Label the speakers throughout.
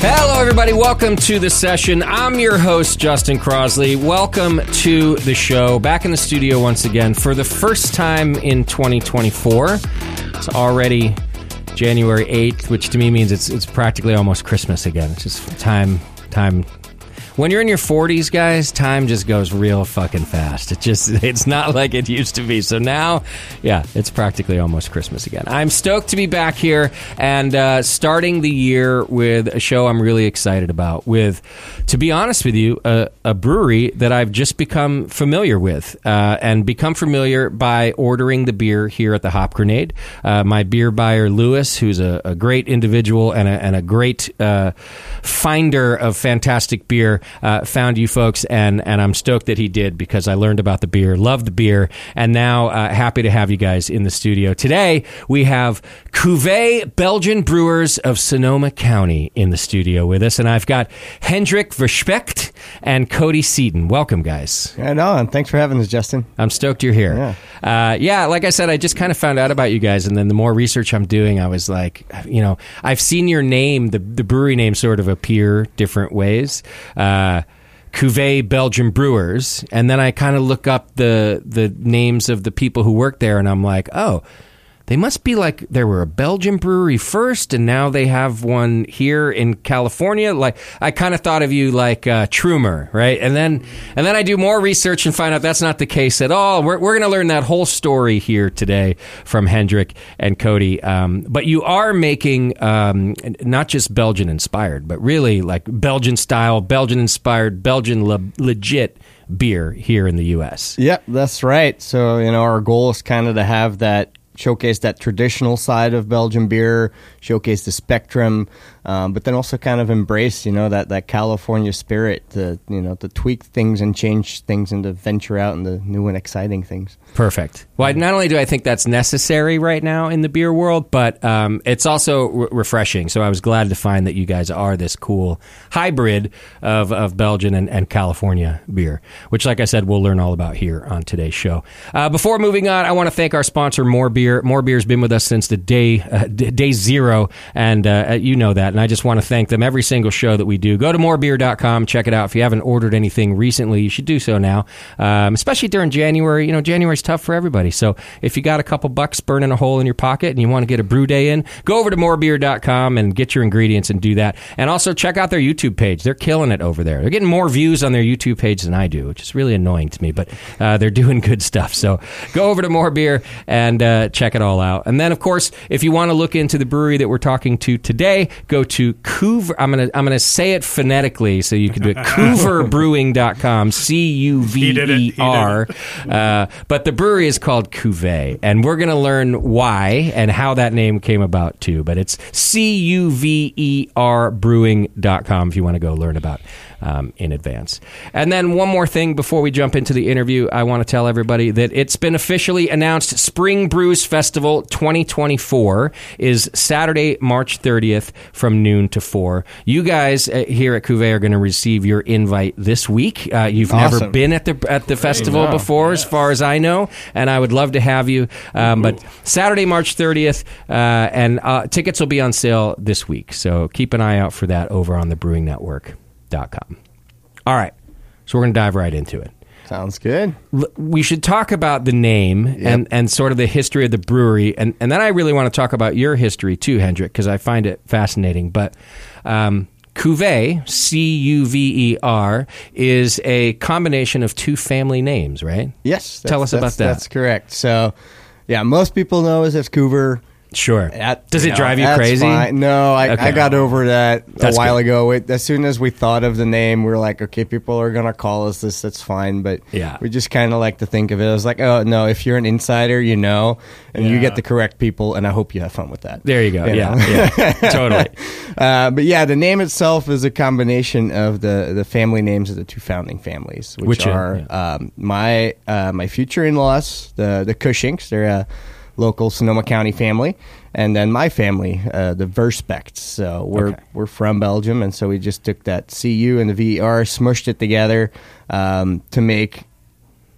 Speaker 1: Hello, everybody. Welcome to the session. I'm your host, Justin Crosley. Welcome to the show. Back in the studio once again for the first time in 2024. It's already January 8th, which to me means it's it's practically almost Christmas again. It's just time time. When you're in your 40s, guys, time just goes real fucking fast. It just it's not like it used to be. So now, yeah, it's practically almost Christmas again. I'm stoked to be back here and uh, starting the year with a show I'm really excited about. With, to be honest with you, a, a brewery that I've just become familiar with uh, and become familiar by ordering the beer here at the Hop Grenade. Uh, my beer buyer, Lewis, who's a, a great individual and a, and a great uh, finder of fantastic beer, uh, found you folks, and, and I'm stoked that he did because I learned about the beer, loved the beer, and now uh, happy to have you guys in the studio. Today, we have Cuvée Belgian Brewers of Sonoma County in the studio with us, and I've got Hendrik Verspecht and Cody Seaton. Welcome, guys.
Speaker 2: Right on. Thanks for having us, Justin.
Speaker 1: I'm stoked you're here. Yeah. Uh, yeah, like I said, I just kind of found out about you guys, and then the more research I'm doing, I was like, you know, I've seen your name, the, the brewery name, sort of appear different ways. Uh, Cuvée Belgian Brewers, and then I kind of look up the the names of the people who work there, and I'm like, oh, they must be like there were a Belgian brewery first, and now they have one here in California. Like I kind of thought of you like uh, Trumer, right? And then and then I do more research and find out that's not the case at all. We're we're going to learn that whole story here today from Hendrik and Cody. Um, but you are making um, not just Belgian inspired, but really like Belgian style, Belgian inspired, Belgian le- legit beer here in the U.S.
Speaker 2: Yep, that's right. So, you know, our goal is kind of to have that showcase that traditional side of Belgian beer, showcase the spectrum, um, but then also kind of embrace, you know, that, that California spirit to, you know, to tweak things and change things and to venture out into new and exciting things.
Speaker 1: Perfect. Well, I- not only do I think that's necessary right now in the beer world, but um, it's also re- refreshing. So I was glad to find that you guys are this cool hybrid of, of Belgian and, and California beer, which, like I said, we'll learn all about here on today's show. Uh, before moving on, I want to thank our sponsor, More Beer. beer. More beer's been with us since the day uh, d- day zero, and uh, you know that. And I just want to thank them every single show that we do. Go to morebeer.com, check it out. If you haven't ordered anything recently, you should do so now, um, especially during January. You know, January's tough for everybody. So if you got a couple bucks burning a hole in your pocket and you want to get a brew day in, go over to morebeer.com and get your ingredients and do that. And also check out their YouTube page. They're killing it over there. They're getting more views on their YouTube page than I do, which is really annoying to me, but uh, they're doing good stuff. So go over to More Beer and uh, check it all out. And then, of course, if you want to look into the brewery that we're talking to today, go to Coover. I'm gonna I'm gonna say it phonetically so you can do it. Cooverbrewing.com. C U
Speaker 3: He
Speaker 1: V
Speaker 3: did it. He
Speaker 1: E
Speaker 3: did
Speaker 1: R. Uh, but the brewery is called Cuvée, and we're going to learn why and how that name came about, too. But it's C U V E R brewing.com if you want to go learn about um, in advance. And then one more thing before we jump into the interview, I want to tell everybody that it's been officially announced Spring Brews Festival 2024 is Saturday, March 30th from noon to 4. You guys uh, here at Cuvée are going to receive your invite this week. Uh, you've never
Speaker 2: Awesome.
Speaker 1: been at the at the festival before, as far as I know, and I would love to have you. Um, but Saturday, March 30th, uh, and uh, tickets will be on sale this week. So keep an eye out for that over on thebrewingnetwork.com. All right, so we're going to dive right into it.
Speaker 2: Sounds good.
Speaker 1: L- We should talk about the name and, and sort of the history of the brewery, and, and then I really want to talk about your history too, Hendrik, because I find it fascinating. But um, Cuvée, C U V E R, is a combination of two family names, right?
Speaker 2: Yes.
Speaker 1: Tell us
Speaker 2: that's-
Speaker 1: about
Speaker 2: that's-
Speaker 1: that.
Speaker 2: That's correct. So, yeah, most people know us as Coover.
Speaker 1: Sure.
Speaker 2: That-
Speaker 1: Does it
Speaker 2: no,
Speaker 1: drive you
Speaker 2: that's
Speaker 1: crazy?
Speaker 2: fine. No, I,
Speaker 1: Okay.
Speaker 2: I got over that
Speaker 1: That's
Speaker 2: a while
Speaker 1: good.
Speaker 2: ago. It, as soon as we thought of the name, we were like, okay, people are gonna call us this. That's fine, but
Speaker 1: Yeah.
Speaker 2: we just kind of like to think of it. I was like, oh no, if you're an insider, you know, and you get the correct people, and I hope you have fun with that.
Speaker 1: There you go.
Speaker 2: You
Speaker 1: yeah.
Speaker 2: know?
Speaker 1: yeah. Totally.
Speaker 2: Uh, but yeah, the name itself is a combination of the, the family names of the two founding families, which,
Speaker 1: Which, uh,
Speaker 2: are um, my uh, my future in laws, the the Cushings. They're a local Sonoma County family, and then my family, uh, the Verspects. So we're
Speaker 1: Okay.
Speaker 2: we're from Belgium, and so we just took that CU and the VER, smushed it together um, to make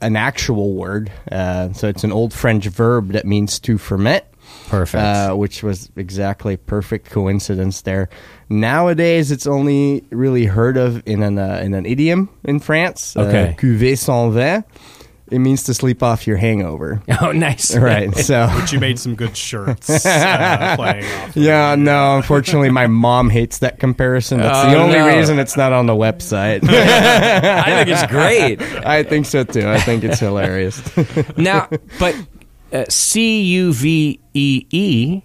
Speaker 2: an actual word. Uh, so it's an old French verb that means to ferment.
Speaker 1: Perfect.
Speaker 2: Uh, which was exactly perfect coincidence there. Nowadays, it's only really heard of in an uh, in an idiom in France.
Speaker 1: Okay.
Speaker 2: uh, cuvée sans vin. It means to sleep off your hangover.
Speaker 1: oh, nice.
Speaker 2: right. So
Speaker 3: Which you made some good shirts uh, playing off.
Speaker 2: yeah, no. Unfortunately, my mom hates that comparison. That's the
Speaker 1: Oh,
Speaker 2: only
Speaker 1: no.
Speaker 2: reason it's not on the website.
Speaker 1: I think it's great.
Speaker 2: I think so too. I think it's hilarious.
Speaker 1: Now, but uh, C U V E E,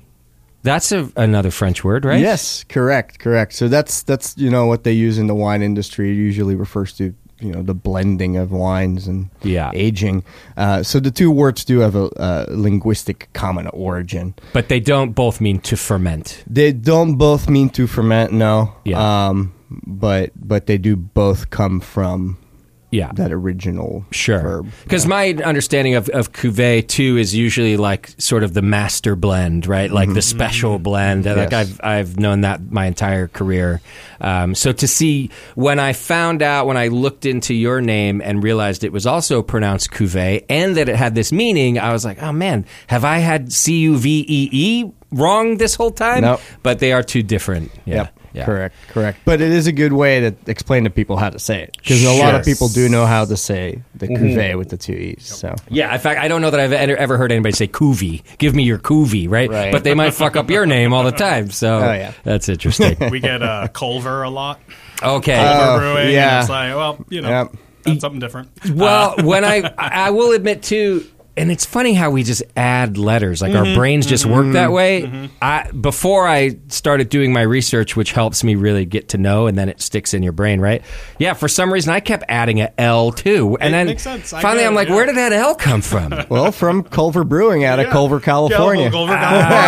Speaker 1: that's a, another French word, right?
Speaker 2: Yes, correct, correct. So that's that's you know what they use in the wine industry. It usually refers to you know the blending of wines and
Speaker 1: Yeah.
Speaker 2: aging. Uh, so the two words do have a uh, linguistic common origin.
Speaker 1: But they don't both mean to ferment.
Speaker 2: They don't both mean to ferment, no.
Speaker 1: Yeah.
Speaker 2: Um, but but they do both come from
Speaker 1: Yeah.
Speaker 2: that original
Speaker 1: Sure.
Speaker 2: verb.
Speaker 1: Because my understanding of, of cuvee too is usually like sort of the master blend, right? Like the special blend. Like
Speaker 2: Mm-hmm. Yes.
Speaker 1: I've I've known that my entire career. Um, so to see when I found out when I looked into your name and realized it was also pronounced cuvee and that it had this meaning, I was like, oh man, have I had C U V E E wrong this whole time?
Speaker 2: Nope.
Speaker 1: But they are two different. Yeah.
Speaker 2: Yep.
Speaker 1: Yeah.
Speaker 2: Correct. Correct. But it is a good way to explain to people how to say it because a lot
Speaker 1: Sure.
Speaker 2: of people do know how to say the cuvee with the two e's. So
Speaker 1: Yeah, in fact, I don't know that I've ever ever heard anybody say "Coovey." Give me your Coovey, right?
Speaker 2: Right.
Speaker 1: But they might fuck up your name all the time, so
Speaker 2: Oh, yeah.
Speaker 1: that's interesting.
Speaker 3: We get uh, Culver a lot.
Speaker 1: Okay.
Speaker 3: Culver brewing.
Speaker 2: Oh, yeah.
Speaker 3: And it's like, well, you know,
Speaker 2: Yep.
Speaker 3: that's something different.
Speaker 1: well,
Speaker 3: uh,
Speaker 1: when I I will admit too, and it's funny how we just add letters, like
Speaker 3: Mm-hmm.
Speaker 1: our brains just work that way. I before I started doing my research, which helps me really get to know, and then it sticks in your brain, right? Yeah, for some reason I kept adding a L too, and
Speaker 3: It
Speaker 1: then
Speaker 3: makes sense. I
Speaker 1: finally
Speaker 3: get it,
Speaker 1: I'm like,
Speaker 3: yeah.
Speaker 1: where did that L come from?
Speaker 2: Well, from Culver Brewing out of
Speaker 3: Yeah.
Speaker 2: Culver, California. Ah,
Speaker 3: Yeah, Culver,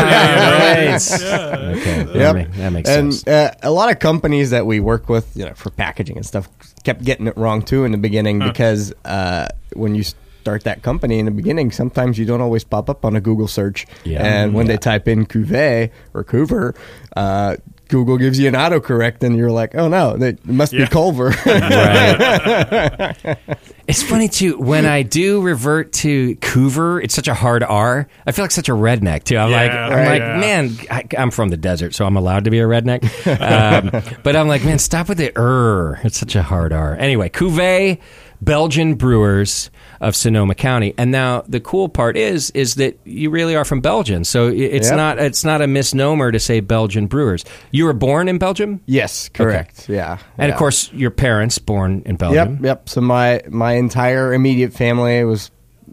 Speaker 3: California.
Speaker 1: right. Okay,
Speaker 2: Yep.
Speaker 1: that, make- that makes
Speaker 2: and,
Speaker 1: sense.
Speaker 2: uh, a lot of companies that we work with, you know, for packaging and stuff, kept getting it wrong too in the beginning because uh, when you start that company in the beginning, sometimes you don't always pop up on a Google search.
Speaker 1: Yeah.
Speaker 2: And when they type in cuvee or Coover, uh, Google gives you an autocorrect, and you're like, oh no, it must
Speaker 3: Yeah.
Speaker 2: be Culver.
Speaker 1: It's funny too when I do revert to Coover. It's such a hard R. I feel like such a redneck too. I'm like,
Speaker 3: Yeah,
Speaker 1: I'm
Speaker 3: right.
Speaker 1: like,
Speaker 3: Yeah.
Speaker 1: man, I, I'm from the desert, so I'm allowed to be a redneck. Um, but I'm like, man, stop with the er. It's such a hard R. Anyway, Cuvée, Belgian brewers of Sonoma County, and now the cool part is, is that you really are from Belgium. So i- it's
Speaker 2: Yep.
Speaker 1: not, it's not a misnomer to say Belgian brewers. You were born in Belgium,
Speaker 2: yes, correct. Yeah.
Speaker 1: and
Speaker 2: yeah.
Speaker 1: of course, your parents born in Belgium.
Speaker 2: Yep, yep. So my my entire immediate family was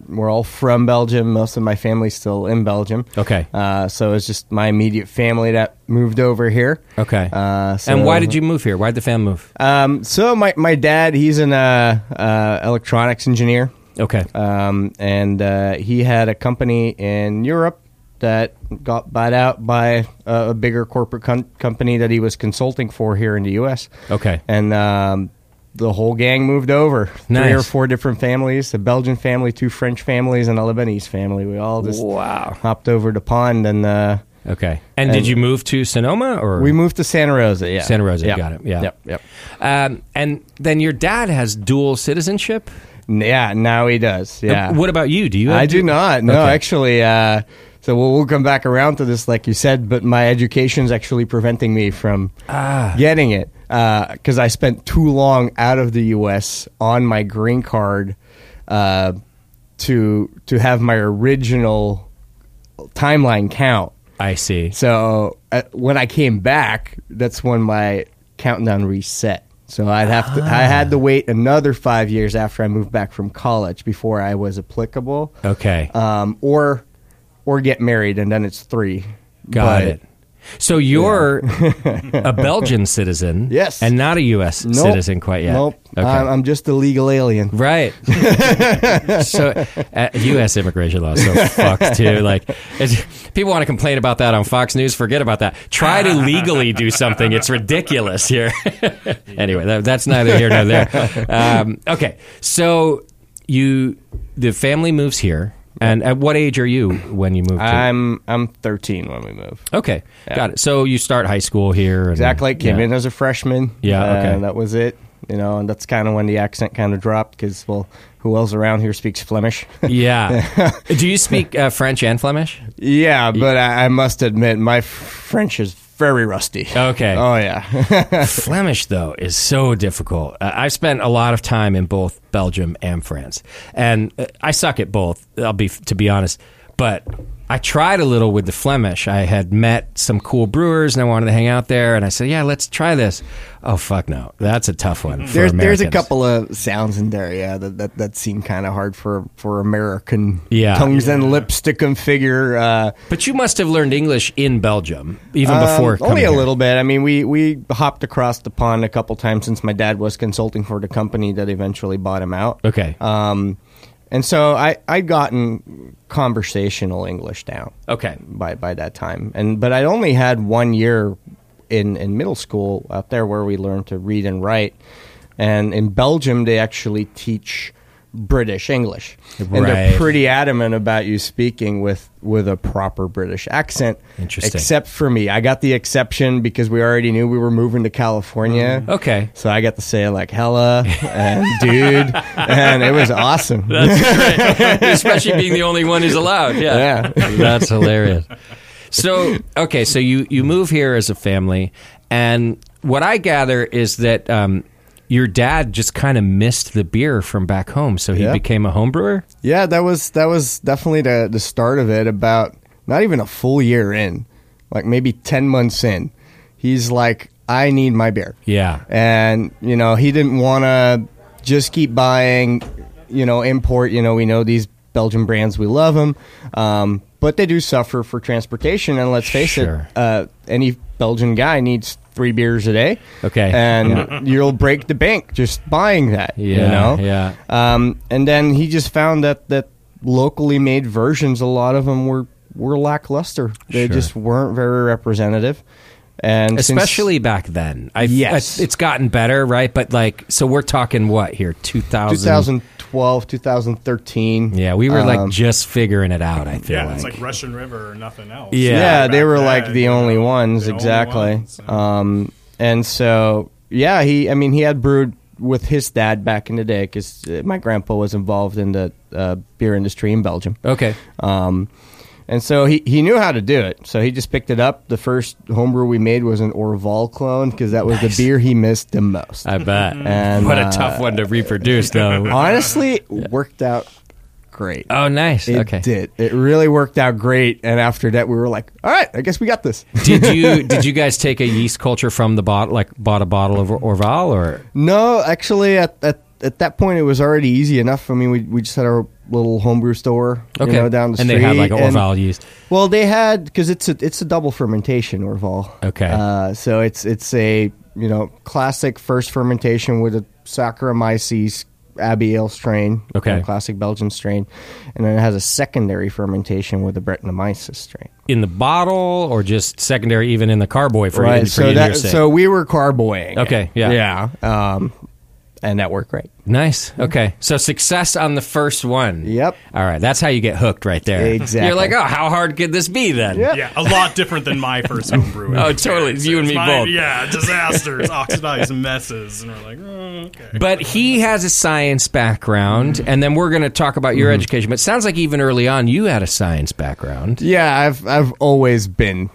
Speaker 2: we're all from Belgium. Most of my family's still in Belgium.
Speaker 1: Okay.
Speaker 2: Uh, so it's just my immediate family that moved over here.
Speaker 1: Okay.
Speaker 2: Uh, so,
Speaker 1: and why did you move here? Why did the family move?
Speaker 2: Um, so my my dad, he's an uh, uh, electronics engineer,
Speaker 1: okay.
Speaker 2: um, and uh, he had a company in Europe that got bought out by a, a bigger corporate com- company that he was consulting for here in the U.S.
Speaker 1: Okay.
Speaker 2: and um, the whole gang moved over. Three
Speaker 1: Nice.
Speaker 2: or four different families: a Belgian family, two French families, and a Lebanese family. We all just
Speaker 1: Wow.
Speaker 2: hopped over the pond, and uh,
Speaker 1: Okay. And, did
Speaker 2: And-
Speaker 1: you move to Sonoma or
Speaker 2: we moved to Santa Rosa. Yeah,
Speaker 1: Santa Rosa?
Speaker 2: Yep.
Speaker 1: Got it. Yeah.
Speaker 2: Yep. Yep.
Speaker 1: Um, and then your dad has dual citizenship.
Speaker 2: N- Yeah. Now he does. Yeah.
Speaker 1: What about you? Do you? have
Speaker 2: I do
Speaker 1: du-
Speaker 2: not. No,
Speaker 1: Okay.
Speaker 2: actually. Uh, so we'll, we'll come back around to this, like you said, but my education's actually preventing me from
Speaker 1: Ah.
Speaker 2: getting it because I spent too long out of the U.S. on my green card uh, to to have my original timeline count.
Speaker 1: I see.
Speaker 2: So uh, when I came back, that's when my countdown reset. So I'd have to, I had
Speaker 1: Ah.
Speaker 2: to wait another five years after I moved back from college before I was applicable.
Speaker 1: Okay.
Speaker 2: Um, or or get married, and then it's three.
Speaker 1: Got
Speaker 2: But
Speaker 1: it. So you're a Belgian citizen,
Speaker 2: Yes.
Speaker 1: and not a U.S.
Speaker 2: Nope.
Speaker 1: citizen quite yet.
Speaker 2: Nope.
Speaker 1: Okay.
Speaker 2: I'm, I'm just a legal alien.
Speaker 1: Right. so, uh, U.S. immigration law is so fucked too. Like, it's, people want to complain about that on Fox News. Forget about that. Try to legally do something. It's ridiculous here. anyway, that, that's neither here nor there. Um, okay, so you, the family moves here, and at what age are you when you move? To,
Speaker 2: I'm I'm 13 when we move.
Speaker 1: okay, got it. So you start high school here. and-
Speaker 2: Exactly. Came
Speaker 1: yeah.
Speaker 2: in as a freshman.
Speaker 1: Yeah,
Speaker 2: Uh,
Speaker 1: okay.
Speaker 2: that was it. You know, and that's kind of when the accent kind of dropped because well, who else around here speaks Flemish?
Speaker 1: Yeah. do you speak uh, French and Flemish?
Speaker 2: Yeah, but I, I must admit, my f- French is very rusty.
Speaker 1: Okay.
Speaker 2: Oh, yeah.
Speaker 1: Flemish, though, is so difficult. Uh, I've spent a lot of time in both Belgium and France, and uh, I suck at both. I'll be to be honest, but I tried a little with the Flemish. I had met some cool brewers, and I wanted to hang out there. And I said, "Yeah, let's try this." Oh fuck no, that's a tough one. For
Speaker 2: there's there's a
Speaker 1: Americans.
Speaker 2: couple of sounds in there, yeah, that, that, that seem kind of hard for, for American
Speaker 1: Yeah.
Speaker 2: tongues and lips to configure. Uh,
Speaker 1: but you must have learned English in Belgium even
Speaker 2: um,
Speaker 1: before. coming
Speaker 2: only a
Speaker 1: here.
Speaker 2: little bit. I mean, we, we hopped across the pond a couple times since my dad was consulting for the company that eventually bought him out.
Speaker 1: Okay.
Speaker 2: Um, and so I, I'd gotten conversational English down.
Speaker 1: okay.
Speaker 2: by by that time. And but I only had one year in in middle school out there where we learned to read and write. And in Belgium, they actually teach British English, and
Speaker 1: Right.
Speaker 2: they're pretty adamant about you speaking with with a proper British accent.
Speaker 1: Interesting.
Speaker 2: Except for me, I got the exception because we already knew we were moving to California.
Speaker 1: Mm. Okay.
Speaker 2: So I got to say like "hella" and "dude," and it was awesome.
Speaker 1: especially being the only one who's allowed. Yeah, that's hilarious. So okay, so you you move here as a family, and what I gather is that um, your dad just kind of missed the beer from back home, so he
Speaker 2: Yeah.
Speaker 1: became a home brewer.
Speaker 2: Yeah, that was that was definitely the the start of it. About not even a full year in, like maybe ten months in, he's like, "I need my beer."
Speaker 1: Yeah.
Speaker 2: and you know he didn't want to just keep buying, you know, import. You know, we know these Belgian brands, we love them, um, but they do suffer for transportation. And let's face
Speaker 1: Sure.
Speaker 2: it, uh, any Belgian guy needs three beers a day.
Speaker 1: Okay.
Speaker 2: and you'll break the bank just buying that.
Speaker 1: Yeah,
Speaker 2: you know,
Speaker 1: yeah.
Speaker 2: um, and then he just found that that locally made versions, a lot of them were were lackluster. They
Speaker 1: Sure.
Speaker 2: just weren't very representative. And since-
Speaker 1: Especially back then. I,
Speaker 2: Yes.
Speaker 1: I- it's gotten better, right? But like, so we're talking what here? 2000.
Speaker 2: 2012, 2013.
Speaker 1: Yeah, we were like
Speaker 2: Um,
Speaker 1: just figuring it out, I feel
Speaker 3: Yeah,
Speaker 1: like.
Speaker 3: it's like Russian River or nothing else.
Speaker 1: Yeah.
Speaker 2: yeah, they
Speaker 3: back
Speaker 2: were
Speaker 3: then,
Speaker 2: like the
Speaker 3: you know,
Speaker 2: only ones
Speaker 3: the only
Speaker 2: exactly
Speaker 3: ones, so.
Speaker 2: um and so yeah he i mean he had brewed with his dad back in the day because my grandpa was involved in the uh, beer industry in belgium
Speaker 1: okay.
Speaker 2: um and so he, he knew how to do it. So he just picked it up. The first homebrew we made was an Orval clone because that was the beer he missed the most.
Speaker 1: I bet.
Speaker 2: And,
Speaker 1: what a
Speaker 2: uh,
Speaker 1: tough one to reproduce, though.
Speaker 2: Honestly, it worked out great.
Speaker 1: oh, nice.
Speaker 2: It
Speaker 1: okay.
Speaker 2: did. It really worked out great. And after that, we were like, all right, I guess we got this.
Speaker 1: did you did you guys take a yeast culture from the bottle? Like, bought a bottle of Orval, or
Speaker 2: No, actually, at, at at that point, it was already easy enough. I mean, we we just had our little homebrew store,
Speaker 1: okay,
Speaker 2: you know, down the
Speaker 1: and
Speaker 2: street,
Speaker 1: they had like
Speaker 2: and-
Speaker 1: Orval yeast.
Speaker 2: Well, they had because it's a it's a double fermentation Orval.
Speaker 1: Okay.
Speaker 2: uh, so it's it's a you know classic first fermentation with a Saccharomyces abbey ale strain,
Speaker 1: Okay.
Speaker 2: you know, classic Belgian strain, and then it has a secondary fermentation with a Brettanomyces strain.
Speaker 1: in the bottle or just secondary even in the carboy for, you, for you
Speaker 2: so
Speaker 1: and your
Speaker 2: that
Speaker 1: sake.
Speaker 2: so we were carboying. it.
Speaker 1: Okay, yeah.
Speaker 2: yeah, um, and that worked great.
Speaker 1: nice. Okay. So success on the first one.
Speaker 2: Yep.
Speaker 1: All right. That's how you get hooked right there.
Speaker 2: Exactly.
Speaker 1: You're like, oh, how hard could this be then?
Speaker 2: Yeah.
Speaker 3: Yeah, a lot different than my first homebrew.
Speaker 1: Oh, totally. It's you and me
Speaker 3: My-
Speaker 1: both.
Speaker 3: Yeah, disasters, oxidized messes, and we're like, oh, okay.
Speaker 1: But he has a science background, and then we're going to talk about
Speaker 2: Mm-hmm.
Speaker 1: your education. But it sounds like even early on, you had a science background.
Speaker 2: Yeah, I've I've always been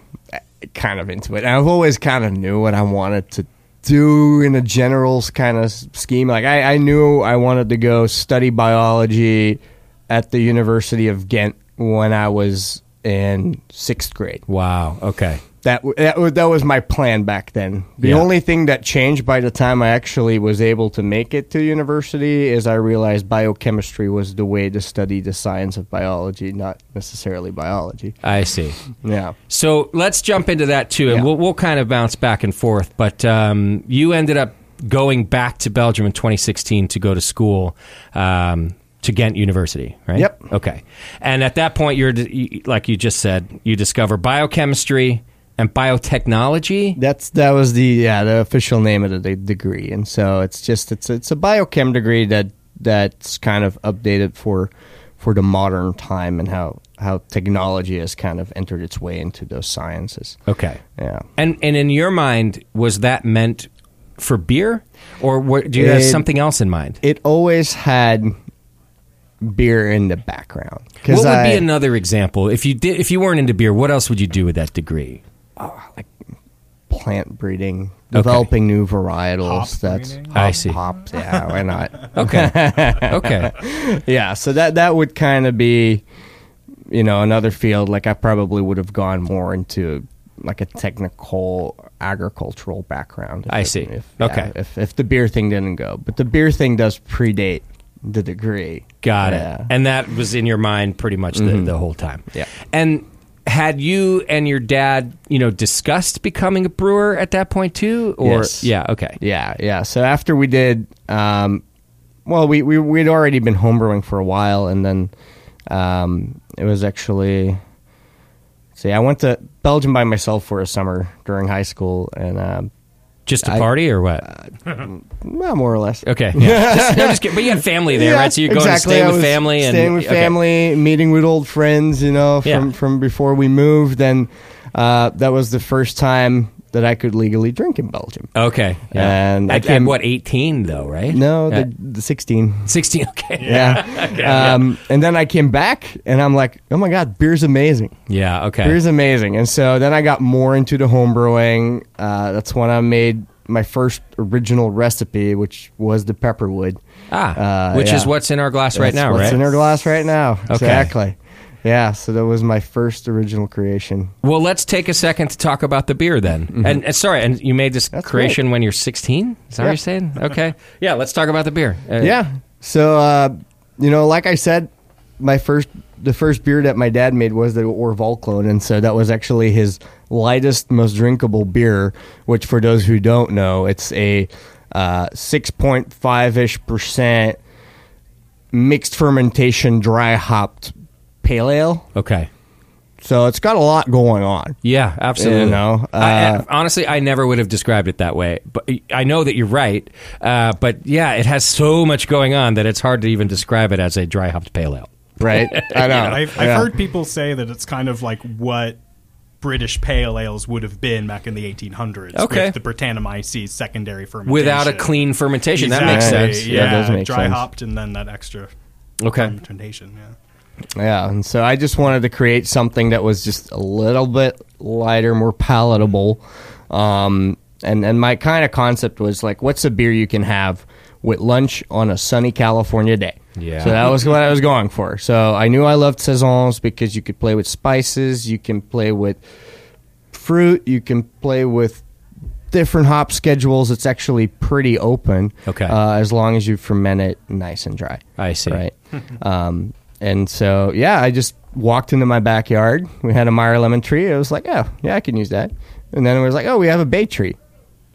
Speaker 2: kind of into it. I've always kind of knew what I wanted to do in a general's kind of scheme. Like I, I knew I wanted to go study biology at the University of Ghent when I was in sixth grade.
Speaker 1: Wow. Okay.
Speaker 2: That w- that w- that was my plan back then. The
Speaker 1: Yeah.
Speaker 2: only thing that changed by the time I actually was able to make it to university is I realized biochemistry was the way to study the science of biology, not necessarily biology.
Speaker 1: I see.
Speaker 2: Yeah.
Speaker 1: So let's jump into that too, and
Speaker 2: Yeah.
Speaker 1: we'll, we'll kind of bounce back and forth. But um, you ended up going back to Belgium in 2016 to go to school um, to Ghent University, right?
Speaker 2: Yep.
Speaker 1: Okay. And at that point, you're you- like you just said, you discover biochemistry and biotechnology.
Speaker 2: That's that was the yeah the official name of the de- degree, and so it's just it's it's a biochem degree that that's kind of updated for for the modern time and how how technology has kind of entered its way into those sciences.
Speaker 1: Okay.
Speaker 2: Yeah.
Speaker 1: And and in your mind, was that meant for beer, or were, do you have
Speaker 2: It-
Speaker 1: something else in mind?
Speaker 2: It always had beer in the background. 'Cause
Speaker 1: What would
Speaker 2: I-
Speaker 1: be another example if you did if you weren't into beer? What else would you do with that degree?
Speaker 2: plant breeding, developing new varietals. that's
Speaker 3: breeding?
Speaker 1: I see.
Speaker 2: Hops, yeah, why not?
Speaker 1: Okay. okay.
Speaker 2: yeah so that that would kind of be you know another field like i probably would have gone more into like a technical agricultural background if
Speaker 1: I
Speaker 2: it-
Speaker 1: see.
Speaker 2: if,
Speaker 1: Okay.
Speaker 2: if, if the beer thing didn't go but the beer thing does predate the degree
Speaker 1: Got
Speaker 2: Yeah. Mm-hmm.
Speaker 1: it. And that was in your mind pretty much the, the whole time.
Speaker 2: Yeah.
Speaker 1: And had you and your dad, you know, discussed becoming a brewer at that point too? Or
Speaker 2: Yes.
Speaker 1: yeah, okay.
Speaker 2: Yeah, yeah. So after we did, um, well, we we we'd already been homebrewing for a while, and then um, it was actually. See, I went to Belgium by myself for a summer during high school, and um,
Speaker 1: Just a
Speaker 2: I- uh,
Speaker 1: party or what?
Speaker 2: well, more or less.
Speaker 1: okay. Yeah. just, no, just kidding. But you had family there, right? So you're going
Speaker 2: exactly.
Speaker 1: to stay
Speaker 2: I
Speaker 1: with
Speaker 2: was
Speaker 1: family and
Speaker 2: staying with
Speaker 1: okay.
Speaker 2: family, meeting with old friends, you know, from
Speaker 1: Yeah.
Speaker 2: from before we moved, and uh, that was the first time that I could legally drink in Belgium.
Speaker 1: Okay.
Speaker 2: And I
Speaker 1: at, at
Speaker 2: came-
Speaker 1: what, eighteen though, right?
Speaker 2: No,
Speaker 1: At
Speaker 2: the, the sixteen.
Speaker 1: sixteen, okay.
Speaker 2: yeah. um, And then I came back and I'm like, oh my God, beer's amazing.
Speaker 1: Yeah, okay.
Speaker 2: Beer's amazing. And so then I got more into the home brewing. Uh, that's when I made my first original recipe, which was the pepperwood.
Speaker 1: ah.
Speaker 2: Uh,
Speaker 1: which
Speaker 2: yeah.
Speaker 1: is what's in our glass right
Speaker 2: That's
Speaker 1: now,
Speaker 2: what's
Speaker 1: right?
Speaker 2: in our glass right now. Exactly. Yeah. So that was my first original creation.
Speaker 1: Well, let's take a second to talk about the beer then. And, and sorry, and you made this
Speaker 2: Mm-hmm. That's
Speaker 1: creation when you're 16. Is that what
Speaker 2: Yeah.
Speaker 1: you're saying? Okay. Yeah, let's talk about the beer. Uh,
Speaker 2: Yeah. So, uh, you know, like I said, my first, the first beer that my dad made was the Orval clone, and so that was actually his lightest, most drinkable beer. Which, for those who don't know, it's a uh, six point five ish percent mixed fermentation dry hopped pale ale.
Speaker 1: Okay.
Speaker 2: So it's got a lot going on.
Speaker 1: Yeah, absolutely.
Speaker 2: You know,
Speaker 1: I-
Speaker 2: uh,
Speaker 1: I- honestly, I never would have described it that way. But I know that you're right. Uh, but yeah, it has so much going on that it's hard to even describe it as a dry hopped pale ale.
Speaker 2: Right? I know.
Speaker 3: I've,
Speaker 2: Yeah.
Speaker 3: I've heard people say that it's kind of like what British pale ales would have been back in the 1800s.
Speaker 1: Okay.
Speaker 3: With the Britannomyces secondary fermentation.
Speaker 1: Without a clean fermentation, that makes
Speaker 3: Exactly,
Speaker 1: sense.
Speaker 3: Yeah,
Speaker 2: Yeah, it does make
Speaker 3: dry
Speaker 2: sense.
Speaker 3: hopped and then that extra
Speaker 1: Okay.
Speaker 3: fermentation. Yeah.
Speaker 2: Yeah, and so I just wanted to create something that was just a little bit lighter, more palatable. Um, and and my kind of concept was like, what's a beer you can have with lunch on a sunny California day?
Speaker 1: Yeah.
Speaker 2: So that was what I was going for. So I knew I loved saisons because you could play with spices, you can play with fruit, you can play with different hop schedules. It's actually pretty open.
Speaker 1: Okay.
Speaker 2: Uh, as long as you ferment it nice and dry.
Speaker 1: I see.
Speaker 2: Right. um, and so, yeah, I just walked into my backyard. We had a Meyer lemon tree. I was like, oh, yeah, I can use that. And then it was like, oh, we have a bay tree.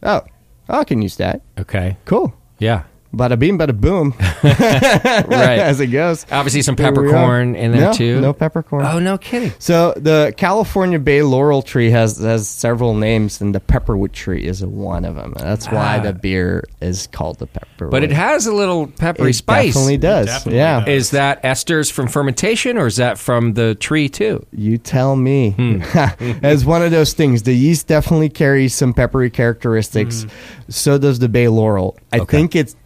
Speaker 2: Oh, I can use that.
Speaker 1: Okay.
Speaker 2: Cool.
Speaker 1: Yeah.
Speaker 2: Bada beam, bada boom,
Speaker 1: Right.
Speaker 2: as it goes.
Speaker 1: Obviously, some
Speaker 2: Here we are.
Speaker 1: peppercorn in there
Speaker 2: No,
Speaker 1: too.
Speaker 2: No peppercorn.
Speaker 1: Oh no, kidding.
Speaker 2: So the California Bay laurel tree has has several names, and the pepperwood tree is one of them. That's why
Speaker 1: Ah.
Speaker 2: the beer is called the pepperwood.
Speaker 1: But it has a little peppery
Speaker 2: it
Speaker 1: spice.
Speaker 2: Definitely does.
Speaker 3: definitely
Speaker 2: yeah,
Speaker 3: does.
Speaker 1: Is that esters from fermentation, or is that from the tree too?
Speaker 2: you tell me.
Speaker 1: Hmm.
Speaker 2: As one of those things, the yeast definitely carries some peppery characteristics. So does the bay laurel. I
Speaker 1: Hmm. Okay.
Speaker 2: think it's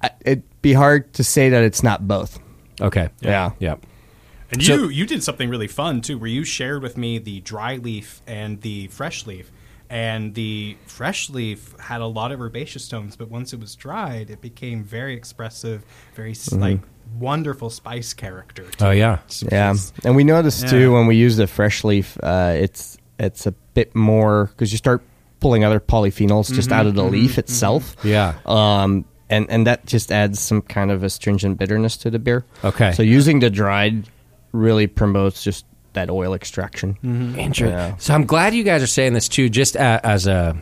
Speaker 2: I- it'd be hard to say that it's not both.
Speaker 1: Okay.
Speaker 2: Yeah.
Speaker 1: Yeah.
Speaker 3: And
Speaker 1: So-
Speaker 3: you you did something really fun too, where you shared with me the dry leaf and the fresh leaf. And the fresh leaf had a lot of herbaceous tones, but once it was dried, it became very expressive, very s
Speaker 2: Mm-hmm.
Speaker 3: like wonderful spice character. to
Speaker 1: Oh
Speaker 3: it.
Speaker 1: yeah.
Speaker 2: Yeah, and we noticed too
Speaker 3: Yeah.
Speaker 2: when we use the fresh leaf, uh, it's it's a bit more because you start pulling other polyphenols just out of the leaf itself.
Speaker 1: Mm-hmm. Yeah.
Speaker 2: um, and and that just adds some kind of astringent bitterness to the beer.
Speaker 1: Okay.
Speaker 2: so using the dried really promotes just that oil extraction.
Speaker 1: Mm-hmm. Interesting.
Speaker 2: Yeah.
Speaker 1: So I'm glad you guys are saying this too, just a, as a,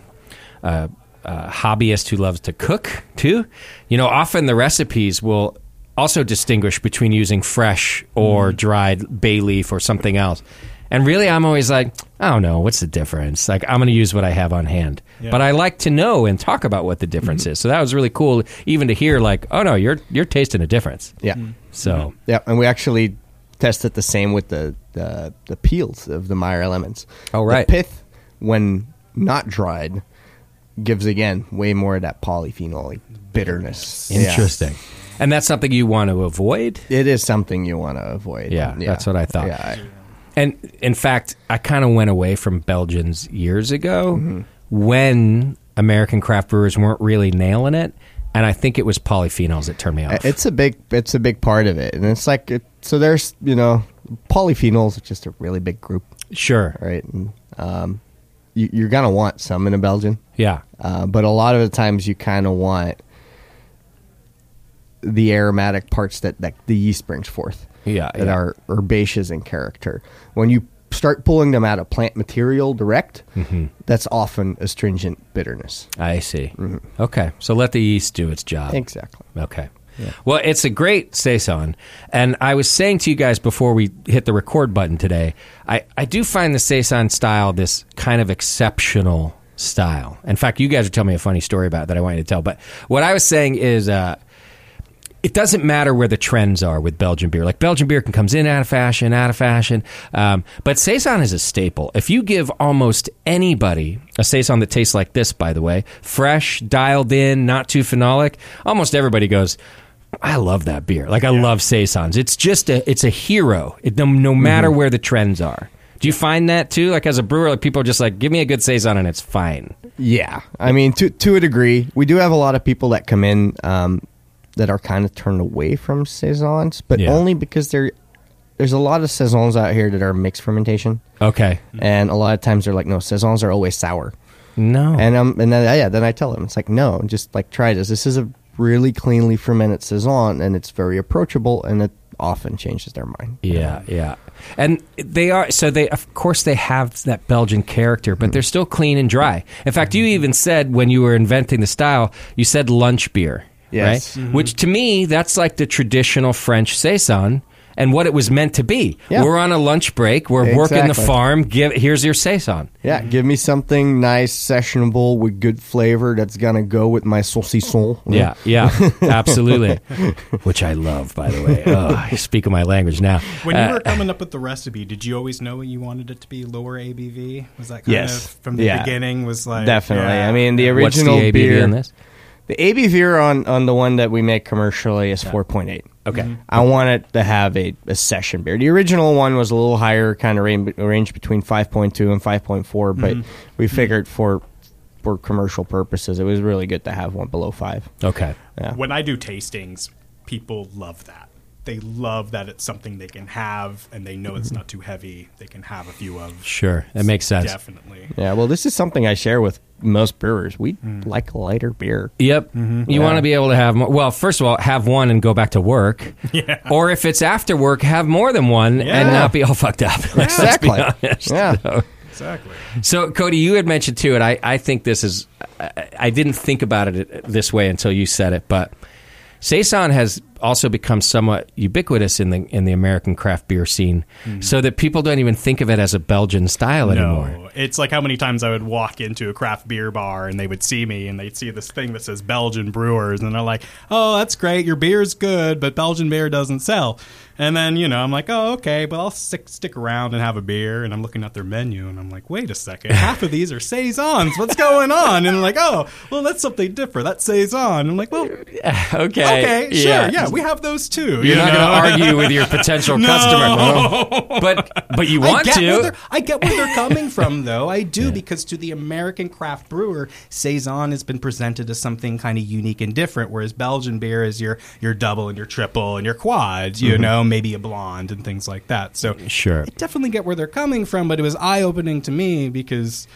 Speaker 1: a, a hobbyist who loves to cook too. You know, often the recipes will also distinguish between using fresh or dried bay leaf or something else. And really, I'm always like, I don't know, what's the difference? Like, I'm going to use what I have on hand. But I like to know and talk about what the difference is. So that was really cool, even to hear like, oh no, you're you're tasting a difference.
Speaker 2: Yeah,
Speaker 1: So.
Speaker 2: yeah, and we actually tested the same with the the, the peels of the Meyer lemons.
Speaker 1: Oh,
Speaker 2: The
Speaker 1: right.
Speaker 2: pith when not dried gives again way more of that polyphenol bitterness. Yeah.
Speaker 1: Interesting. And that's something you want to avoid.
Speaker 2: it is something you want to avoid.
Speaker 1: Yeah, that's what I thought.
Speaker 2: Yeah,
Speaker 1: And in fact, I kind of went away from Belgians years ago when American craft brewers weren't really nailing it. And I think it was polyphenols that turned me
Speaker 2: I-
Speaker 1: off.
Speaker 2: Uh, it's a big it's a big part of it, and it's like it, so. There's you know polyphenols, are just a really big group,
Speaker 1: sure.
Speaker 2: right? And, um, you, you're gonna want some in a Belgian,
Speaker 1: Yeah.
Speaker 2: uh, but a lot of the times you kind of want the aromatic parts that, that the yeast brings forth.
Speaker 1: Yeah,
Speaker 2: that
Speaker 1: yeah.
Speaker 2: are herbaceous in character. When you start pulling them out of plant material direct,
Speaker 1: Mm-hmm.
Speaker 2: that's often astringent bitterness.
Speaker 1: I see. Okay. So let the yeast do its job.
Speaker 2: Exactly.
Speaker 1: Okay. Well, it's a great saison, and I was saying to you guys before we hit the record button today, I, I do find the saison style this kind of exceptional style. In fact, you guys are telling me a funny story about it that I want you to tell. But what I was saying is, uh, it doesn't matter where the trends are with Belgian beer. Like Belgian beer can comes in out of fashion, out of fashion. Um, but saison is a staple. If you give almost anybody a saison that tastes like this, by the way, fresh, dialed in, not too phenolic, almost everybody goes. I love that beer. Like I love saisons. It's just a it's a hero. It, no, no matter where the trends are. Do you find that too? Like as a brewer, like people are just like, give me a good saison and it's fine.
Speaker 2: Yeah, I mean, to to a degree, we do have a lot of people that come in um, that are kind of turned away from saisons, but
Speaker 1: Yeah.
Speaker 2: only because they're there's a lot of saisons out here that are mixed fermentation,
Speaker 1: Okay.
Speaker 2: and a lot of times they're like, no, saisons are always sour,
Speaker 1: No.
Speaker 2: and um, and then yeah, then I tell them it's like, no, just like try this. This is a really cleanly fermented saison, and it's very approachable, and it often changes their mind.
Speaker 1: Yeah, yeah. And they are so they of course they have that Belgian character,
Speaker 2: Hmm.
Speaker 1: but they're still clean and dry. In fact, you even said when you were inventing the style, you said lunch beer,
Speaker 2: Yes. Mm-hmm.
Speaker 1: right? Which to me that's like the traditional French saison. and what it was meant to be.
Speaker 2: Yeah.
Speaker 1: We're on a lunch break. We're working the
Speaker 2: Exactly.
Speaker 1: farm. Give here's your saison.
Speaker 2: Yeah, give me something nice, sessionable with good flavor that's gonna go with my saucisson.
Speaker 1: Yeah, yeah, absolutely. Which I love, by the way. Oh, I speak of my language now.
Speaker 3: When
Speaker 1: Uh,
Speaker 3: you were coming up with the recipe, did you always know you wanted it to be lower ABV? Was that kind
Speaker 2: Yes.
Speaker 3: of from the
Speaker 2: Yeah.
Speaker 3: beginning? Was like
Speaker 2: Definitely.
Speaker 3: yeah.
Speaker 2: I mean, the
Speaker 1: what's the
Speaker 2: original
Speaker 1: ABV
Speaker 2: beer
Speaker 1: on this?
Speaker 2: The ABV on on the one that we make commercially is 4.8.
Speaker 1: Okay.
Speaker 2: I want it to have a, a session beer. The original one was a little higher, kind of range, range between 5.2 and 5.4, but we figured for for commercial purposes, it was really good to have one below five.
Speaker 1: Okay.
Speaker 3: when I do tastings, people love that. They love that it's something they can have, and they know it's not too heavy. They can have a few of.
Speaker 1: Sure. That makes sense.
Speaker 3: Definitely.
Speaker 2: Yeah, well, this is something I share with most brewers. We like lighter beer.
Speaker 1: Yep.
Speaker 3: Mm-hmm.
Speaker 1: You want to be able to have more. Well, first of all, have one and go back to work.
Speaker 3: Yeah.
Speaker 1: Or if it's after work, have more than one and
Speaker 3: Yeah.
Speaker 1: not be all fucked up. Let's just be
Speaker 2: Exactly.
Speaker 1: honest.
Speaker 2: Yeah.
Speaker 3: Exactly.
Speaker 1: So, Cody, you had mentioned too, and I, I think this is, I, I didn't think about it this way until you said it, but Saison has also become somewhat ubiquitous in the in the American craft beer scene, so that people don't even think of it as a Belgian style anymore.
Speaker 3: Mm-hmm. No, it's like how many times I would walk into a craft beer bar and they would see me and they'd see this thing that says Belgian brewers and they're like, "Oh, that's great, your beer's good, but Belgian beer doesn't sell." And then you know I'm like, "Oh, okay, but I'll stick stick around and have a beer." And I'm looking at their menu and I'm like, "Wait a second, half of these are saisons. What's going on?" And I'm like, "Oh, well, that's something different. That's saison." I'm like, "Well, okay,
Speaker 1: Okay,
Speaker 3: sure, yeah, we have those too." you
Speaker 1: You're not
Speaker 3: know?
Speaker 1: going to argue with your potential customer, but but you want
Speaker 3: I get Where
Speaker 1: to.
Speaker 3: they're- I get where they're coming from, though. I do because to the American craft brewer, saison has been presented as something kind of unique and different, whereas Belgian beer is your your double and your triple and your quad. You know, maybe a blonde and things like that. So
Speaker 1: Mm-hmm. Sure.
Speaker 3: I definitely get where they're coming from, but it was eye opening to me because.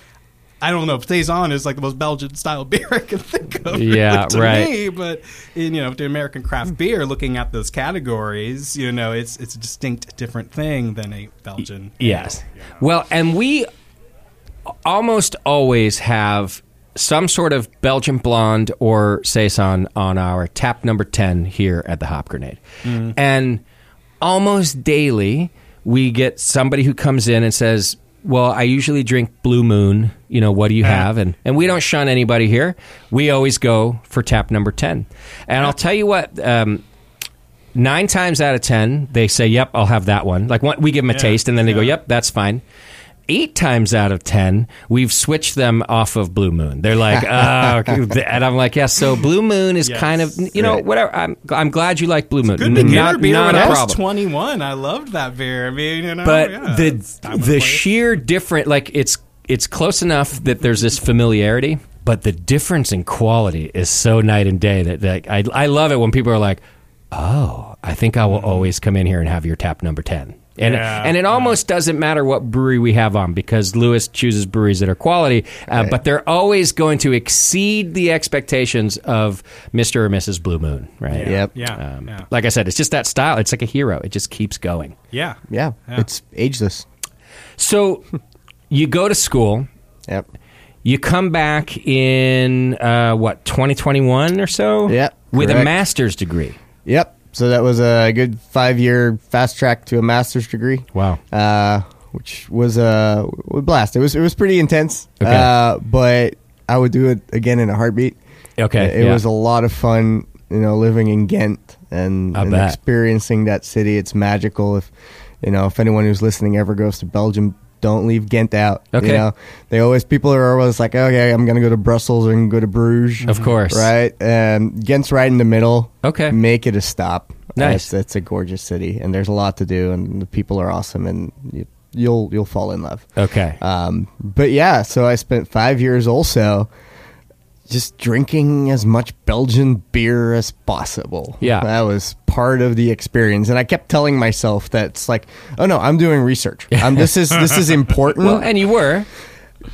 Speaker 3: I don't know. Saison is like the most Belgian style beer I can think of.
Speaker 1: Yeah,
Speaker 3: really, to
Speaker 1: right. Hmm.
Speaker 3: me, but in, you know, to American craft beer, looking at those categories, you know, it's it's a distinct, different thing than a Belgian.
Speaker 1: Yes. Well, and we almost always have some sort of Belgian blonde or saison on our tap number 10 here at the Hop Grenade. And almost daily we get somebody who comes in and says, "Well, I usually drink Blue Moon, you know, what do you have?" And and we don't shun anybody here. We always go for tap number 10. And I'll tell you what, um nine times out of ten they say yep i'll have that one like one, we give them a taste and then they go yep that's fine eight times out of ten we've switched them off of blue moon they're like oh, and i'm like yeah so blue moon is
Speaker 3: Yes.
Speaker 1: kind of you know whatever i'm, I'm glad you like blue moon
Speaker 3: Good beginner
Speaker 1: not,
Speaker 3: beer.
Speaker 1: not
Speaker 3: when
Speaker 1: a
Speaker 3: I was
Speaker 1: problem
Speaker 3: twenty one, I loved that beer. I mean, you know,
Speaker 1: but
Speaker 3: yeah, it's time
Speaker 1: the
Speaker 3: and
Speaker 1: the
Speaker 3: place.
Speaker 1: sheer different like it's it's close enough that there's this familiarity but the difference in quality is so night and day that, that I, I love it when people are like oh i think i will always come in here and have your tap number 10 and,
Speaker 3: Mm-hmm. Yeah.
Speaker 1: and it almost doesn't matter what brewery we have on because Lewis chooses breweries that are quality, uh, but they're always going to exceed the expectations of Mr. or Mrs. Blue Moon, right? Um,
Speaker 2: Yep.
Speaker 3: yeah, yeah,
Speaker 1: Like I said, it's just that style. It's like a hero, it just keeps going.
Speaker 3: yeah,
Speaker 2: Yeah, it's ageless.
Speaker 1: So you go to school,
Speaker 2: Yep.
Speaker 1: you come back in uh, what 2021 or so,
Speaker 2: Yeah,
Speaker 1: with a
Speaker 2: correct.
Speaker 1: master's degree.
Speaker 2: Yep. So that was a good five year fast track to a master's degree.
Speaker 1: Wow.
Speaker 2: Uh, which was a a blast. It was it was pretty intense.
Speaker 1: Okay.
Speaker 2: Uh, but I would do it again in a heartbeat.
Speaker 1: Okay,
Speaker 2: It, it
Speaker 1: yeah.
Speaker 2: was a lot of fun. You know, living in Ghent and,
Speaker 1: I
Speaker 2: and
Speaker 1: bet.
Speaker 2: experiencing that city. It's magical. If you know, if anyone who's listening ever goes to Belgium. Don't leave Ghent out.
Speaker 1: Okay.
Speaker 2: You know, they always people are always like, okay, I'm gonna go to Brussels or I'm gonna go to Bruges.
Speaker 1: Of course.
Speaker 2: right? Um, Ghent's right in the middle.
Speaker 1: Okay.
Speaker 2: make it a stop.
Speaker 1: Nice.
Speaker 2: It's, it's a gorgeous city, and there's a lot to do, and the people are awesome, and you, you'll you'll fall in love.
Speaker 1: Okay.
Speaker 2: Um, but yeah, so I spent five years also just drinking as much Belgian beer as possible.
Speaker 1: Yeah.
Speaker 2: That was part of the experience. And I kept telling myself that's like, oh no, I'm doing research. Um, this is this is important.
Speaker 1: well, and you were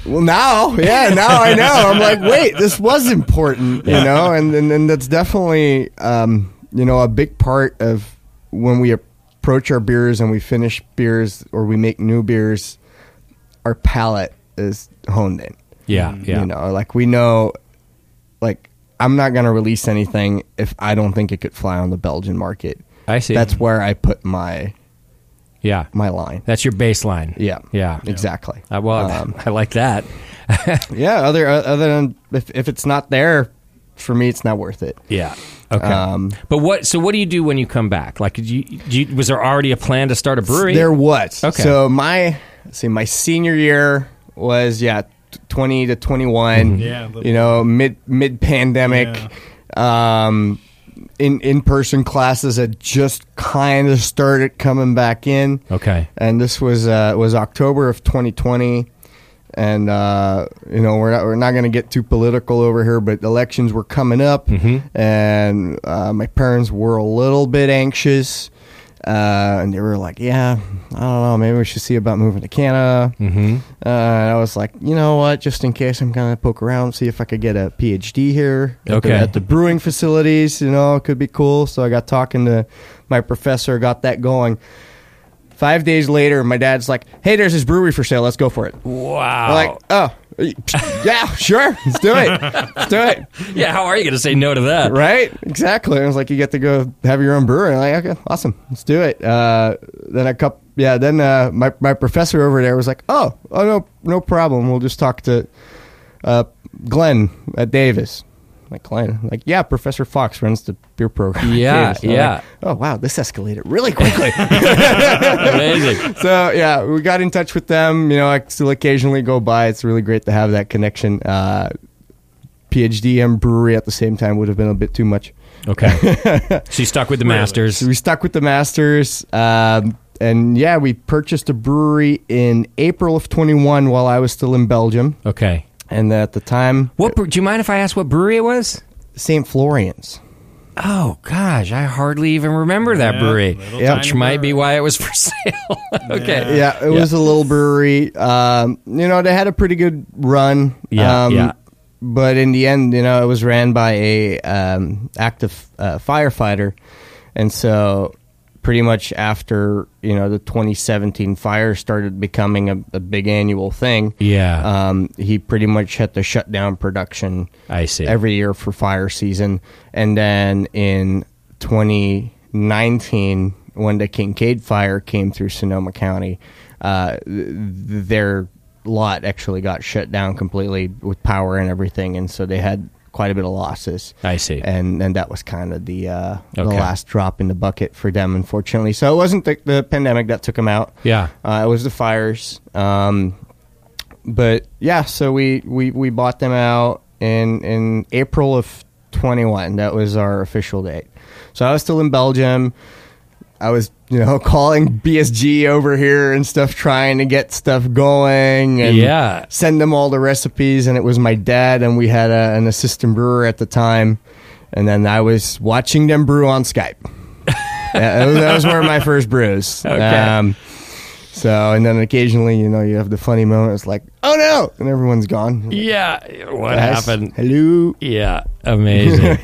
Speaker 2: Well, now, yeah, now I know. I'm like, wait, this was important, you know, and and, and that's definitely, um, you know, a big part of when we approach our beers and we finish beers or we make new beers. Our palate is honed in.
Speaker 1: Yeah, yeah.
Speaker 2: You know, like we know, like I'm not gonna release anything if I don't think it could fly on the Belgian market.
Speaker 1: I see.
Speaker 2: That's where I put my
Speaker 1: yeah.
Speaker 2: my line.
Speaker 1: That's your baseline.
Speaker 2: Yeah.
Speaker 1: Yeah.
Speaker 2: Exactly.
Speaker 1: Uh, well,
Speaker 2: Um,
Speaker 1: I like that.
Speaker 2: yeah. Other other than if, if it's not there for me, it's not worth it.
Speaker 1: Yeah. Okay.
Speaker 2: Um,
Speaker 1: but what? So what do you do when you come back? Like, did you, do you, was there already a plan to start a brewery?
Speaker 2: There was.
Speaker 1: Okay.
Speaker 2: So my let's see, my senior year was yeah, t- twenty to twenty
Speaker 1: Mm-hmm.
Speaker 2: one.
Speaker 3: Yeah, but-
Speaker 2: You know, mid mid pandemic. Um in in person classes had just kind of started coming back in.
Speaker 1: Okay.
Speaker 2: And this was uh was October of twenty twenty. And uh, you know we're not we're not going to get too political over here, but elections were coming up, and uh, my parents were a little bit anxious uh, and they were like, "Yeah, I don't know, maybe we should see about moving to Canada." Mm-hmm. Uh, and I was like, "You know what? Just in case, I'm gonna poke around, see if I could get a PhD here at,
Speaker 1: Okay.
Speaker 2: the, at the brewing facilities. You know, it could be cool." So I got talking to my professor, got that going. Five days later, my dad's like, "Hey, there's this brewery for sale. Let's go for it."
Speaker 1: Wow.
Speaker 2: I'm like, "Oh, yeah, sure, let's do it, let's do it."
Speaker 1: yeah. How are you going to say no to that?
Speaker 2: right? Exactly. I was like, you get to go have your own brewery. I'm like, okay, awesome, let's do it. Uh, then a couple, yeah. Then uh, my my professor over there was like, oh, oh no, no problem. We'll just talk to uh, Glenn at Davis. I'm Like Glenn, I'm like yeah, Professor Fox runs the beer program. at
Speaker 1: Yeah,
Speaker 2: Davis." And I'm like,
Speaker 1: yeah.
Speaker 2: oh wow, this escalated really quickly.
Speaker 1: Amazing.
Speaker 2: so yeah, we got in touch with them. You know, I still occasionally go by. It's really great to have that connection. Uh, PhD and brewery at the same time would have been a bit too much.
Speaker 1: Okay. so you stuck with the masters.
Speaker 2: So we stuck with the Masters. Um, and yeah, we purchased a brewery in April of 21 while I was still in Belgium.
Speaker 1: Okay.
Speaker 2: And at the time,
Speaker 1: What? bre- Do you mind if I ask what brewery it was?
Speaker 2: St. Florian's.
Speaker 1: Oh gosh, I hardly even remember that
Speaker 3: Yeah,
Speaker 1: brewery,
Speaker 3: little
Speaker 2: Yeah.
Speaker 1: which
Speaker 3: tiny
Speaker 1: might be
Speaker 3: brewery.
Speaker 1: why it was for sale. okay.
Speaker 2: Yeah, it was a little brewery. Um, you know, they had a pretty good run.
Speaker 1: Yeah,
Speaker 2: um,
Speaker 1: yeah.
Speaker 2: But in the end, you know, it was ran by a um, active uh, firefighter, and so pretty much after you know the 2017 fire started becoming a, a big annual thing.
Speaker 1: Yeah.
Speaker 2: um, he pretty much had to shut down production
Speaker 1: I see.
Speaker 2: every year for fire season. And then in 2019, when the Kincaid fire came through Sonoma County, uh, th- their lot actually got shut down completely with power and everything, and so they had quite a bit of losses.
Speaker 1: I see.
Speaker 2: And and that was kind of the uh, the
Speaker 1: Okay.
Speaker 2: last drop in the bucket for them, unfortunately. So it wasn't the, the pandemic that took them out.
Speaker 1: Yeah.
Speaker 2: uh, it was the fires. Um, but yeah, so we, we, we bought them out in in April of 21. That was our official date. So I was still in Belgium. I was, you know, calling BSG over here and stuff, trying to get stuff going and
Speaker 1: Yeah.
Speaker 2: send them all the recipes. And it was my dad, and we had a, an assistant brewer at the time. And then I was watching them brew on Skype. Yeah, that was- that was where my first brews. Um, so, and then occasionally, you know, you have the funny moment. It's like, oh no, and everyone's gone.
Speaker 1: Yeah. What
Speaker 2: Yes.
Speaker 1: happened?
Speaker 2: Hello.
Speaker 1: Yeah, amazing.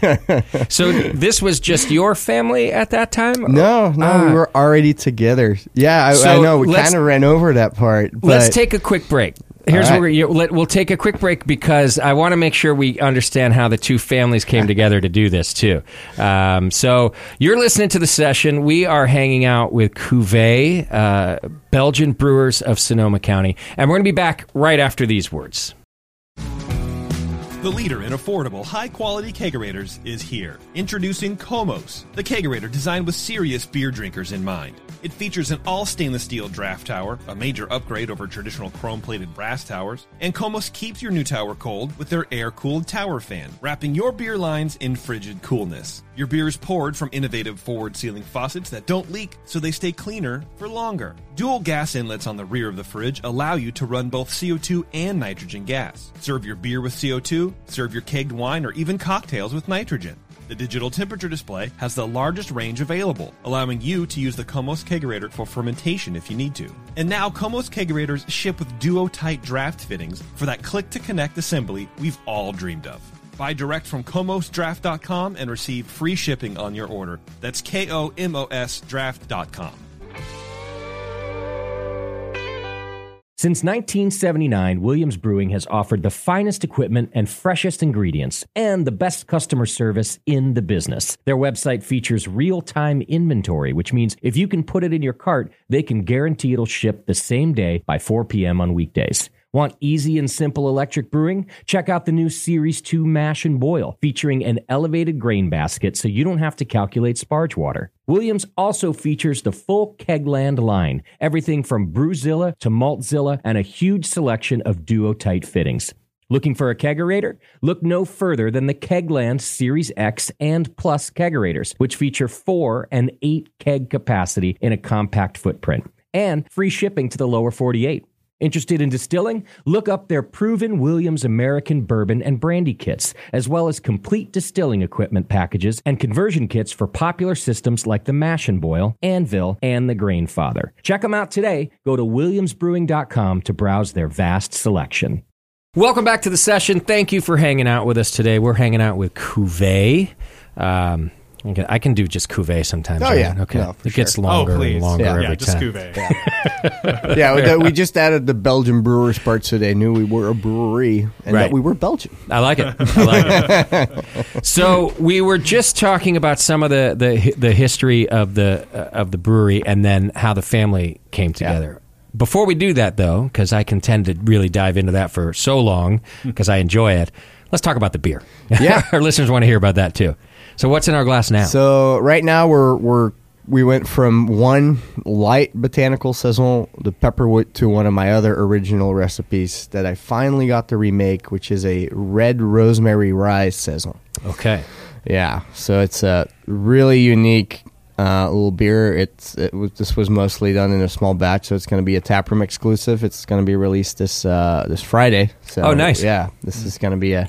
Speaker 1: so this was just your family at that time?
Speaker 2: No, no,
Speaker 1: Ah.
Speaker 2: we were already together. Yeah, I,
Speaker 1: So
Speaker 2: I know. We
Speaker 1: let's-
Speaker 2: kind of ran over that part. But
Speaker 1: Let's take a quick break. Here's
Speaker 2: All
Speaker 1: what we're,
Speaker 2: right.
Speaker 1: you- let, we'll take a quick break because I want to make sure we understand how the two families came together to do this too. Um, so you're listening to the session. We are hanging out with Cuvée, uh, Belgian brewers of Sonoma County, and we're going to be back right after these words.
Speaker 4: The leader in affordable, high quality kegerators is here. Introducing Komos, the kegerator designed with serious beer drinkers in mind. It features an all stainless steel draft tower, a major upgrade over traditional chrome plated brass towers, and Komos keeps your new tower cold with their air cooled tower fan, wrapping your beer lines in frigid coolness. Your beer is poured from innovative forward sealing faucets that don't leak, so they stay cleaner for longer. Dual gas inlets on the rear of the fridge allow you to run both CO2 and nitrogen gas. Serve your beer with CO2, serve your kegged wine, or even cocktails with nitrogen. The digital temperature display has the largest range available, allowing you to use the Comos Kegerator for fermentation if you need to. And now Comos Kegerators ship with duo-tight draft fittings for that click-to-connect assembly we've all dreamed of. Buy direct from comosdraft.com and receive free shipping on your order. That's K O M O S draft.com.
Speaker 5: Since 1979, Williams Brewing has offered the finest equipment and freshest ingredients and the best customer service in the business. Their website features real time inventory, which means if you can put it in your cart, they can guarantee it'll ship the same day by 4 p.m. on weekdays. Want easy and simple electric brewing? Check out the new Series 2 Mash and Boil, featuring an elevated grain basket so you don't have to calculate sparge water. Williams also features the full Kegland line, everything from Brewzilla to Maltzilla, and a huge selection of duo-tight fittings. Looking for a kegerator? Look no further than the Kegland Series X and Plus kegerators, which feature 4 and 8 keg capacity in a compact footprint, and free shipping to the lower 48. Interested in distilling? Look up their proven Williams American bourbon and brandy kits, as well as complete distilling equipment packages and conversion kits for popular systems like the Mash and Boil, Anvil, and the Grainfather. Check them out today. Go to williamsbrewing.com to browse their vast selection.
Speaker 1: Welcome back to the session. Thank you for hanging out with us today. We're hanging out with Cuvée. Um, I can- I can do just Cuvée sometimes.
Speaker 2: Oh,
Speaker 1: right?
Speaker 2: yeah.
Speaker 1: Okay.
Speaker 2: No, for
Speaker 1: it gets
Speaker 2: sure.
Speaker 1: longer
Speaker 3: oh,
Speaker 1: and
Speaker 3: please.
Speaker 1: longer
Speaker 3: yeah,
Speaker 1: every
Speaker 3: just
Speaker 1: time.
Speaker 3: cuvee.
Speaker 2: yeah, we, we just added the Belgian brewers part so they knew we were a brewery and
Speaker 1: Right.
Speaker 2: that we were Belgian.
Speaker 1: I like it. I like it. so we were just talking about some of the the, hi- the history of the uh, of the brewery and then how the family came together. Before we do that, though, because I can tend to really dive into that for so long because I enjoy it. Let's talk about the beer.
Speaker 2: Yeah.
Speaker 1: our listeners want to hear about that too. So what's in our glass now?
Speaker 2: So right now we're we're we went from one light botanical saison, the pepperwood, to one of my other original recipes that I finally got to remake, which is a red rosemary rye saison.
Speaker 1: okay,
Speaker 2: Yeah, so it's a really unique uh, little beer. It's it was, this was mostly done in a small batch, so it's going to be a taproom exclusive. It's going to be released this uh, this Friday. So
Speaker 1: Oh, nice.
Speaker 2: Yeah, this is going to be a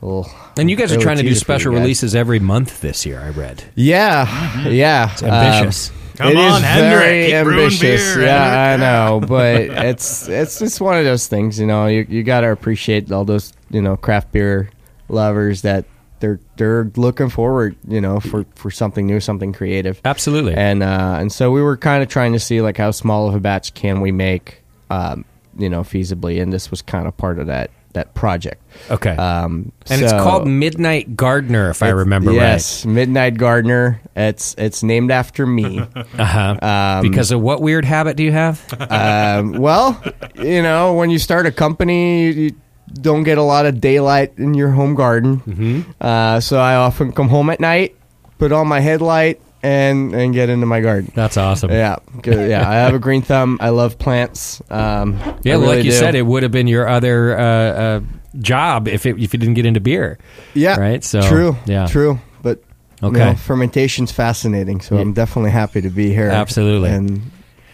Speaker 2: little.
Speaker 1: and you guys are
Speaker 2: early
Speaker 1: trying to do
Speaker 2: teaser for you
Speaker 1: special
Speaker 2: guys.
Speaker 1: releases every month this year. I read.
Speaker 2: Yeah, yeah. It's
Speaker 1: ambitious.
Speaker 3: Mm-hmm. Come on, Hendrik,
Speaker 2: Very
Speaker 3: keep brewing
Speaker 2: ambitious.
Speaker 3: beer,
Speaker 2: yeah, I know, but it's it's it's one of those things. You know, you you got to appreciate all those you know craft beer lovers that they're they're looking forward. You know, for for something new, something creative.
Speaker 1: Absolutely.
Speaker 2: And uh, and so we were kind of trying to see like how small of a batch can we make, um, you know, feasibly, and this was kind of part of that that project.
Speaker 1: Okay.
Speaker 2: Um,
Speaker 1: and it's
Speaker 2: so-
Speaker 1: called Midnight Gardener, if I remember
Speaker 2: yes, Midnight Gardener. It's it's named after me.
Speaker 1: right. Uh-huh. because of what weird habit do you have?
Speaker 2: um, well, you know, when you start a company, you, you don't get a lot of daylight in your home garden.
Speaker 1: Mm-hmm.
Speaker 2: Uh, so I often come home at night, put on my headlight, and and get into my garden.
Speaker 1: That's awesome.
Speaker 2: Yeah, good, yeah. I have a green thumb. I love plants. Um,
Speaker 1: Yeah,
Speaker 2: I really
Speaker 1: like you
Speaker 2: do.
Speaker 1: said, it would have been your other uh, uh, job if it, if you didn't get into beer.
Speaker 2: Yeah,
Speaker 1: right. So
Speaker 2: true.
Speaker 1: Yeah,
Speaker 2: true. But you
Speaker 1: Okay.
Speaker 2: know, fermentation's fascinating, so I'm definitely happy to be here.
Speaker 1: Absolutely.
Speaker 2: and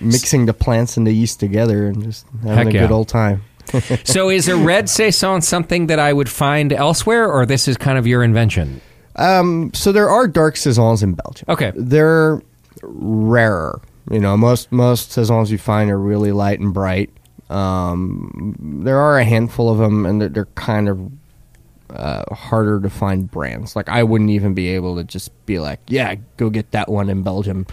Speaker 2: mixing the plants and the yeast together and just having
Speaker 1: Heck
Speaker 2: a
Speaker 1: yeah.
Speaker 2: good old time.
Speaker 1: So is a red saison something that I would find elsewhere, or this is kind of your invention?
Speaker 2: so there are dark saisons in Belgium.
Speaker 1: Okay.
Speaker 2: they're rarer. You know, most most saisons you find are really light and bright. Um, there are a handful of them, and they're, they're kind of uh, harder to find brands. Like I wouldn't even be able to just be like, yeah, go get that one in Belgium.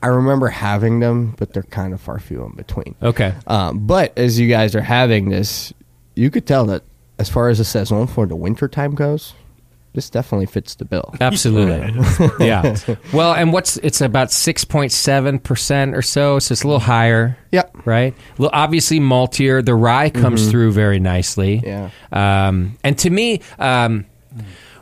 Speaker 2: I remember having them, but they're kind of far few in between.
Speaker 1: Okay,
Speaker 2: Um, but as you guys are having this, you could tell that as far as the saison for the wintertime goes, this definitely fits the bill.
Speaker 1: absolutely. yeah. Well, and what's it's about six point seven percent or so, so it's a little higher.
Speaker 2: Yep.
Speaker 1: Right. Well, obviously maltier. The rye comes
Speaker 3: Mm-hmm.
Speaker 1: through very nicely.
Speaker 2: Yeah.
Speaker 1: Um, and to me, um,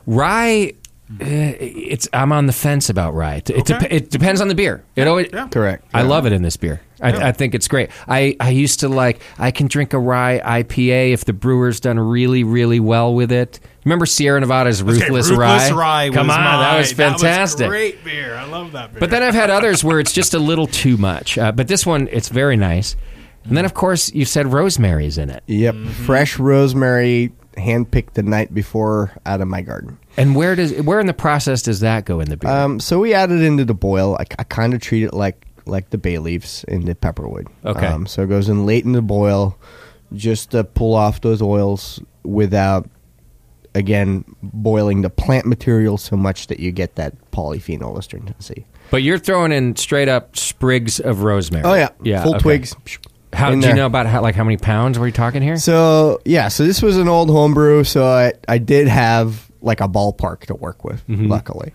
Speaker 1: rye. uh, It's I'm on the fence about rye. It, dep-
Speaker 3: Okay.
Speaker 1: it depends on the beer. It always
Speaker 2: Correct.
Speaker 1: I love it in this beer. I, I think it's great. I, I used to like I can drink a rye IPA if the brewer's done really really well with it. Remember Sierra Nevada's ruthless,
Speaker 3: Ruthless
Speaker 1: rye?
Speaker 3: Rye
Speaker 1: Come
Speaker 3: was
Speaker 1: on,
Speaker 3: my-
Speaker 1: that was fantastic.
Speaker 3: great beer. I love that beer.
Speaker 1: But then I've had others where it's just a little too much. Uh, but this one, it's very nice. And then of course you said rosemary's in it.
Speaker 2: Yep.
Speaker 1: Mm-hmm.
Speaker 2: Fresh rosemary, handpicked the night before out of my garden.
Speaker 1: And where does where in the process does that go in the beer?
Speaker 2: Um, so we added into the boil. I, kind of treat it like like the bay leaves in the pepperwood.
Speaker 1: Okay.
Speaker 2: Um, so it goes in late in the boil, just to pull off those oils without, again, boiling the plant material so much that you get that polyphenol astringency.
Speaker 1: but you're throwing in straight up sprigs of rosemary.
Speaker 2: Oh yeah,
Speaker 1: yeah,
Speaker 2: full
Speaker 1: okay.
Speaker 2: twigs.
Speaker 1: How
Speaker 2: in
Speaker 1: do you
Speaker 2: there.
Speaker 1: know about how, like how many pounds were you talking here?
Speaker 2: So yeah, so this was an old homebrew, so I I did have like a ballpark to work with,
Speaker 1: Mm-hmm.
Speaker 2: luckily,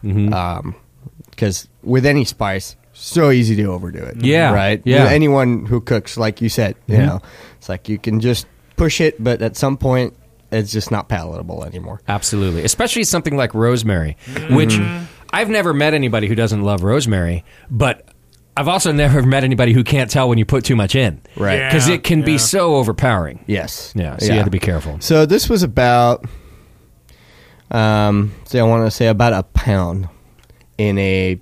Speaker 2: because with any spice, so easy to overdo it.
Speaker 1: Yeah,
Speaker 2: right.
Speaker 1: yeah. Mm-hmm.
Speaker 2: anyone who cooks, like you said, you know, it's like you can just push it, but at some point, it's just not palatable anymore.
Speaker 1: Absolutely, especially something like rosemary,
Speaker 2: Mm-hmm.
Speaker 1: which I've never met anybody who doesn't love rosemary, but I've also never met anybody who can't tell when you put too much in,
Speaker 2: Right. Yeah,
Speaker 1: Because it can be so overpowering.
Speaker 2: Yes.
Speaker 1: Yeah, so you had to be careful.
Speaker 2: So this was about, um, so I want to say about a pound in a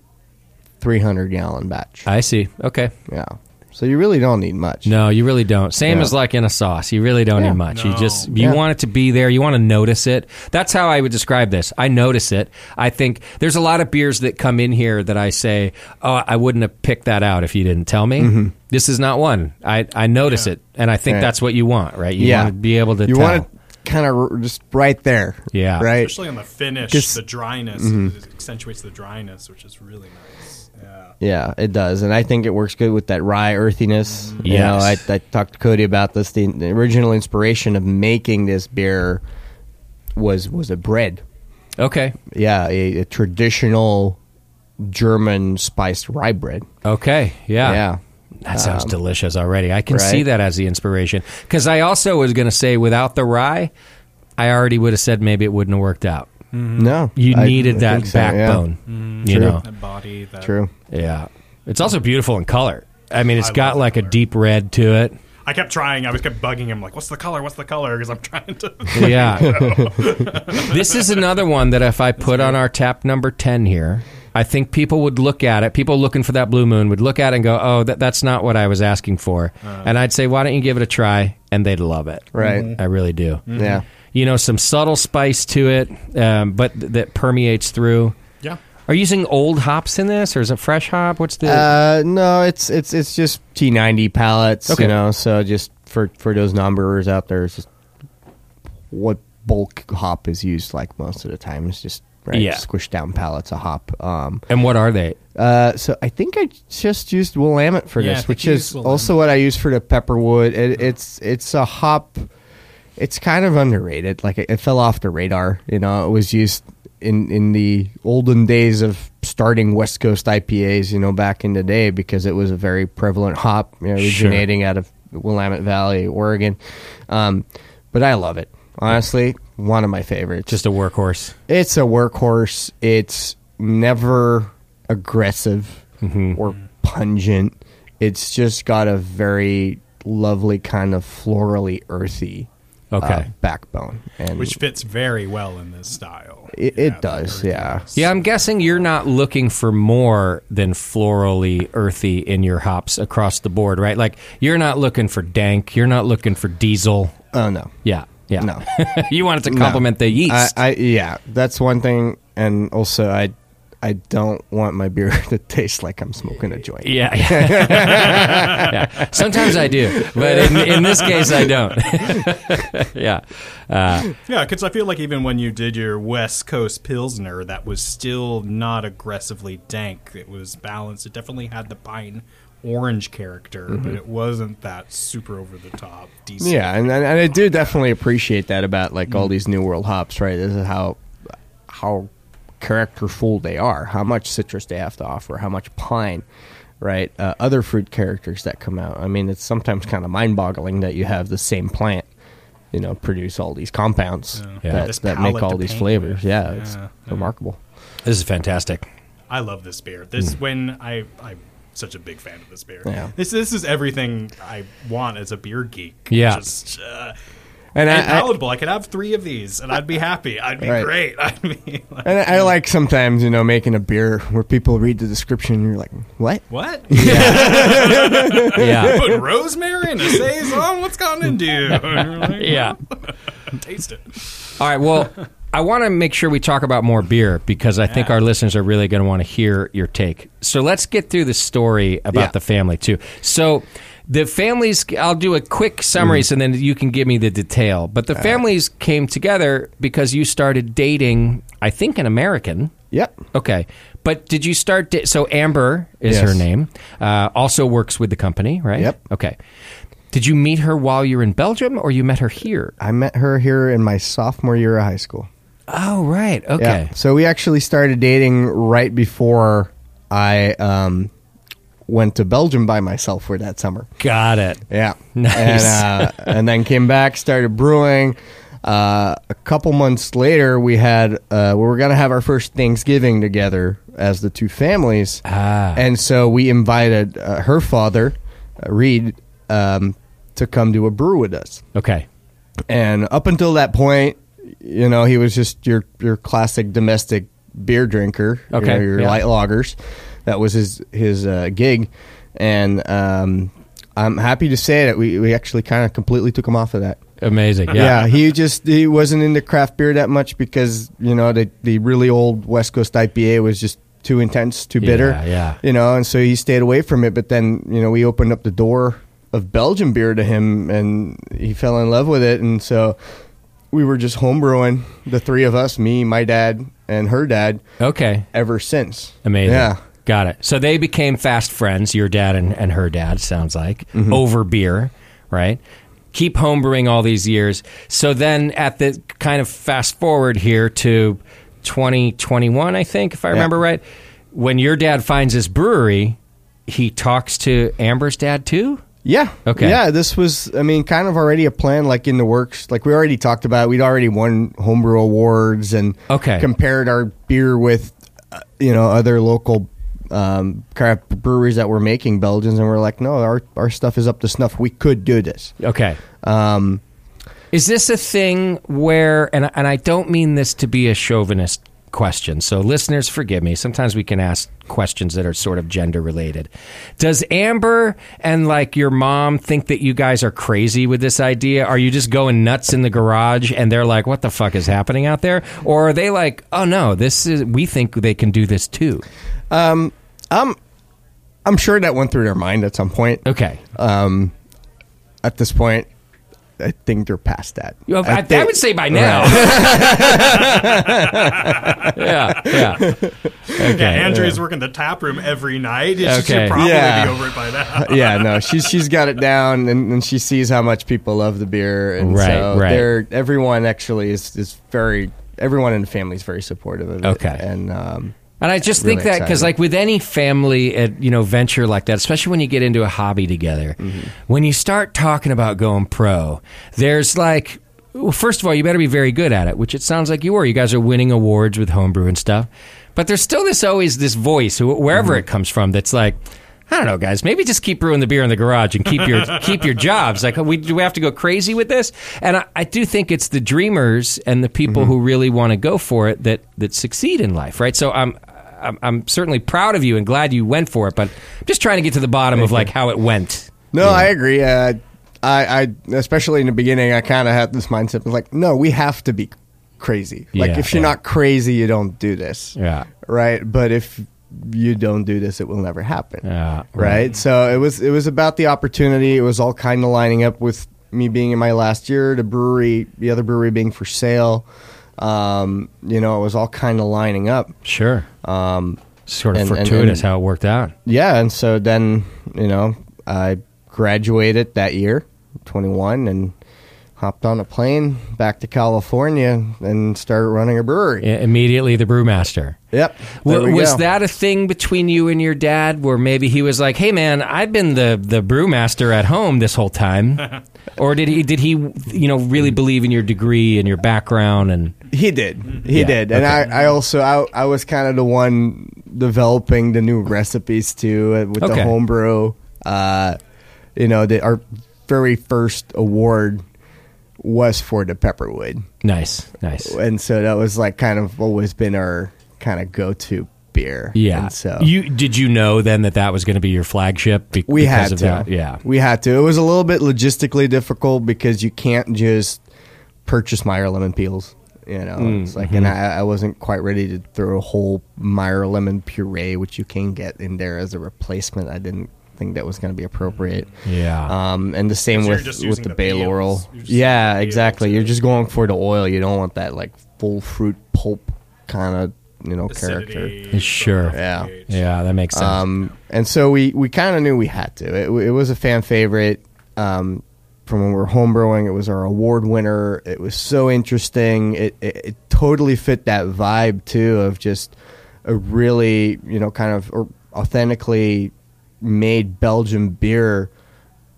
Speaker 2: three hundred gallon batch.
Speaker 1: I see. Okay.
Speaker 2: Yeah. So you really don't need much.
Speaker 1: No, you really don't. Same
Speaker 2: Yeah.
Speaker 1: as like in a sauce. You really don't
Speaker 2: Yeah.
Speaker 1: need much. You just you
Speaker 2: Yeah.
Speaker 1: want it to be there. You want to notice it. That's how I would describe this. I notice it. I think there's a lot of beers that come in here that I say, "Oh, I wouldn't have picked that out if you didn't tell me." This is not one. I I notice it, and I think
Speaker 2: Mm-hmm. Yeah.
Speaker 1: that's what you want, right? You
Speaker 2: yeah.
Speaker 1: want to be able to
Speaker 2: You
Speaker 1: tell.
Speaker 2: want it kind of r- just right there.
Speaker 1: Yeah.
Speaker 2: Right.
Speaker 3: Especially on the finish,
Speaker 2: Just-
Speaker 3: the dryness
Speaker 1: Mm-hmm.
Speaker 3: it accentuates the dryness, which is really nice. Yeah.
Speaker 2: Yeah, it does, and I think it works good with that rye earthiness. You know, I,
Speaker 1: Yes.
Speaker 2: I talked to Cody about this. The, the original inspiration of making this beer was was a bread.
Speaker 1: okay.
Speaker 2: Yeah, a, a traditional German spiced rye bread.
Speaker 1: Okay. Yeah.
Speaker 2: Yeah. Um,
Speaker 1: That sounds delicious already. I can
Speaker 2: right?
Speaker 1: see that as the inspiration. Because I also was going to say, without the rye, I already would have said maybe it wouldn't have worked out.
Speaker 2: No,
Speaker 1: Mm-hmm. You
Speaker 2: I- I
Speaker 1: needed that
Speaker 2: think so, yeah. Mm-hmm.
Speaker 1: backbone. You
Speaker 2: True.
Speaker 1: know,
Speaker 3: That body, that
Speaker 2: True.
Speaker 1: yeah. It's also beautiful in color. I mean, it's
Speaker 3: I
Speaker 1: got
Speaker 3: love
Speaker 1: like a
Speaker 3: color.
Speaker 1: deep red to it.
Speaker 3: I kept trying. I was kept bugging him like, "What's the color? What's the color?" Because I'm trying to.
Speaker 1: Yeah. this is another one that if I put on our tap number 10 here, I think people would look at it. People looking for that blue moon would look at it and go, oh, that, that's not what I was asking for.
Speaker 3: Uh.
Speaker 1: and I'd say, why don't you give it a try? And they'd love it.
Speaker 2: Right.
Speaker 1: I really do.
Speaker 3: Mm-hmm.
Speaker 2: Yeah.
Speaker 1: You know, some subtle spice to it, um, but th- that permeates through.
Speaker 3: yeah.
Speaker 1: Are you using old hops in this or is it fresh hop? What's the.
Speaker 2: Uh, no, it's it's it's just T ninety pallets.
Speaker 1: Okay.
Speaker 2: You know, so just for for those non-brewers out there, it's just what bulk hop is used like most of the time is just right,
Speaker 1: Yeah.
Speaker 2: squish down pallets of hop. Um,
Speaker 1: and what are they?
Speaker 2: uh, so I think I just used Willamette for
Speaker 3: Yeah, I
Speaker 2: this,
Speaker 3: think
Speaker 2: which
Speaker 3: you
Speaker 2: is
Speaker 3: used
Speaker 2: also what I use for the Pepperwood. It, it's it's a hop. It's kind of underrated. Like it, it fell off the radar. You know, it was used in in the olden days of starting West Coast IPAs. You know, back in the day because it was a very prevalent hop you know, originating out of Willamette Valley, Oregon. Um, but I love it. Honestly, one of my favorites.
Speaker 1: Just a workhorse.
Speaker 2: It's a workhorse. It's never aggressive or pungent. It's just got a very lovely kind of florally earthy uh,
Speaker 1: Okay.
Speaker 2: backbone, and
Speaker 3: Which fits very well in this style.
Speaker 2: it,
Speaker 3: Yeah,
Speaker 2: it
Speaker 3: the
Speaker 2: does.
Speaker 3: earthy.
Speaker 2: Yeah,
Speaker 1: Yeah, I'm guessing you're not looking for more than florally earthy in your hops across the board, right? Like you're not looking for dank, you're not looking for diesel.
Speaker 2: Oh no.
Speaker 1: Yeah, yeah.
Speaker 2: No.
Speaker 1: you want it to complement the yeast.
Speaker 2: I, I yeah, that's one thing, and also I. I don't want my beer to taste like I'm smoking a joint.
Speaker 1: yeah. Yeah. Sometimes I do, but in, in this case, I don't. yeah.
Speaker 3: Yeah, because I feel like even when you did your West Coast Pilsner, that was still not aggressively dank. It was balanced. It definitely had the pine orange character, but it wasn't that super over the top. Decent.
Speaker 2: Mm-hmm. Yeah, and, and and I do definitely appreciate that about like all these new world hops, right? This is how how characterful they are, how much citrus they have to offer, how much pine, right? Uh, other fruit characters that come out. I mean, it's sometimes kind of mind-boggling that you have the same plant, you know, produce all these compounds
Speaker 1: Yeah.
Speaker 2: that,
Speaker 3: This
Speaker 2: that make
Speaker 3: palette
Speaker 2: all
Speaker 3: to
Speaker 2: these
Speaker 3: paint
Speaker 2: flavors.
Speaker 3: with.
Speaker 2: Yeah, it's
Speaker 3: Yeah,
Speaker 2: remarkable.
Speaker 1: This is fantastic.
Speaker 3: I love this beer. This when I I'm such a big fan of this beer.
Speaker 2: Mm. Yeah.
Speaker 3: This this is everything I want as a beer geek.
Speaker 1: Yeah.
Speaker 3: Just uh,
Speaker 2: And
Speaker 3: and
Speaker 2: I, I
Speaker 3: palatable. I, could have three of these, and I'd be happy. I'd be
Speaker 2: Right.
Speaker 3: great. I'd be like,
Speaker 2: and I like sometimes, you know, making a beer where people read the description and you're like, "What?"
Speaker 3: what?
Speaker 1: Yeah.
Speaker 3: Put rosemary in a saison. What's gonna do? And you're like,
Speaker 1: Yeah.
Speaker 3: taste it.
Speaker 1: All right. Well, I want to make sure we talk about more beer because I think our listeners are really going to want to hear your take. So let's get through the story about
Speaker 2: Yeah.
Speaker 1: the family too. So the families, I'll do a quick summary, so then you can give me the detail. But the families came together because you started dating, I think, an American.
Speaker 2: Yep.
Speaker 1: Okay. But did you start? Da- so Amber is
Speaker 2: Yes.
Speaker 1: her name. Uh, also works with the company, right?
Speaker 2: Yep.
Speaker 1: Okay. Did you meet her while you were in Belgium, or you met her here?
Speaker 2: I met her here in my sophomore year of high school.
Speaker 1: Oh, right.
Speaker 2: Yeah.
Speaker 1: Okay.
Speaker 2: So we actually started dating right before I um, went to Belgium by myself for that summer.
Speaker 1: Got it.
Speaker 2: Yeah.
Speaker 1: Nice.
Speaker 2: And, uh, and then came back, started brewing. Uh, a couple months later, we had uh, we were gonna have our first Thanksgiving together as the two families, ah. and so we invited uh, her father, uh, Reed, um, to come to a brew with us.
Speaker 1: Okay.
Speaker 2: And up until that point, you know, he was just your your classic domestic beer drinker. you
Speaker 1: Okay,
Speaker 2: know, your
Speaker 1: yeah.
Speaker 2: light loggers. That was his his uh, gig, and um, I'm happy to say that we we actually kind of completely took him off of that.
Speaker 1: Amazing.
Speaker 2: Yeah. he just he wasn't into craft beer that much because you know the the really old West Coast IPA was just too intense, too bitter.
Speaker 1: Yeah, yeah.
Speaker 2: You know, and so he stayed away from it. But then you know we opened up the door of Belgian beer to him, and he fell in love with it. And so we were just homebrewing the three of us, me, my dad, and her dad,
Speaker 1: Okay.
Speaker 2: ever since.
Speaker 1: Amazing.
Speaker 2: Yeah.
Speaker 1: Got it. So they became fast friends, your dad and, and her dad, sounds like,
Speaker 2: Mm-hmm.
Speaker 1: over beer, right? Keep homebrewing all these years. So then at the kind of fast forward here to 2021, I think, if I remember right, when your dad finds this brewery, he talks to Amber's dad too?
Speaker 2: Yeah.
Speaker 1: Okay.
Speaker 2: Yeah, this was, I mean, kind of already a plan, like in the works. Like we already talked about, it. we'd already won homebrew awards and
Speaker 1: Okay.
Speaker 2: compared our beer with, uh, you know, other local um, craft breweries that were making Belgians, and we're like, no, our our stuff is up to snuff. We could do this.
Speaker 1: Okay. Um, is this a thing where, and and I don't mean this to be a chauvinist question, so listeners, forgive me. Sometimes we can ask questions that are sort of gender related. Does Amber and like your mom think that you guys are crazy with this idea? Are you just going nuts in the garage and they're like, "What the fuck is happening out there?" Or are they like, "Oh no, this is we think they can do this too."
Speaker 2: I'm sure that went through their mind at some point.
Speaker 1: Okay.
Speaker 2: At this point, I think they're past that.
Speaker 1: You have- I, I
Speaker 2: think-
Speaker 1: would say by now. yeah, yeah. Okay.
Speaker 3: Yeah, Andrea's working the tap room every night. She
Speaker 1: Okay.
Speaker 3: should probably
Speaker 2: Yeah.
Speaker 3: be over it by now.
Speaker 2: yeah, no, she's she's got it down, and, and she sees how much people love the beer, and
Speaker 1: Right,
Speaker 2: so
Speaker 1: right.
Speaker 2: they're everyone actually is is very everyone in the family is very supportive of it.
Speaker 1: Okay.
Speaker 2: and um,
Speaker 1: And I just think
Speaker 2: Really
Speaker 1: that because,
Speaker 2: excited.
Speaker 1: like, with any family, uh, you know, venture like that, especially when you get into a hobby together, when you start talking about going pro, there's like, well, first of all, you better be very good at it, which it sounds like you were. You guys are winning awards with homebrew and stuff, but there's still this always this voice, wh- wherever it comes from, that's like. I don't know, guys. Maybe just keep brewing the beer in the garage and keep your keep your jobs. Like, we do we have to go crazy with this? And I, I do think it's the dreamers and the people who really want to go for it that that succeed in life, right? So um, I'm I'm, I'm certainly proud of you and glad you went for it, but I'm just trying to get to the bottom of like how it went.
Speaker 2: no, I agree. Uh, I, I especially in the beginning, I kind of had this mindset of like, no, we have to be crazy. Like,
Speaker 1: Yeah,
Speaker 2: if you're
Speaker 1: yeah.
Speaker 2: not crazy, you don't do this.
Speaker 1: Yeah.
Speaker 2: right. But if you don't do this, it will never happen.
Speaker 1: Yeah.
Speaker 2: right? So it was it was about the opportunity. It was all kind of lining up with me being in my last year, the brewery, the other brewery being for sale. Um, you know, it was all kind of lining up.
Speaker 1: Sure. Um, sort of
Speaker 2: and- and-
Speaker 1: fortuitous
Speaker 2: and-
Speaker 1: how it worked out.
Speaker 2: Yeah, and so then you know I graduated that year, twenty one, and hopped on a plane back to California and started running a brewery.
Speaker 1: I- immediately, the brewmaster.
Speaker 2: Yep, there
Speaker 1: W-
Speaker 2: we
Speaker 1: was
Speaker 2: go.
Speaker 1: that a thing between you and your dad, where maybe he was like, "Hey, man, I've been the the brewmaster at home this whole time," or did he did he you know really believe in your degree and your background and
Speaker 2: He did. He
Speaker 1: Yeah,
Speaker 2: did. And
Speaker 1: okay.
Speaker 2: I, I also I, I was kind of the one developing the new recipes too uh, with
Speaker 1: Okay.
Speaker 2: the homebrew. Uh, you know, the, our very first award was for the Pepperwood,
Speaker 1: nice, nice?
Speaker 2: and so that was like kind of always been our kind of go to beer.
Speaker 1: Yeah.
Speaker 2: And so
Speaker 1: you did you know then that that was going to be your flagship? Be-
Speaker 2: we
Speaker 1: because
Speaker 2: had
Speaker 1: of
Speaker 2: to.
Speaker 1: that? Yeah.
Speaker 2: we had to. It was a little bit logistically difficult because you can't just purchase Meyer lemon peels. You know,
Speaker 1: Mm,
Speaker 2: it's
Speaker 1: mm-hmm.
Speaker 2: like, and I, I wasn't quite ready to throw a whole Meyer lemon puree, which you can get in there as a replacement. I didn't think that was going to be appropriate.
Speaker 1: Yeah.
Speaker 2: Um, and the same
Speaker 3: So you're
Speaker 2: with
Speaker 3: just
Speaker 2: with
Speaker 3: using
Speaker 2: the,
Speaker 3: the
Speaker 2: bay
Speaker 3: peels.
Speaker 2: laurel.
Speaker 3: You're just using the
Speaker 2: Yeah,
Speaker 3: peels
Speaker 2: exactly.
Speaker 3: to-
Speaker 2: You're just going for the oil. You don't want that like full fruit pulp kind of you know character.
Speaker 3: Acidity,
Speaker 1: Sure.
Speaker 2: Yeah.
Speaker 3: pH.
Speaker 1: Yeah, that makes sense.
Speaker 2: Um, and so we, we kind of knew we had to. It, it was a fan favorite. um, from when we were homebrewing. It was our award winner. It was so interesting. It, it, it totally fit that vibe too of just a really you know kind of or authentically made Belgian beer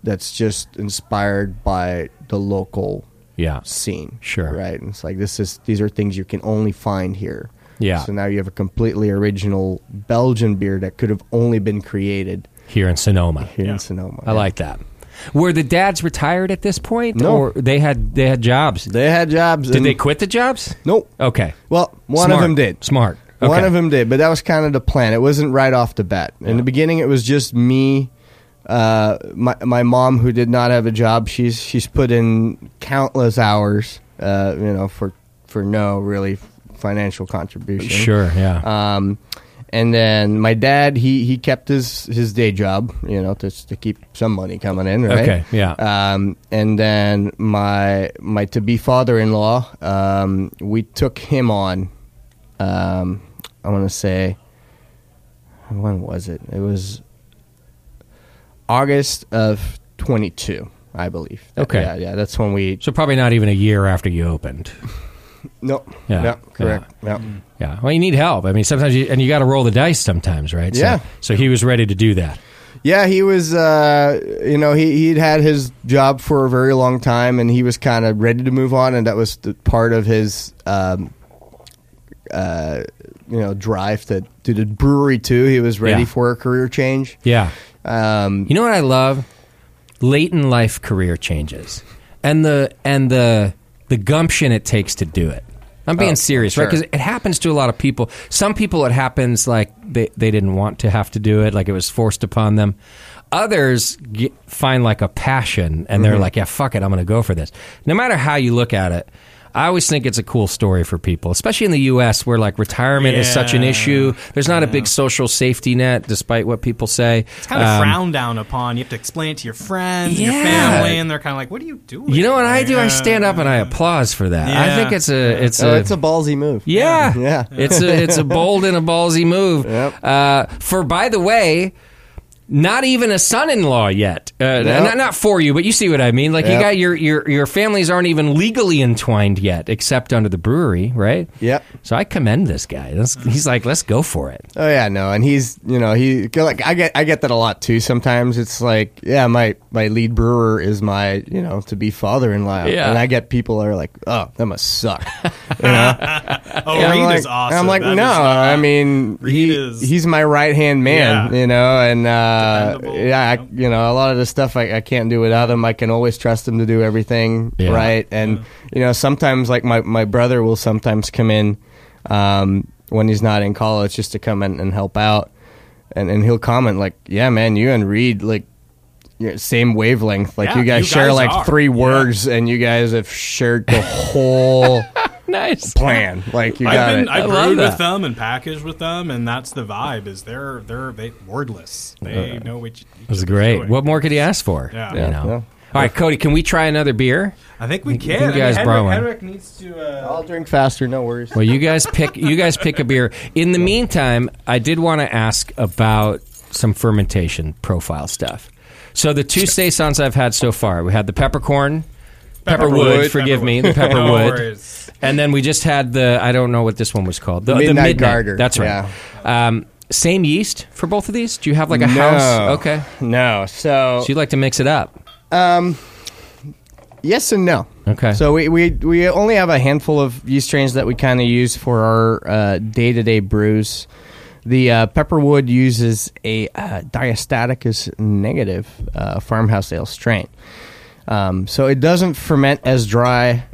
Speaker 2: that's just inspired by the local
Speaker 1: Yeah.
Speaker 2: scene.
Speaker 1: Sure.
Speaker 2: Right. And it's like this is these are things you can only find here.
Speaker 1: Yeah.
Speaker 2: So now you have a completely original Belgian beer that could have only been created
Speaker 1: Here in Sonoma.
Speaker 2: here in Sonoma.
Speaker 1: I like that. Were the dads retired at this point?
Speaker 2: No.
Speaker 1: Or they had they had jobs.
Speaker 2: They had jobs.
Speaker 1: Did
Speaker 2: and-
Speaker 1: they quit the jobs?
Speaker 2: Nope.
Speaker 1: Okay.
Speaker 2: Well, one
Speaker 1: Smart.
Speaker 2: of them did.
Speaker 1: Smart. Okay.
Speaker 2: One of them did, but that was kind of the plan. It wasn't right off the bat. In the beginning, it was just me, uh, my my mom who did not have a job. She's she's put in countless hours, uh, you know, for for no really financial contribution.
Speaker 1: Sure, yeah.
Speaker 2: Um, and then my dad, he he kept his his day job, you know, just to keep some money coming in, right?
Speaker 1: Okay, yeah.
Speaker 2: Um, and then my my to be father in law, um, we took him on. Um, I want to say, when was it? It was August of twenty two, I believe.
Speaker 1: Okay.
Speaker 2: yeah, yeah, that's when we.
Speaker 1: so probably not even a year after you opened.
Speaker 2: No,
Speaker 1: Yeah,
Speaker 2: yeah, correct. Yeah.
Speaker 1: Yeah. Well, you need help. I mean, sometimes you, and you got to roll the dice sometimes, right? So-
Speaker 2: Yeah.
Speaker 1: So, he was ready to do that.
Speaker 2: Yeah, he was. Uh, you know, he he'd had his job for a very long time, and he was kind of ready to move on, and that was the part of his, um, uh, you know, drive to to the brewery too. He was ready
Speaker 1: Yeah.
Speaker 2: for a career change.
Speaker 1: Yeah.
Speaker 2: Um,
Speaker 1: You know what I love? Late in life career changes, and the and the the gumption it takes to do it. I'm being serious, right?
Speaker 2: Oh, sure.
Speaker 1: 'Cause right? Because it happens to a lot of people. Some people, it happens like they they didn't want to have to do it, like it was forced upon them. Others get, find like a passion, and
Speaker 2: Mm-hmm.
Speaker 1: they're like, "Yeah, fuck it, I'm going to go for this." No matter how you look at it. I always think it's a cool story for people, especially in the U.S., where like retirement is such an
Speaker 3: Yeah.
Speaker 1: issue. There's not a big social safety net, despite what people say.
Speaker 3: It's kind of frowned down upon. You have to explain it to your friends, and
Speaker 1: Um, Yeah.
Speaker 3: your family, and they're kind of like, "What are you doing?"
Speaker 1: Uh, You know what I do? I
Speaker 3: Yeah.
Speaker 1: stand up and I applaud for that. I
Speaker 3: Yeah.
Speaker 1: think it's a it's
Speaker 2: so
Speaker 1: a,
Speaker 2: Oh, it's a ballsy move.
Speaker 1: yeah
Speaker 2: Yeah.
Speaker 1: it's a it's a bold and a ballsy move.
Speaker 2: Yep.
Speaker 1: Uh, for by the way. Not even a son-in-law yet. Uh, n-
Speaker 2: Yep.
Speaker 1: Not not for you, but you see what I mean. Like you
Speaker 2: Yep.
Speaker 1: got your, your your families aren't even legally entwined yet, except under the brewery, right?
Speaker 2: Yep.
Speaker 1: So I commend this guy. That's, he's like, let's go for it.
Speaker 2: Oh yeah, no, and he's you know he like I get I get that a lot too. Sometimes it's like yeah, my my lead brewer is my you know to be father in law,
Speaker 1: Yeah.
Speaker 2: and I get people that are like, oh, that must suck.
Speaker 3: Oh,
Speaker 2: And
Speaker 3: Reed
Speaker 2: I'm like,
Speaker 3: is awesome.
Speaker 2: I'm like,
Speaker 3: That is
Speaker 2: no, I mean,
Speaker 3: Reed
Speaker 2: he,
Speaker 3: is-
Speaker 2: he's my right hand man,
Speaker 3: Yeah.
Speaker 2: you know, and uh,
Speaker 3: Dependable,
Speaker 2: yeah, I,
Speaker 3: yep.
Speaker 2: you know, a lot of the stuff I, I can't do without him. I can always trust him to do everything
Speaker 1: Yeah.
Speaker 2: right, and you know, sometimes like my my brother will sometimes come in um, when he's not in college just to come in and help out, and and he'll comment like, yeah, man, you and Reed like. you're Same wavelength, like
Speaker 3: Yeah,
Speaker 2: you guys
Speaker 3: you
Speaker 2: share
Speaker 3: guys
Speaker 2: like
Speaker 3: are.
Speaker 2: three
Speaker 3: Yeah.
Speaker 2: words, and you guys have shared the whole
Speaker 1: Nice.
Speaker 2: plan. Like you got
Speaker 3: I've been,
Speaker 2: it.
Speaker 3: I,
Speaker 1: I love
Speaker 3: brewed
Speaker 1: that.
Speaker 3: with them and packaged with them, and that's the vibe. Is they're they're they wordless. They know which.
Speaker 1: That was great. What more could he ask for?
Speaker 3: Yeah.
Speaker 1: You
Speaker 3: Yeah,
Speaker 1: know?
Speaker 2: yeah.
Speaker 1: All right, Cody, can we try another beer?
Speaker 3: I think we can.
Speaker 1: you
Speaker 3: I mean,
Speaker 1: guys
Speaker 3: Henrik,
Speaker 1: brought one.
Speaker 3: Henrik needs to. Uh,
Speaker 2: I'll drink faster, no worries.
Speaker 1: Well, you guys pick. You guys pick a beer. In the meantime, I did want to ask about some fermentation profile stuff. So the two saisons I've had so far, we had the peppercorn, pepperwood.
Speaker 2: Pepperwood.
Speaker 1: forgive me, the
Speaker 3: no
Speaker 1: pepperwood,
Speaker 3: worries.
Speaker 1: and then we just had the. I don't know what this one was called. The
Speaker 2: Midnight
Speaker 1: the midnight.
Speaker 2: Garter,
Speaker 1: That's right. Um, same yeast for both of these. Do you have like a
Speaker 2: No.
Speaker 1: house? Okay,
Speaker 2: No, so
Speaker 1: so you like to mix it up.
Speaker 2: yes and no.
Speaker 1: Okay.
Speaker 2: So we, we we only have a handful of yeast strains that we kind of use for our day to day brews. The uh, Pepperwood uses a uh, diastaticus negative uh, farmhouse ale strain, um, so it doesn't ferment as dry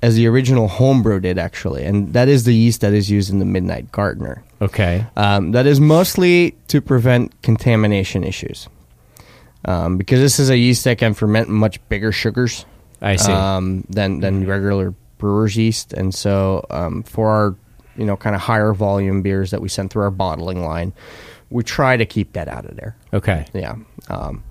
Speaker 2: as the original homebrew did actually, and that is the yeast that is used in the Midnight Gardener.
Speaker 1: Okay.
Speaker 2: Um, that is mostly to prevent contamination issues. Um, because this is a yeast that can ferment much bigger sugars
Speaker 1: I see. Mm-hmm.
Speaker 2: um, than, than regular brewer's yeast. And so um, for our, you know, kind of higher volume beers that we send through our bottling line, we try to keep that out of there.
Speaker 1: okay.
Speaker 2: Yeah. Um,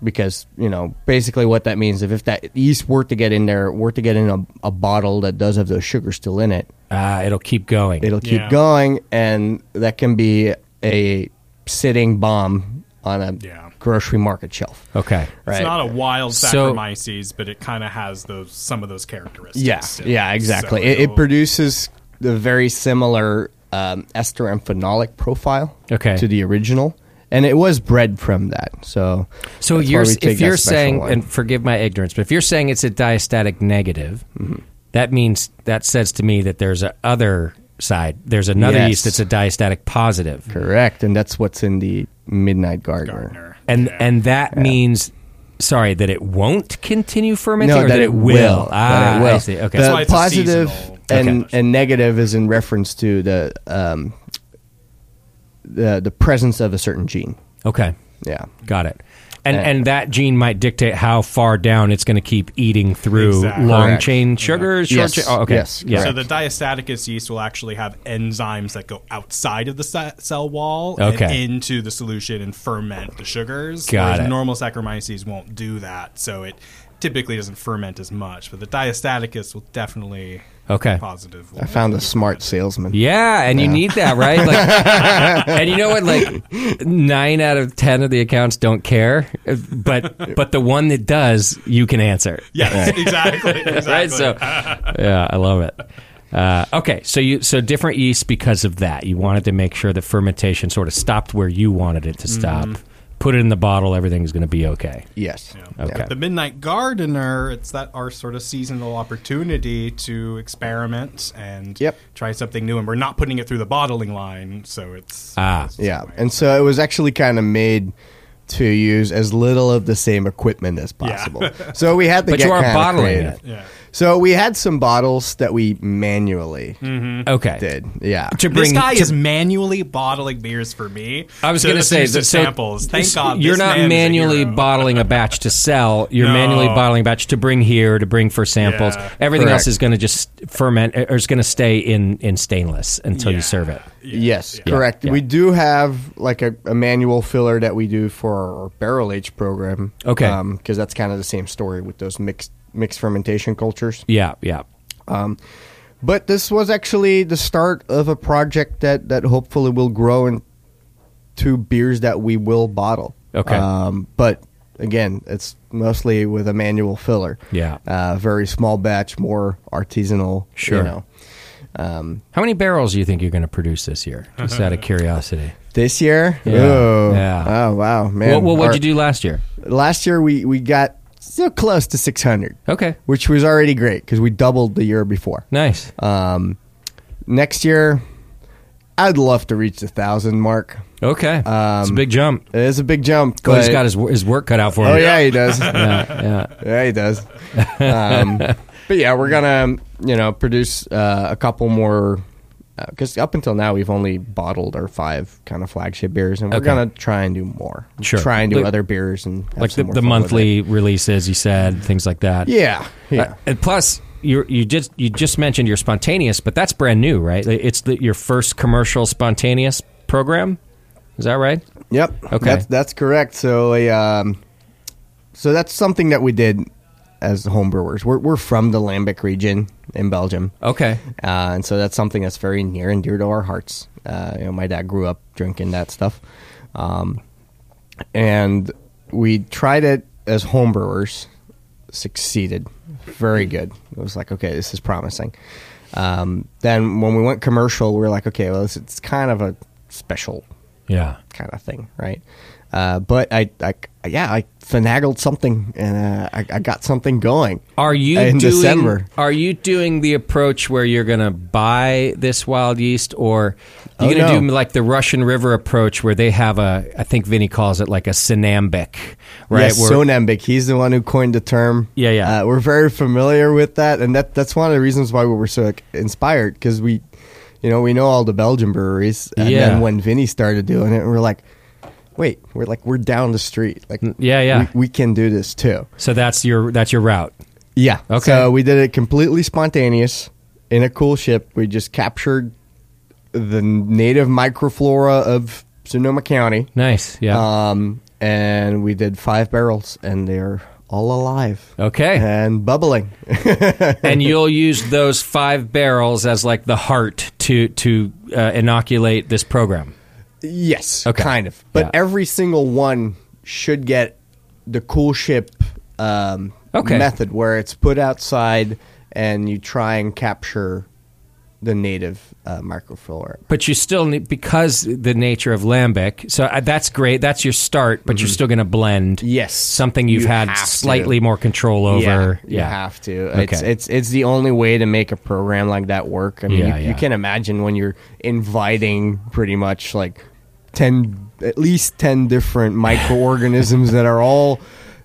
Speaker 2: because, you know, basically what that means if, if that yeast were to get in there, were to get in a, a bottle that does have those sugars still in it,
Speaker 1: Uh, it'll keep going.
Speaker 2: it'll keep
Speaker 3: Yeah.
Speaker 2: going and that can be a sitting bomb on a
Speaker 3: Yeah.
Speaker 2: grocery market shelf.
Speaker 1: Okay.
Speaker 2: Right.
Speaker 3: It's not a wild
Speaker 1: So-
Speaker 3: Saccharomyces, but it kind of has those some of those characteristics.
Speaker 2: Yeah,
Speaker 3: still.
Speaker 2: yeah, exactly.
Speaker 3: So
Speaker 2: it, it
Speaker 3: it'll-
Speaker 2: produces the very similar um, ester and phenolic profile
Speaker 1: Okay.
Speaker 2: to the original, and it was bred from that. So,
Speaker 1: So
Speaker 2: that's why
Speaker 1: you're,
Speaker 2: we take
Speaker 1: if
Speaker 2: that
Speaker 1: you're
Speaker 2: special
Speaker 1: saying,
Speaker 2: one.
Speaker 1: and forgive my ignorance, but if you're saying it's a diastatic negative,
Speaker 2: Mm-hmm.
Speaker 1: that means that says to me that there's a other side. There's another
Speaker 2: Yes.
Speaker 1: yeast that's a diastatic positive,
Speaker 2: correct, and that's what's in the Midnight Gardener.
Speaker 3: Gardner.
Speaker 1: and and that means. Sorry, that it won't continue fermenting,
Speaker 2: No,
Speaker 1: or
Speaker 2: that, it will. That
Speaker 1: Ah,
Speaker 2: it will.
Speaker 1: I see. Okay,
Speaker 2: The
Speaker 3: why it's a
Speaker 2: positive
Speaker 3: seasonal-
Speaker 2: and
Speaker 3: Okay.
Speaker 2: and negative is in reference to the um, the the presence of a certain gene.
Speaker 1: okay,
Speaker 2: Yeah.
Speaker 1: got it. And
Speaker 2: Yeah.
Speaker 1: and that gene might dictate how far down it's going to keep eating through
Speaker 3: Exactly.
Speaker 1: long
Speaker 2: Correct.
Speaker 1: chain sugars. Short
Speaker 2: Yes.
Speaker 1: chain, oh, okay,
Speaker 2: Yes,
Speaker 1: yeah.
Speaker 3: So the diastaticus yeast will actually have enzymes that go outside of the ce- cell wall and
Speaker 1: Okay.
Speaker 3: into the solution and ferment the sugars.
Speaker 1: Got
Speaker 3: whereas
Speaker 1: it.
Speaker 3: Normal Saccharomyces won't do that, so it typically doesn't ferment as much. But the diastaticus will definitely
Speaker 1: Okay.
Speaker 3: positive.
Speaker 2: I found a smart salesman.
Speaker 1: Yeah, and you need that, right? Like, and you know what? Like, nine out of ten of the accounts don't care, but but the one that does, you can answer.
Speaker 3: Yes, exactly. exactly.
Speaker 1: Right. So, yeah, I love it. Uh, okay, so you so different yeast because of that. You wanted to make sure that fermentation sort of stopped where you wanted it to stop.
Speaker 3: Mm-hmm.
Speaker 1: Put it in the bottle. Everything's going to be okay.
Speaker 2: Yes.
Speaker 1: Okay.
Speaker 3: The Midnight Gardener, it's that our sort of seasonal opportunity to experiment and
Speaker 2: Yep.
Speaker 3: try something new. And we're not putting it through the bottling line, so it's.
Speaker 1: Ah.
Speaker 3: it's
Speaker 2: Yeah,
Speaker 3: that way.
Speaker 2: and so it was actually kind of made to use as little of the same equipment as possible. so we had to
Speaker 1: But
Speaker 2: get
Speaker 1: you are
Speaker 2: kinda
Speaker 1: bottling
Speaker 2: creative.
Speaker 1: it.
Speaker 3: Yeah.
Speaker 2: So we had some bottles that we manually
Speaker 3: Hmm.
Speaker 1: Okay.
Speaker 2: did. Yeah,
Speaker 1: To
Speaker 3: This
Speaker 1: bring
Speaker 3: guy
Speaker 1: to-
Speaker 3: is manually bottling beers for me.
Speaker 1: I was
Speaker 3: to
Speaker 1: going to say
Speaker 3: produce the
Speaker 1: that- so
Speaker 3: samples. Thank
Speaker 1: this-
Speaker 3: God.
Speaker 1: you're
Speaker 3: this
Speaker 1: not
Speaker 3: man is a
Speaker 1: manually
Speaker 3: hero.
Speaker 1: bottling a batch to sell. You're
Speaker 3: No.
Speaker 1: manually bottling a batch to bring here to bring for samples.
Speaker 3: Yeah.
Speaker 1: Everything else
Speaker 2: Correct.
Speaker 1: is going to just ferment or is going to stay in in stainless until
Speaker 3: Yeah.
Speaker 1: you serve it.
Speaker 2: yes,
Speaker 1: yeah,
Speaker 2: correct.
Speaker 1: yeah.
Speaker 2: We do have like a, a manual filler that we do for our barrel age program.
Speaker 1: Okay.
Speaker 2: because that's kind of the same story with those mixed mixed fermentation cultures.
Speaker 1: Yeah, yeah.
Speaker 2: But this was actually the start of a project that, that hopefully will grow into beers that we will bottle.
Speaker 1: Okay.
Speaker 2: Um, but again, it's mostly with a manual filler.
Speaker 1: Yeah.
Speaker 2: Uh, very small batch, more artisanal.
Speaker 1: Sure.
Speaker 2: You know.
Speaker 1: How many barrels do you think you're going to produce this year? Just out of curiosity.
Speaker 2: This year?
Speaker 1: Yeah.
Speaker 2: Oh,
Speaker 1: Yeah.
Speaker 2: oh, wow, man.
Speaker 1: Well, well what'd
Speaker 2: Our-
Speaker 1: you do last year?
Speaker 2: Last year we, we got so close to 600,
Speaker 1: Okay,
Speaker 2: which was already great because we doubled the year before.
Speaker 1: nice.
Speaker 2: Um, next year, I'd love to reach the 1,000 mark.
Speaker 1: Okay, it's a big jump.
Speaker 2: It is a big jump.
Speaker 1: Cody's
Speaker 2: um, but-
Speaker 1: got his, wor- his work cut out for him.
Speaker 2: Oh yeah, he does.
Speaker 1: yeah,
Speaker 2: yeah, he does. Um, but yeah, we're gonna you know produce uh, a couple more because up until now we've only bottled our five kind of flagship beers, and we're
Speaker 1: Okay.
Speaker 2: gonna try and do more.
Speaker 1: Sure.
Speaker 2: Try and do
Speaker 1: Like-
Speaker 2: other beers and have
Speaker 1: like
Speaker 2: some
Speaker 1: the,
Speaker 2: more
Speaker 1: the
Speaker 2: fun with it.
Speaker 1: monthly releases, you said things like that.
Speaker 2: Yeah, yeah.
Speaker 1: Uh, and plus, you you just you just mentioned you're spontaneous, but that's brand new, right? Like, It's the, your first commercial spontaneous program. Is that right?
Speaker 2: Yep.
Speaker 1: Okay.
Speaker 2: That's, that's correct. So, a, um, so that's something that we did as homebrewers. We're we're from the Lambic region in Belgium.
Speaker 1: Okay.
Speaker 2: Uh, and so that's something that's very near and dear to our hearts. Uh, you know, my dad grew up drinking that stuff, um, and we tried it as homebrewers. Succeeded, very good. It was like, okay, this is promising. Um, then when we went commercial, we were like, okay, well, it's, it's kind of a special
Speaker 1: Yeah.
Speaker 2: kind of thing, right? Uh, but I, I, yeah, I finagled something and uh, I, I got something going.
Speaker 1: Are you
Speaker 2: in
Speaker 1: doing,
Speaker 2: December?
Speaker 1: Are you doing the approach where you're going to buy this wild yeast, or you're
Speaker 2: Oh,
Speaker 1: going to
Speaker 2: no.
Speaker 1: do like the Russian River approach, where they have a? I think Vinny calls it like a synambic, right?
Speaker 2: Yes,
Speaker 1: Where-
Speaker 2: Sonambic. He's the one who coined the term.
Speaker 1: Yeah, yeah.
Speaker 2: Uh, we're very familiar with that, and that that's one of the reasons why we were so like, inspired because we, you know, we know all the Belgian breweries, and
Speaker 1: Yeah.
Speaker 2: then when Vinny started doing it, we were like, wait, we're like we're down the street, like
Speaker 1: Mm, yeah, yeah.
Speaker 2: we, we can do this too.
Speaker 1: so that's your that's your route.
Speaker 2: Yeah.
Speaker 1: Okay.
Speaker 2: So we did it completely spontaneous in a cool ship. We just captured the native microflora of Sonoma County.
Speaker 1: Nice. Yeah.
Speaker 2: Um, and we did five barrels, and they're all alive.
Speaker 1: okay.
Speaker 2: And bubbling.
Speaker 1: and you'll use those five barrels as like the heart to to uh, inoculate this program.
Speaker 2: yes.
Speaker 1: Okay.
Speaker 2: Kind of. But
Speaker 1: Yeah.
Speaker 2: every single one should get the cool ship um,
Speaker 1: Okay.
Speaker 2: method where it's put outside and you try and capture the native uh, microflora.
Speaker 1: but you still need because the nature of lambic. So uh, that's great. That's your start, but you're still going to blend.
Speaker 2: Mm-hmm. Yes.
Speaker 1: something you've
Speaker 2: You
Speaker 1: had
Speaker 2: have to.
Speaker 1: slightly more control over.
Speaker 2: you have to. It's,
Speaker 1: Okay.
Speaker 2: it's it's the only way to make a program like that work. I mean,
Speaker 1: Yeah,
Speaker 2: you,
Speaker 1: yeah.
Speaker 2: you can imagine when you're inviting pretty much like ten, at least ten different microorganisms that are all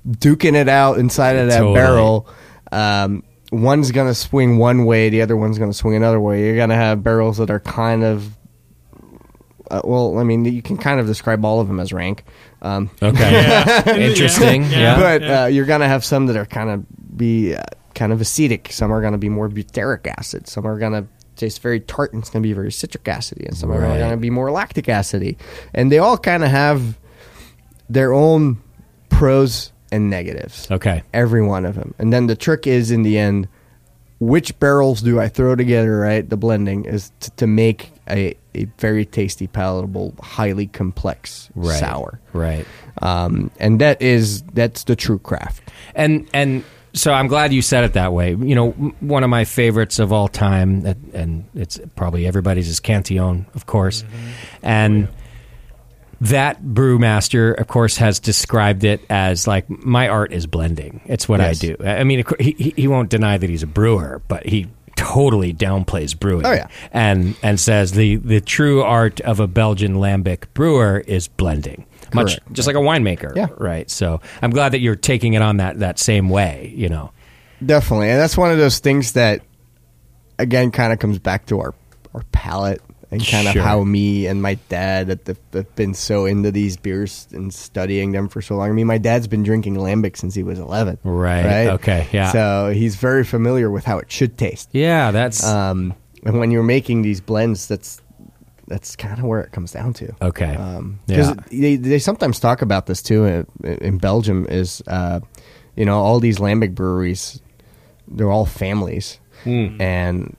Speaker 2: duking it out inside of that
Speaker 1: Totally.
Speaker 2: barrel. Um, one's gonna swing one way, the other one's gonna swing another way. You're gonna have barrels that are kind of. Uh, well, I mean, you can kind of describe all of them as rank. Um,
Speaker 1: Okay. Interesting. Yeah.
Speaker 2: but Uh, you're gonna have some that are kind of be uh, kind of acidic. Some are gonna be more butyric acid. Some are gonna taste very tart, and it's gonna be very citric acidy, and some
Speaker 1: Right.
Speaker 2: are gonna be more lactic acidy. And they all kind of have their own pros and negatives.
Speaker 1: Okay.
Speaker 2: Every one of them. And then the trick is in the end, which barrels do I throw together, right? The blending is t- to make a, a very tasty, palatable, highly complex
Speaker 1: Right.
Speaker 2: sour.
Speaker 1: Right.
Speaker 2: Um, and that is that's the true craft.
Speaker 1: and and so I'm glad you said it that way. You know, m- one of my favorites of all time, and- and it's probably everybody's, is Cantillon, of course,
Speaker 2: Mm-hmm. Oh,
Speaker 1: and. That brewmaster, of course, has described it as like my art is blending. It's what
Speaker 2: Yes.
Speaker 1: I do. I I mean, of cour- he, he- he won't deny that he's a brewer, but he totally downplays brewing.
Speaker 2: Oh, yeah.
Speaker 1: and and says the the true art of a Belgian lambic brewer is blending, much
Speaker 2: Correct.
Speaker 1: just like a winemaker.
Speaker 2: Yeah.
Speaker 1: Right. So I'm glad that you're taking it on that, that same way, you know.
Speaker 2: Definitely, and that's one of those things that, again, kind of comes back to our our palate and kind
Speaker 1: Sure.
Speaker 2: of how me and my dad have, have been so into these beers and studying them for so long. I mean, my dad's been drinking lambic since he was eleven.
Speaker 1: Right, okay, yeah.
Speaker 2: So he's very familiar with how it should taste.
Speaker 1: Yeah, that's
Speaker 2: Um, and when you're making these blends, that's that's kind of where it comes down to.
Speaker 1: okay.
Speaker 2: Um,
Speaker 1: yeah.
Speaker 2: 'cause they, they sometimes talk about this too in, in Belgium is, uh, you know, all these lambic breweries, they're all families,
Speaker 1: Hmm.
Speaker 2: and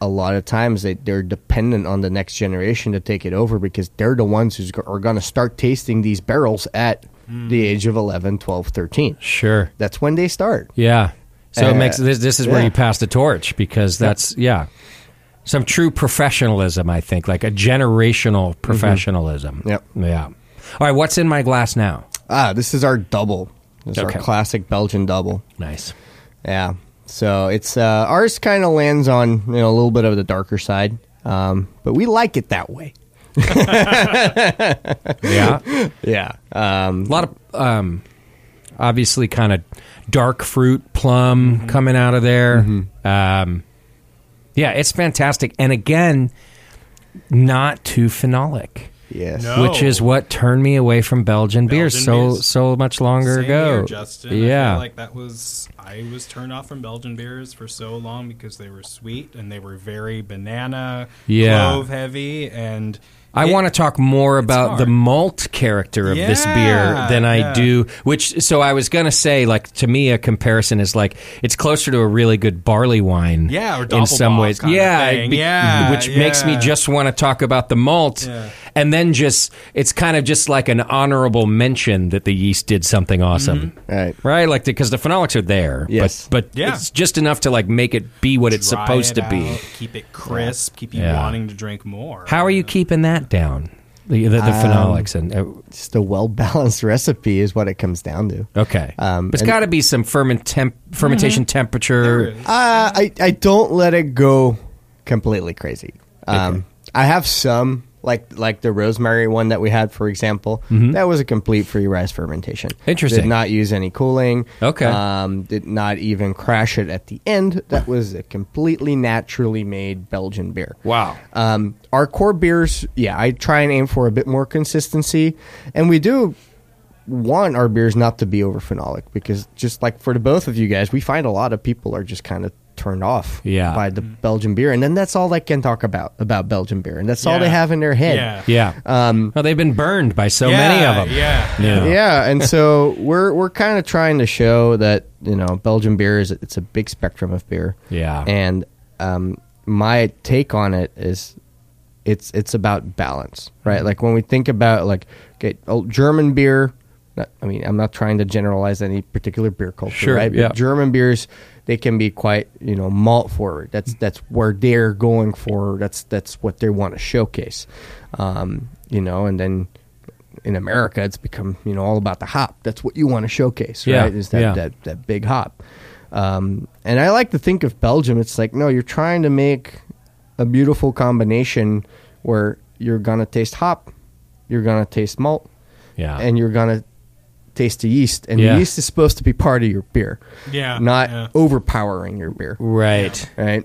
Speaker 2: a lot of times they, they're dependent on the next generation to take it over because they're the ones who are going to start tasting these barrels at
Speaker 1: Hmm.
Speaker 2: the age of 11, 12, 13.
Speaker 1: sure.
Speaker 2: That's when they start.
Speaker 1: Yeah. So
Speaker 2: Uh,
Speaker 1: it makes this this is where
Speaker 2: yeah.
Speaker 1: you pass the torch because that's yeah. Some true professionalism, I think, like a generational professionalism.
Speaker 2: Mm-hmm. Yep.
Speaker 1: Yeah. All right, what's in my glass now?
Speaker 2: Ah, this is our double. This is
Speaker 1: Okay.
Speaker 2: our classic Belgian double.
Speaker 1: Nice.
Speaker 2: Yeah. So it's uh, ours kind of lands on you know a little bit of the darker side, um, but we like it that way.
Speaker 1: Yeah.
Speaker 2: Yeah. Um,
Speaker 1: a lot of um, obviously kind of dark fruit plum
Speaker 3: Mm-hmm.
Speaker 1: coming out of there um, yeah it's fantastic and again not too phenolic
Speaker 2: yes.
Speaker 3: No.
Speaker 1: which is what turned me away from belgian, beers
Speaker 3: Belgian
Speaker 1: so
Speaker 3: beers.
Speaker 1: so much longer
Speaker 3: Same
Speaker 1: ago
Speaker 3: here, Justin. I
Speaker 1: yeah
Speaker 3: feel like that was I was turned off from Belgian beers for so long because they were sweet and they were very banana,
Speaker 1: Yeah.
Speaker 3: clove heavy, and
Speaker 1: I
Speaker 3: it-
Speaker 1: want to talk more about
Speaker 3: hard.
Speaker 1: the malt character of this beer
Speaker 3: Yeah,
Speaker 1: than I
Speaker 3: yeah.
Speaker 1: do. Which, so I was gonna say, like to me, a comparison is like it's closer to a really good barley wine,
Speaker 3: Yeah, or
Speaker 1: in some
Speaker 3: Doppelbock
Speaker 1: ways,
Speaker 3: kind of
Speaker 1: yeah,
Speaker 3: thing. Yeah,
Speaker 1: which makes me
Speaker 3: yeah.
Speaker 1: just want to talk about the malt,
Speaker 3: Yeah.
Speaker 1: and then just it's kind of just like an honorable mention that the yeast did something awesome,
Speaker 2: Right.
Speaker 1: right? Like because the, phenolics are there,
Speaker 2: Yes.
Speaker 1: but, but
Speaker 3: Mm-hmm. Yeah.
Speaker 1: it's just enough to like make it be what it's
Speaker 3: Dry
Speaker 1: supposed
Speaker 3: it
Speaker 1: to be.
Speaker 3: out, Keep it crisp. Keep you
Speaker 1: Yeah.
Speaker 3: wanting to drink more.
Speaker 1: How are you keeping that down? The, the, the phenolics and uh,
Speaker 2: Just a well balanced recipe is what it comes down to.
Speaker 1: okay,
Speaker 2: um,
Speaker 1: it's
Speaker 2: and-
Speaker 1: got to be some ferment temp- fermentation
Speaker 3: Mm-hmm.
Speaker 1: temperature.
Speaker 2: Uh, I I don't let it go completely crazy. Um, I have some like like the rosemary one that we had, for example. That was a complete free rise fermentation.
Speaker 1: Mm-hmm. Interesting.
Speaker 2: Did not use any cooling.
Speaker 1: Okay.
Speaker 2: Um, did not even crash it at the end. That was a completely naturally made Belgian beer.
Speaker 1: Wow.
Speaker 2: Um, our core beers, yeah, I try and aim for a bit more consistency, and we do want our beers not to be over phenolic because just like for the both of you guys, we find a lot of people are just kind of turned off
Speaker 1: Yeah.
Speaker 2: by
Speaker 3: Mm-hmm.
Speaker 2: the Belgian beer, and then that's all they can talk about about Belgian beer, and that's all they
Speaker 3: Yeah.
Speaker 2: have in their head.
Speaker 3: Yeah.
Speaker 1: Yeah. Um, well, they've been burned by so
Speaker 3: Yeah,
Speaker 1: many of them.
Speaker 3: Yeah.
Speaker 2: Yeah, and so we're we're kind of trying to show that you know Belgian beer is it's a big spectrum of beer.
Speaker 1: Yeah.
Speaker 2: and um, my take on it is
Speaker 1: Mm-hmm.
Speaker 2: it's it's about balance, right? Like when we think about like okay, oh, German beer, not- I mean, I'm not trying to generalize any particular beer culture,
Speaker 1: Sure,
Speaker 2: right? But
Speaker 1: yeah.
Speaker 2: German beers, they can be quite, you know, malt forward. That's
Speaker 1: Mm-hmm.
Speaker 2: that's where they're going for. That's that's what they want to showcase, um, you know. And then in America, it's become you know all about the hop. That's what you want to showcase,
Speaker 1: Yeah,
Speaker 2: right? Is that
Speaker 1: yeah.
Speaker 2: that that big hop? Um, and I like to think of Belgium. It's like no, you're trying to make a beautiful combination where you're gonna taste hop, you're gonna taste malt,
Speaker 1: Yeah.
Speaker 2: and you're gonna taste the yeast. And
Speaker 1: Yeah.
Speaker 2: the yeast is supposed to be part of your beer,
Speaker 3: Yeah,
Speaker 2: not
Speaker 3: yeah.
Speaker 2: overpowering your beer,
Speaker 1: right.
Speaker 2: right?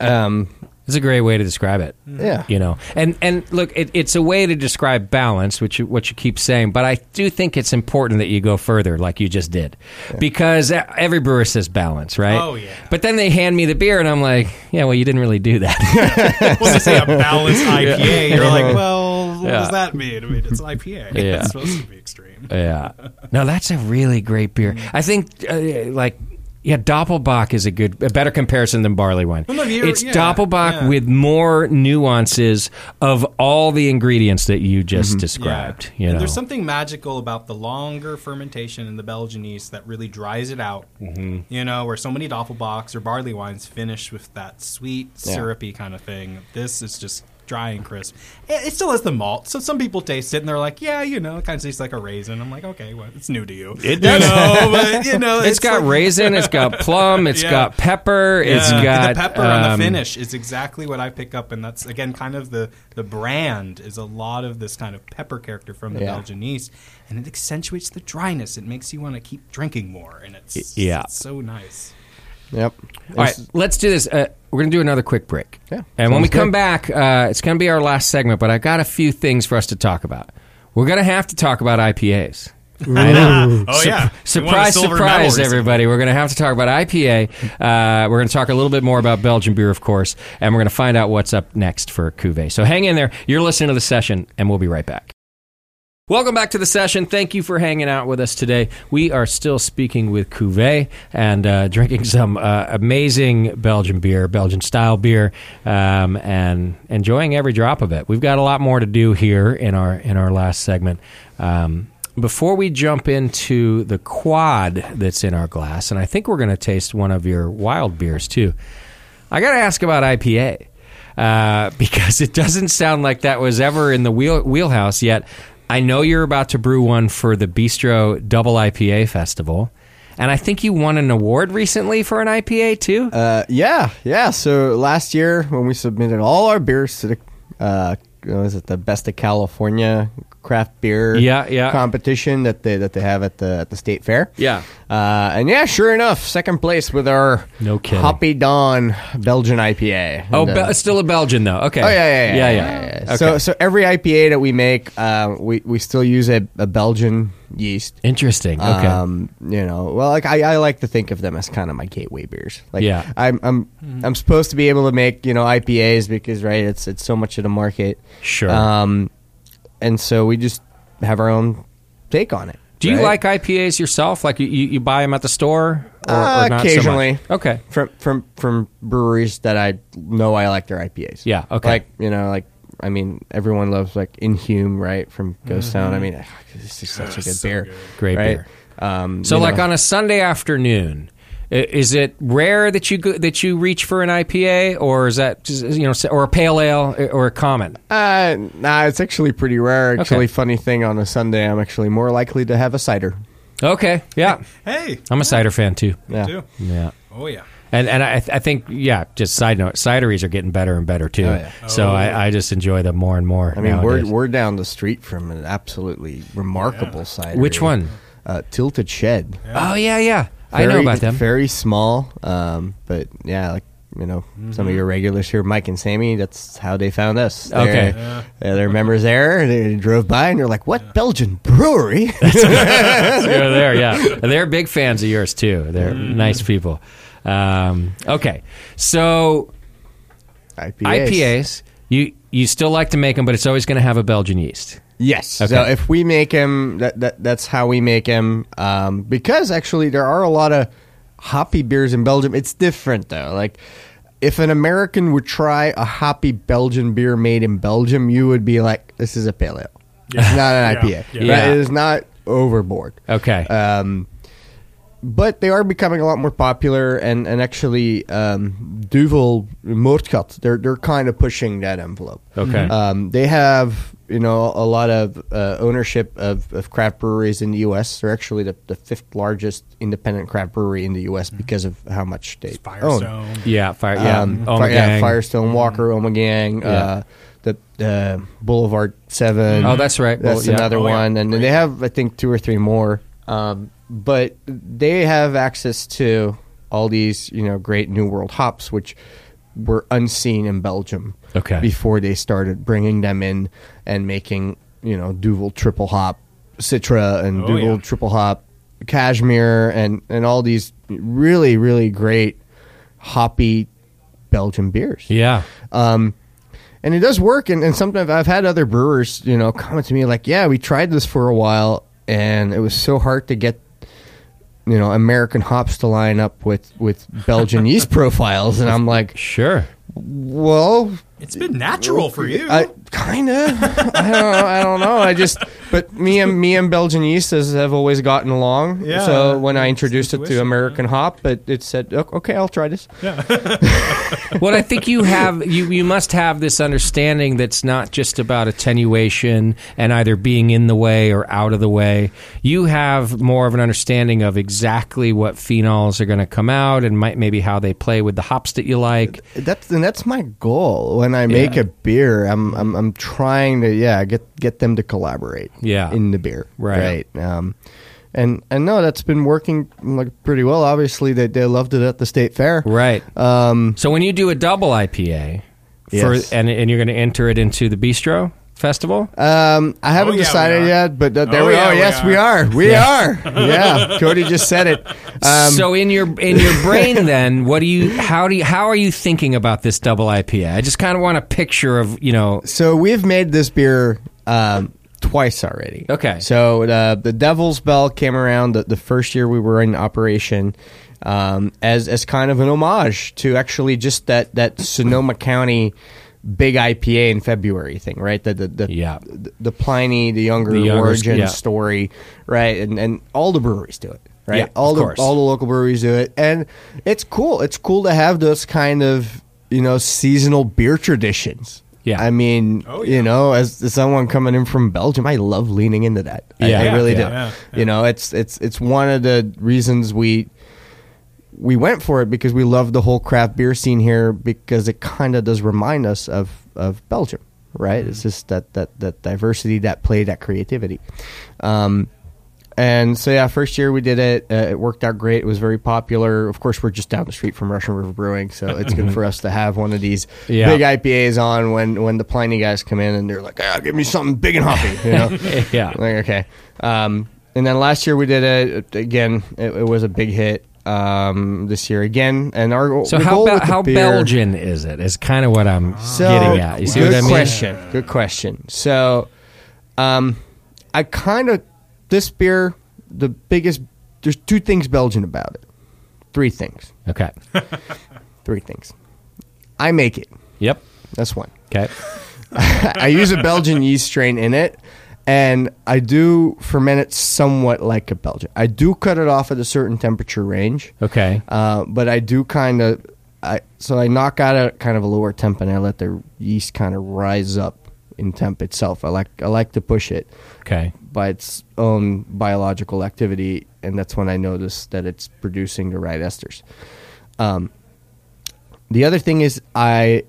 Speaker 2: Um,
Speaker 1: It's a great way to describe it.
Speaker 3: Mm.
Speaker 2: Yeah.
Speaker 1: you know, and and look, it, it's a way to describe balance, which you, what you keep saying. But I do think it's important that you go further, like you just did, because e- every brewer says balance, right?
Speaker 3: Oh, yeah.
Speaker 1: But then they hand me the beer, and I'm like, yeah, well, you didn't really do that.
Speaker 3: well, they say a balanced IPA. You're like, well, what
Speaker 1: Yeah.
Speaker 3: does that mean? I mean, it's an IPA.
Speaker 1: Yeah.
Speaker 3: It's supposed to be extreme.
Speaker 1: yeah. No, that's a really great beer. I think uh, like. Yeah, Doppelbock is a good, a better comparison than barley wine.
Speaker 3: Well, no, you're-
Speaker 1: it's
Speaker 3: yeah,
Speaker 1: Doppelbock
Speaker 3: yeah.
Speaker 1: with more nuances of all the ingredients that you just described. You
Speaker 3: Mm-hmm. and
Speaker 1: know,
Speaker 3: there's something magical about the longer fermentation in the Belgian yeast that really dries it out. Mm-hmm. You know, where so many doppelbocks or barley wines finish with that sweet, syrupy kind of thing. This is just dry and crisp. It, it still has the malt, so some people taste it and they're like, "Yeah, you know, it kind of tastes like a raisin." I'm like, "Okay, well, it's new to you." It does, you know, but you know,
Speaker 1: it's got
Speaker 3: like-
Speaker 1: raisin, it's got plum, it's
Speaker 3: Yeah.
Speaker 1: got pepper, it's
Speaker 3: Yeah.
Speaker 1: got
Speaker 3: the pepper on
Speaker 1: um,
Speaker 3: the finish is exactly what I pick up, and that's again kind of the the brand is a lot of this kind of pepper character from the
Speaker 2: Yeah.
Speaker 3: Belgian yeast, and it accentuates the dryness. It makes you want to keep drinking more, and it's
Speaker 1: Y- yeah.
Speaker 3: it's so nice.
Speaker 2: yep.
Speaker 1: All right, let's do this. Uh, we're going to do another quick break.
Speaker 2: Yeah,
Speaker 1: And when
Speaker 2: sounds
Speaker 1: we come
Speaker 2: good.
Speaker 1: back, uh, it's going to be our last segment, but I got a few things for us to talk about. We're going to have to talk about IPAs. I know.
Speaker 3: Oh, yeah. We won a
Speaker 1: Surprise,
Speaker 3: silver medal
Speaker 1: surprise,
Speaker 3: recently.
Speaker 1: everybody. We're going to have to talk about IPA. Uh, we're going to talk a little bit more about Belgian beer, of course, and we're going to find out what's up next for Cuvée. So hang in there. You're listening to the session, and we'll be right back. Welcome back to the session. Thank you for hanging out with us today. We are still speaking with Cuvée and uh, drinking some uh, amazing Belgian beer, Belgian style beer, um, and enjoying every drop of it. We've got a lot more to do here in our in our last segment. Um, before we jump into the quad that's in our glass, and I think we're going to taste one of your wild beers too. I got to ask about IPA uh, because it doesn't sound like that was ever in the wheel, wheelhouse yet. I know you're about to brew one for the Bistro Double IPA Festival, and I think you won an award recently for an IPA too.
Speaker 2: Uh, yeah, yeah. So last year when we submitted all our beers to the uh, what is it the best of California craft beer
Speaker 1: Yeah, yeah.
Speaker 2: competition that they that they have at the at the state fair.
Speaker 1: Yeah.
Speaker 2: Uh, and yeah, sure enough, second place with our
Speaker 1: No kidding.
Speaker 2: Hoppy Dawn Belgian IPA.
Speaker 1: oh,
Speaker 2: And,
Speaker 1: Bel-
Speaker 2: uh,
Speaker 1: it's still a Belgian though. Okay.
Speaker 2: Oh yeah, yeah, yeah,
Speaker 1: yeah. Okay.
Speaker 2: So, so every IPA that we make, uh, we we still use a, a Belgian yeast.
Speaker 1: Interesting. Okay.
Speaker 2: Um, you know, well, like I, I like to think of them as kind of my gateway beers. Like,
Speaker 1: Yeah.
Speaker 2: I'm I'm I'm supposed to be able to make you know IPAs because right, it's it's so much of the market.
Speaker 1: Sure.
Speaker 2: Um, and so we just have our own take on it.
Speaker 1: Do you like
Speaker 2: right?
Speaker 1: IPAs yourself? Like you, you, you buy them at the store, or, or
Speaker 2: Uh,
Speaker 1: not so much?
Speaker 2: occasionally?
Speaker 1: Okay.
Speaker 2: from from from breweries that I know I like their IPAs.
Speaker 1: Yeah, okay.
Speaker 2: Like you know, like I mean, everyone loves like Inhume, right? From Ghost Town. I mean, ugh, this is such a good beer.
Speaker 1: Mm-hmm. Great
Speaker 2: right?
Speaker 1: beer.
Speaker 2: Um,
Speaker 1: So,
Speaker 2: you
Speaker 1: like
Speaker 2: know.
Speaker 1: on a Sunday afternoon, i- is it rare that you go, that you reach for an IPA, or is that just, you know, or a pale ale, or a common?
Speaker 2: Uh, nah, it's actually pretty rare. Actually, funny thing on a Sunday, I'm actually more likely to have a cider.
Speaker 1: Okay, yeah,
Speaker 3: Hey,
Speaker 1: I'm a cider fan too.
Speaker 2: Yeah.
Speaker 3: too.
Speaker 1: Yeah.
Speaker 3: Oh yeah.
Speaker 1: And and I, I think yeah. Just side note, cideries are getting better and better too.
Speaker 2: Oh, yeah.
Speaker 1: So I, I just enjoy them more and more.
Speaker 2: I mean,
Speaker 1: nowadays.
Speaker 2: we're we're down the street from an absolutely remarkable cider.
Speaker 1: Which one?
Speaker 2: Uh, Tilted Shed.
Speaker 1: oh yeah, yeah. I know
Speaker 2: Very-
Speaker 1: about them.
Speaker 2: Very small, um, but yeah, like you know, some of your regulars here, Mike and Sammy. That's how they found us. They're-
Speaker 1: Okay.
Speaker 2: uh, their members there. They drove by and they're like, "What Belgian brewery?"
Speaker 1: You're there, yeah. They're big fans of yours too. They're nice people. Um, okay, so
Speaker 2: IPAs.
Speaker 1: IPAs, you you still like to make them, but it's always going to have a Belgian yeast.
Speaker 2: Yes.
Speaker 1: Okay.
Speaker 2: So if we make them, that, that that's how we make them. Um, because actually, there are a lot of hoppy beers in Belgium. It's different though. Like, if an American would try a hoppy Belgian beer made in Belgium, you would be like, "This is a pale ale. It's not an IPA.
Speaker 1: Yeah.
Speaker 2: Right? It is not overboard.
Speaker 1: Okay.
Speaker 2: Um, but they are becoming a lot more popular, and and actually, um, Duvel Moordkat, they're they're kind of pushing that envelope.
Speaker 1: Okay.
Speaker 2: Um, they have you know a lot of uh, ownership of, of craft breweries in the U.S. They're actually the, the fifth largest independent craft brewery in the U.S. because of how much they own.
Speaker 3: Firestone.
Speaker 1: yeah, fire. Yeah, Mm-hmm.
Speaker 2: Um,
Speaker 1: Oma
Speaker 2: Fi- yeah,
Speaker 1: Gang.
Speaker 2: Firestone Walker, Omegang, uh, the uh, Boulevard Seven.
Speaker 1: Oh, that's right.
Speaker 2: That's
Speaker 1: Well, yeah.
Speaker 2: another
Speaker 1: Oh,
Speaker 2: one,
Speaker 1: yeah.
Speaker 2: and then they have I think two or three more. Um, but they have access to all these you know great New World hops, which were unseen in Belgium.
Speaker 1: Okay.
Speaker 2: Before they started bringing them in and making you know Duvel triple hop, Citra, and
Speaker 3: Oh,
Speaker 2: Duvel
Speaker 3: yeah.
Speaker 2: triple hop, Cashmere, and and all these really really great hoppy Belgian beers.
Speaker 1: Yeah.
Speaker 2: Um, and it does work. And, and sometimes I've had other brewers, you know, comment to me like, yeah, we tried this for a while and it was so hard to get, you know, American hops to line up with, with Belgian yeast profiles. And I'm like,
Speaker 1: Sure.
Speaker 2: well,
Speaker 3: It's been natural for you.
Speaker 2: I kind of, I don't know. I don't know. I just, but me and me and Belgian yeast has, have always gotten along.
Speaker 3: Yeah,
Speaker 2: so when I
Speaker 3: it's
Speaker 2: introduced it to
Speaker 3: intuition,
Speaker 2: American hop, it, it said, "Ok- okay, I'll try this.
Speaker 1: Well, I think you have you you must have this understanding that's not just about attenuation and either being in the way or out of the way. You have more of an understanding of exactly what phenols are going to come out and might maybe how they play with the hops that you like.
Speaker 2: That's and that's my goal when I make
Speaker 1: Yeah.
Speaker 2: a beer. I'm I'm I'm trying to yeah get get them to collaborate.
Speaker 1: Yeah.
Speaker 2: in the beer
Speaker 1: Right.
Speaker 2: right. Um, and and no, that's been working like pretty well. Obviously, they they loved it at the state fair.
Speaker 1: Right.
Speaker 2: Um,
Speaker 1: So when you do a double IPA
Speaker 2: Yes.
Speaker 1: for and and you're going to enter it into the bistro festival?
Speaker 2: um, I haven't
Speaker 3: Oh, yeah, we
Speaker 2: decided
Speaker 3: are.
Speaker 2: yet, but th- there
Speaker 3: Oh,
Speaker 2: we
Speaker 3: yeah,
Speaker 2: are.
Speaker 3: we
Speaker 2: yes, we are. We are. yeah, Cody just said it. Um,
Speaker 1: so in your in your brain then, what do you how do you how are you thinking about this double IPA? I just kind of want a picture of, you know,
Speaker 2: so we've made this beer um, twice already.
Speaker 1: Okay.
Speaker 2: So uh, the Devil's Bell came around the, the first year we were in operation um, as as kind of an homage to actually just that that Sonoma County big IPA in February thing, right? The the the,
Speaker 1: Yeah.
Speaker 2: the, the Pliny the Younger
Speaker 1: The Younger,
Speaker 2: origin
Speaker 1: yeah.
Speaker 2: story, right? And and all the breweries do it. Right,
Speaker 1: Yeah, of
Speaker 2: all the
Speaker 1: course.
Speaker 2: all the local breweries do it, and it's cool. It's cool to have those kind of you know seasonal beer traditions.
Speaker 1: Yeah.
Speaker 2: I mean,
Speaker 3: Oh,
Speaker 2: you
Speaker 3: yeah.
Speaker 2: know, as, as someone coming in from Belgium, I love leaning into that. I,
Speaker 1: Yeah.
Speaker 2: I really
Speaker 1: Yeah.
Speaker 2: do.
Speaker 3: Yeah.
Speaker 2: You know, it's it's it's one of the reasons we we went for it because we love the whole craft beer scene here because it kind of does remind us of of Belgium, right?
Speaker 1: Mm-hmm.
Speaker 2: It's just that that that diversity, that play, that creativity. Um, and so yeah, first year we did it. Uh, it worked out great. It was very popular. Of course, we're just down the street from Russian River Brewing, so it's good for us to have one of these
Speaker 1: Yeah.
Speaker 2: big IPAs on when when the Pliny guys come in and they're like, "Ah, give me something big and hoppy," you know.
Speaker 1: yeah.
Speaker 2: Like, okay. Um, and then last year we did it again. It, it was a big hit. Um, this year again, and our
Speaker 1: So
Speaker 2: the
Speaker 1: how
Speaker 2: goal
Speaker 1: Bel-
Speaker 2: with the
Speaker 1: how
Speaker 2: beer-
Speaker 1: Belgian is it? Is kind of what I'm
Speaker 2: So
Speaker 1: getting at. You see
Speaker 2: good
Speaker 1: what I mean?
Speaker 2: question. Good question. So, um, I kind of this beer. The biggest there's two things Belgian about it. Three things.
Speaker 1: Okay.
Speaker 2: Three things. I make it.
Speaker 1: Yep.
Speaker 2: That's one.
Speaker 1: Okay.
Speaker 2: I use a Belgian yeast strain in it, and I do ferment it somewhat like a Belgian. I do cut it off at a certain temperature range.
Speaker 1: Okay.
Speaker 2: Uh, but I do kind of, I so I knock out at kind of a lower temp, and I let the yeast kind of rise up in temp itself. I like I like to push it
Speaker 1: Okay.
Speaker 2: by its own biological activity, and that's when I notice that it's producing the right esters. Um, the other thing is I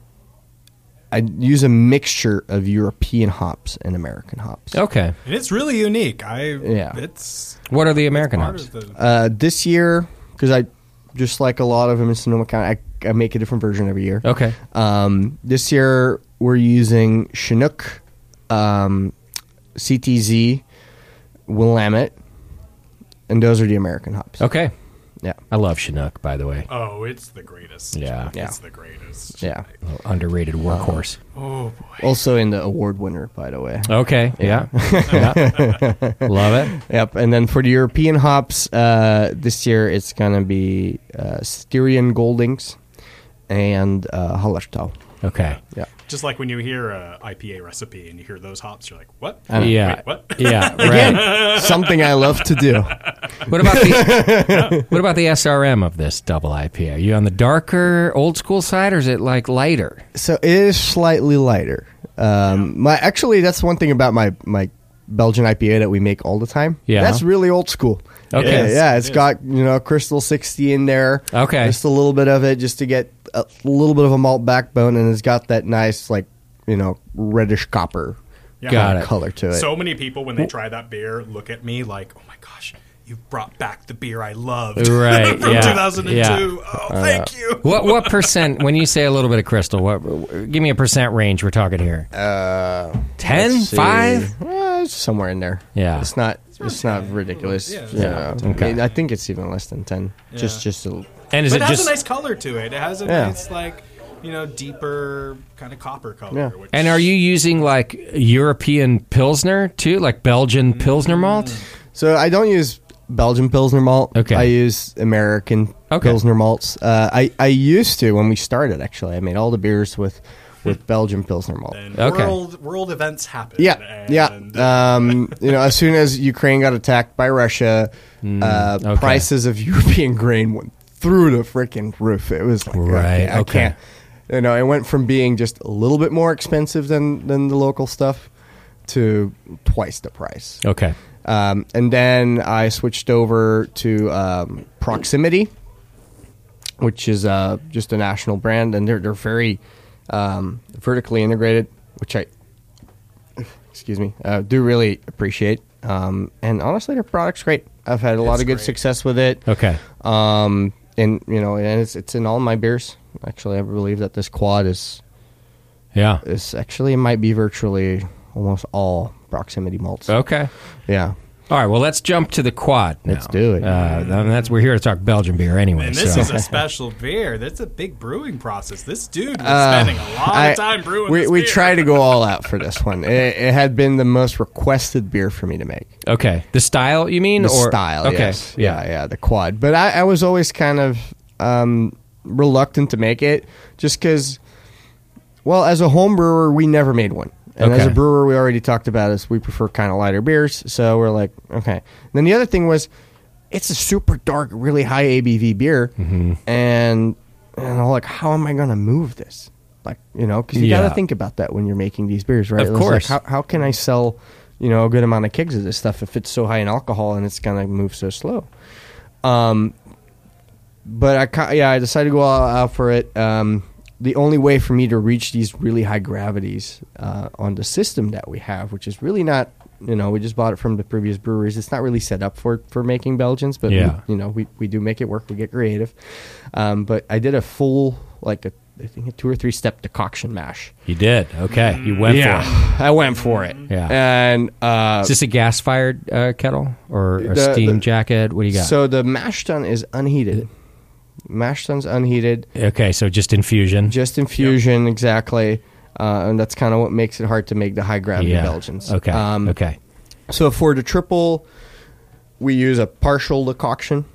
Speaker 2: I use a mixture of European hops and American hops.
Speaker 1: Okay.
Speaker 3: and it's really unique. I
Speaker 2: Yeah.
Speaker 3: It's
Speaker 1: What are the American
Speaker 3: part
Speaker 1: hops?
Speaker 3: of the.
Speaker 2: Uh, this year, because I just like a lot of them in Sonoma County, I, I make a different version every year.
Speaker 1: Okay.
Speaker 2: Um, this year we're using Chinook, um, CTZ, Willamette, and those are the American hops.
Speaker 1: Okay.
Speaker 2: Yeah.
Speaker 1: I love Chinook, by the way.
Speaker 3: Oh, it's the greatest.
Speaker 1: Yeah.
Speaker 2: Yeah.
Speaker 3: It's the greatest.
Speaker 2: Yeah.
Speaker 1: Underrated workhorse.
Speaker 3: Oh boy.
Speaker 2: Also in the award winner, by the way.
Speaker 1: Okay. Yeah. Yeah. Love it.
Speaker 2: Yep. And then for the European hops, uh, this year it's going to be uh, Styrian Goldings, and uh, Hallertau.
Speaker 1: Okay.
Speaker 2: Yeah.
Speaker 3: Just like when you hear a IPA recipe and you hear those hops, you're like, what?
Speaker 1: Yeah.
Speaker 3: Wait, what?
Speaker 1: Yeah. Right.
Speaker 2: Something I love to do.
Speaker 1: what about the What about the SRM of this double IPA? Are you on the darker old school side, or is it like lighter?
Speaker 2: So it is slightly lighter. Um, my actually, that's one thing about my my Belgian IPA that we make all the time.
Speaker 1: Yeah.
Speaker 2: that's really old school.
Speaker 1: Okay.
Speaker 2: yeah,
Speaker 1: It is,
Speaker 2: yeah,
Speaker 3: it
Speaker 2: it's
Speaker 3: is.
Speaker 2: got you know crystal sixty in there.
Speaker 1: Okay.
Speaker 2: just a little bit of it, just to get a little bit of a malt backbone, and it's got that nice like you know reddish copper
Speaker 3: Yeah.
Speaker 1: Got it.
Speaker 2: color to it.
Speaker 3: So many people, when they try that beer, look at me like, oh my gosh, you brought back the beer I loved.
Speaker 1: Right,
Speaker 3: From
Speaker 1: yeah,
Speaker 3: 2002.
Speaker 1: yeah.
Speaker 3: Oh, thank
Speaker 2: Uh,
Speaker 3: you.
Speaker 1: What What percent? When you say a little bit of crystal, what? Give me a percent range. We're talking here. Uh, ten,
Speaker 2: Let's see.
Speaker 1: five.
Speaker 2: Eh, it's somewhere in there.
Speaker 1: Yeah.
Speaker 2: it's not. It's, not ridiculous.
Speaker 3: Yeah,
Speaker 2: Yeah,
Speaker 3: it's
Speaker 2: I, mean, I think it's even less than ten. Just, just a,
Speaker 1: And is it
Speaker 3: But it has
Speaker 1: just?
Speaker 3: a nice color to it. It has a
Speaker 2: Yeah.
Speaker 3: nice, like, you know, deeper kind of copper color.
Speaker 2: Yeah.
Speaker 3: Which,
Speaker 1: and are you using like European pilsner too, like Belgian pilsner malt?
Speaker 3: Mm.
Speaker 2: So I don't use Belgian Pilsner malt.
Speaker 1: Okay.
Speaker 2: I use American
Speaker 1: Okay.
Speaker 2: Pilsner malts. Uh, I I used to when we started actually. I made all the beers with
Speaker 1: Hmm.
Speaker 2: with Belgian Pilsner malt.
Speaker 3: And
Speaker 1: Okay.
Speaker 3: world, world events happen.
Speaker 2: Yeah,
Speaker 3: and,
Speaker 2: yeah. Um, you know, as soon as Ukraine got attacked by Russia, uh,
Speaker 1: Hmm, okay.
Speaker 2: prices of European grain went through the freaking roof. It was like,
Speaker 1: Right,
Speaker 2: okay, I
Speaker 1: okay.
Speaker 2: can't. You know, it went from being just a little bit more expensive than than the local stuff to twice the price.
Speaker 1: Okay.
Speaker 2: Um, and then I switched over to um, Proximity, which is uh, just a national brand, and they're they're very um, vertically integrated, which I excuse me uh, do really appreciate. Um, and honestly, their product's great. I've had a lot of good success with it.
Speaker 1: Okay.
Speaker 2: Um, and you know, and it's it's in all my beers. Actually, I believe that this quad is
Speaker 1: Yeah.
Speaker 2: is actually it might be virtually almost all proximity malts.
Speaker 1: Okay.
Speaker 2: Yeah.
Speaker 1: All right. Well, let's jump to the quad. Now.
Speaker 2: Let's do it.
Speaker 1: Uh, and that's we're here to talk Belgian beer anyway.
Speaker 3: And this
Speaker 1: so.
Speaker 3: is a special beer. That's a big brewing process. This dude was
Speaker 2: Uh,
Speaker 3: spending a lot
Speaker 2: I-
Speaker 3: of time brewing.
Speaker 2: We,
Speaker 3: this
Speaker 2: we
Speaker 3: beer.
Speaker 2: tried to go all out for this one. It, it had been the most requested beer for me to make.
Speaker 1: okay. The style you mean,
Speaker 2: The
Speaker 1: or
Speaker 2: style,
Speaker 1: Okay.
Speaker 2: yes. yeah, yeah, the quad. But I, I was always kind of um, reluctant to make it, just because. Well, as a home brewer, we never made one, and as a
Speaker 1: Okay.
Speaker 2: brewer, we already talked about this. We prefer kind of lighter beers, so we're like, okay. And then the other thing was, it's a super dark, really high ABV beer,
Speaker 1: Mm-hmm.
Speaker 2: and and I'm like, how am I going to move this? Like, you know, because you got
Speaker 1: Yeah.
Speaker 2: to think about that when you're making these beers, right?
Speaker 1: Of
Speaker 2: It was like,
Speaker 1: course.
Speaker 2: how, how can I sell, you know, a good amount of kegs of this stuff if it's so high in alcohol and it's gonna move so slow? Um, but I, ca- yeah, I decided to go all out for it. Um, the only way for me to reach these really high gravities uh, on the system that we have, which is really not, you know, we just bought it from the previous breweries. It's not really set up for for making Belgians, but we-
Speaker 1: Yeah.
Speaker 2: you know, we, we do make it work. We get creative. Um, but I did a full like a I think a two or three step decoction mash.
Speaker 1: You did. Okay.
Speaker 3: Mm.
Speaker 1: You went for it.
Speaker 2: I went for it.
Speaker 1: Yeah.
Speaker 2: And uh,
Speaker 1: Is this a gas fired uh, kettle or a
Speaker 2: The-
Speaker 1: steam
Speaker 2: the-
Speaker 1: jacket? What do you got?
Speaker 2: so the mash tun is unheated. Mash tun's unheated,
Speaker 1: okay. So just infusion.
Speaker 2: just infusion exactly, uh, and that's kind of what makes it hard to make the high gravity
Speaker 1: yeah.
Speaker 2: Belgians.
Speaker 1: Okay.
Speaker 2: Um,
Speaker 1: okay.
Speaker 2: So for the triple, we use a partial decoction.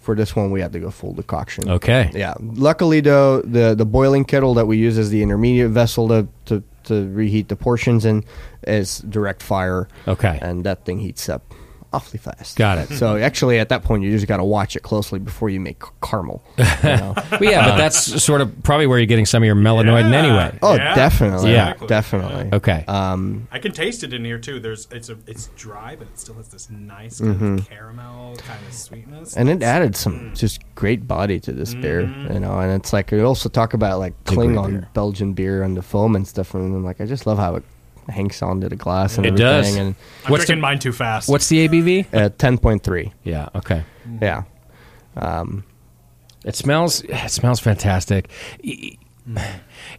Speaker 2: For this one, we had to go full decoction.
Speaker 1: Okay.
Speaker 2: Yeah. Luckily, though, the the boiling kettle that we use as the intermediate vessel to to, to reheat the portions in is direct fire.
Speaker 1: Okay.
Speaker 2: And that thing heats up awfully fast.
Speaker 1: Got it.
Speaker 2: So actually, at that point, you just got to watch it closely before you make c- caramel. you know?
Speaker 1: Well, yeah,
Speaker 2: Uh,
Speaker 1: but that's sort of probably where you're getting some of your melanoidin
Speaker 3: Yeah.
Speaker 1: anyway.
Speaker 2: oh,
Speaker 3: Yeah,
Speaker 2: definitely.
Speaker 1: Yeah.
Speaker 3: exactly.
Speaker 2: Definitely.
Speaker 1: Okay.
Speaker 2: Uh,
Speaker 3: I can taste it in here too. There's it's a it's dry, but it still has this nice kind of caramel kind of sweetness.
Speaker 2: Mm-hmm. and it added some just great body to this beer, you know. And it's like we also talk about like Klingon Belgian beer and the foam and stuff, and I'm like I just love how it hangs onto the glass and
Speaker 1: It
Speaker 2: everything.
Speaker 1: does.
Speaker 2: And
Speaker 3: I'm
Speaker 1: What's
Speaker 3: drinking
Speaker 1: the-
Speaker 3: mine too fast.
Speaker 1: What's the ABV?
Speaker 2: uh, ten point three,
Speaker 1: Yeah. Okay.
Speaker 2: yeah.
Speaker 1: It smells. It smells fantastic.
Speaker 2: Mm.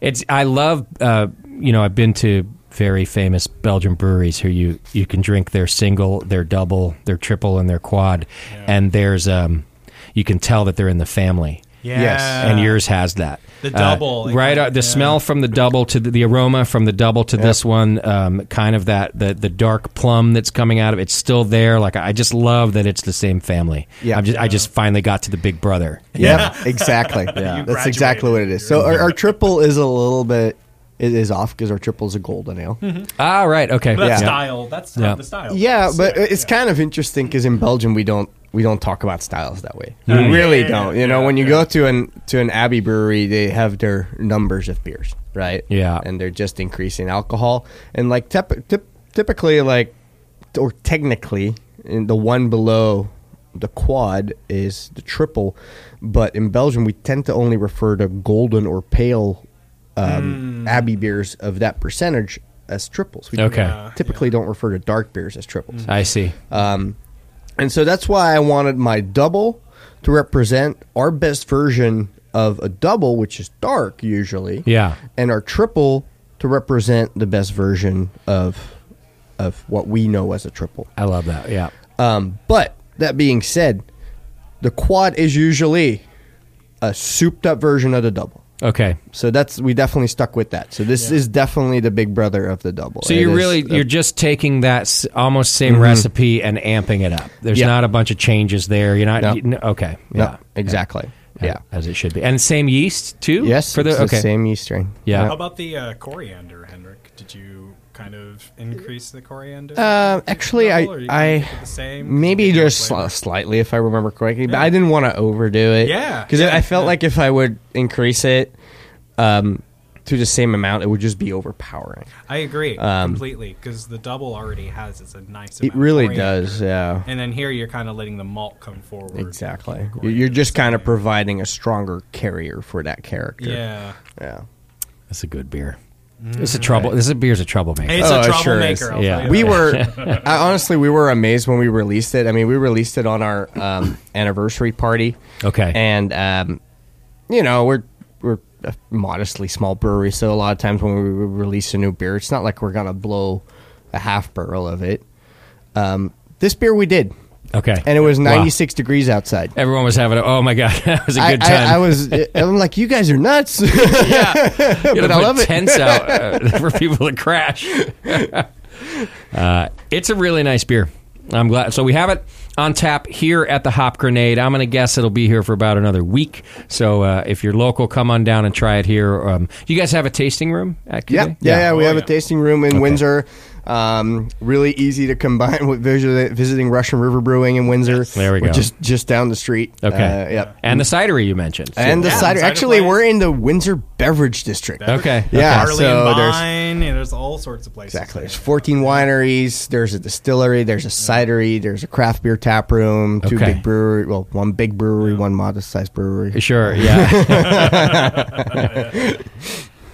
Speaker 1: It's. I love. Uh, you know, I've been to very famous Belgian breweries who you you can drink their single, their double, their triple, and their quad, and there's um, you can tell that they're in the family.
Speaker 3: Yeah.
Speaker 2: Yes.
Speaker 1: and yours has that.
Speaker 3: The double.
Speaker 1: Uh, right? Uh, the smell from the double to the, the aroma from the double to this one, um, kind of that the the dark plum that's coming out of it's still there. Like I just love that it's the same family.
Speaker 2: Yeah.
Speaker 1: I'm just, I just finally got to the Big Brother.
Speaker 2: Yeah, exactly. yeah. That's exactly what it is. So our, our triple is a little bit it is off because our triple is a golden ale.
Speaker 1: Ah, right. Okay.
Speaker 3: But that's
Speaker 1: Yeah.
Speaker 3: style. That's
Speaker 1: Yeah.
Speaker 3: the style.
Speaker 2: Yeah,
Speaker 3: is.
Speaker 2: but it's kind of interesting because in Belgium we don't we don't talk about styles that way. We really
Speaker 3: yeah,
Speaker 2: don't.
Speaker 3: yeah,
Speaker 2: You know,
Speaker 3: yeah,
Speaker 2: when you
Speaker 3: yeah.
Speaker 2: go to an to an Abbey brewery, they have their numbers of beers, right?
Speaker 1: Yeah.
Speaker 2: and they're just increasing alcohol and like tep- tip, typically like or technically in the one below the quad is the triple, but in Belgium we tend to only refer to golden or pale
Speaker 3: Hmm.
Speaker 2: um, Abbey beers of that percentage as triples. We
Speaker 1: Okay.
Speaker 3: Yeah,
Speaker 2: typically don't refer to dark beers as triples.
Speaker 1: I see.
Speaker 2: And so that's why I wanted my double to represent our best version of a double, which is dark usually.
Speaker 1: Yeah.
Speaker 2: And our triple to represent the best version of of what we know as a triple.
Speaker 1: I love that. Yeah.
Speaker 2: Um, but that being said, the quad is usually a souped up version of the double.
Speaker 1: Okay.
Speaker 2: So that's we definitely stuck with that. So this is definitely the big brother of the double.
Speaker 1: So
Speaker 2: It
Speaker 1: you're
Speaker 2: is
Speaker 1: really
Speaker 2: a- Mm-hmm.
Speaker 1: you're just taking that s- almost same recipe and amping it up. There's
Speaker 2: Yeah.
Speaker 1: not a bunch of changes there. You're not
Speaker 2: No.
Speaker 1: you- no, okay.
Speaker 2: no,
Speaker 1: Yeah.
Speaker 2: exactly. Yeah.
Speaker 1: As it should be. And same yeast too?
Speaker 2: Yes,
Speaker 1: For the
Speaker 2: it's
Speaker 1: okay.
Speaker 2: the same yeast strain.
Speaker 1: Yeah.
Speaker 3: How about the uh, coriander, Henrik? Did you kind of increase the coriander?
Speaker 2: Um, actually, I,
Speaker 3: Or you
Speaker 2: I
Speaker 3: keep it the same?
Speaker 2: maybe
Speaker 3: Keep it
Speaker 2: just
Speaker 3: flavor?
Speaker 2: sli- slightly, if I remember correctly, but I didn't want to overdo it.
Speaker 3: Yeah,
Speaker 2: because
Speaker 3: yeah,
Speaker 2: I felt
Speaker 3: yeah.
Speaker 2: like if I would increase it um, to the same amount, it would just be overpowering.
Speaker 3: I agree completely because the double already has it's a nice.
Speaker 2: um, It
Speaker 3: amount of
Speaker 2: really
Speaker 3: coriander.
Speaker 2: does, yeah.
Speaker 3: And then here you're kind of letting the malt come forward.
Speaker 2: Exactly. You're- You're just kind of providing a stronger carrier for that character.
Speaker 3: Yeah.
Speaker 2: Yeah.
Speaker 1: That's a good beer.
Speaker 3: Mm.
Speaker 1: It's a trouble. This is a beer's a troublemaker.
Speaker 3: It's
Speaker 2: Oh,
Speaker 3: a
Speaker 2: it sure
Speaker 3: troublemaker.
Speaker 2: is.
Speaker 3: I'll
Speaker 1: Yeah.
Speaker 3: tell you
Speaker 2: we
Speaker 3: that.
Speaker 2: were I, honestly we were amazed when we released it i mean we released it on our um, anniversary party
Speaker 1: Okay.
Speaker 2: and um, you know we're we're a modestly small brewery so a lot of times when we re- release a new beer it's not like we're gonna blow a half barrel of it um, this beer we did
Speaker 1: okay.
Speaker 2: and it was
Speaker 1: Wow.
Speaker 2: 96 degrees outside
Speaker 1: Everyone was having a, oh my god, that was a
Speaker 2: I,
Speaker 1: good time.
Speaker 2: I, I was i'm like you guys are nuts
Speaker 1: You
Speaker 2: but
Speaker 1: know,
Speaker 2: I
Speaker 1: put
Speaker 2: love it.
Speaker 1: Tents out uh, for people to crash. uh, it's a really nice beer. I'm glad. So we have it on tap here at the Hop Grenade. I'm going to guess it'll be here for about another week. So uh, if you're local, come on down and try it here. Um, you guys have a tasting room? At
Speaker 2: Yeah,
Speaker 1: Cuba?
Speaker 2: yeah, yeah. we
Speaker 3: Oh,
Speaker 2: have
Speaker 3: yeah.
Speaker 2: a tasting room in Windsor. Um, really easy to combine with visit- visiting Russian River Brewing in Windsor.
Speaker 1: There we
Speaker 2: We're
Speaker 1: go.
Speaker 2: Just just down the street.
Speaker 1: Okay.
Speaker 2: Uh, yep.
Speaker 1: And the cidery you mentioned.
Speaker 2: And the
Speaker 3: Yeah,
Speaker 2: cider.
Speaker 3: cider
Speaker 2: Actually,
Speaker 3: place.
Speaker 2: we're in the Windsor Beverage District.
Speaker 1: okay.
Speaker 2: Yeah.
Speaker 3: Barley
Speaker 2: so
Speaker 3: and
Speaker 2: there's-
Speaker 3: Vine, and there's all sorts of places.
Speaker 2: Exactly.
Speaker 3: there.
Speaker 2: There's 14 wineries. There's a distillery. There's a cidery. There's a craft beer tap room. Two
Speaker 1: Okay.
Speaker 2: big brewery. Well, one big brewery, one modest sized brewery.
Speaker 1: Sure, yeah.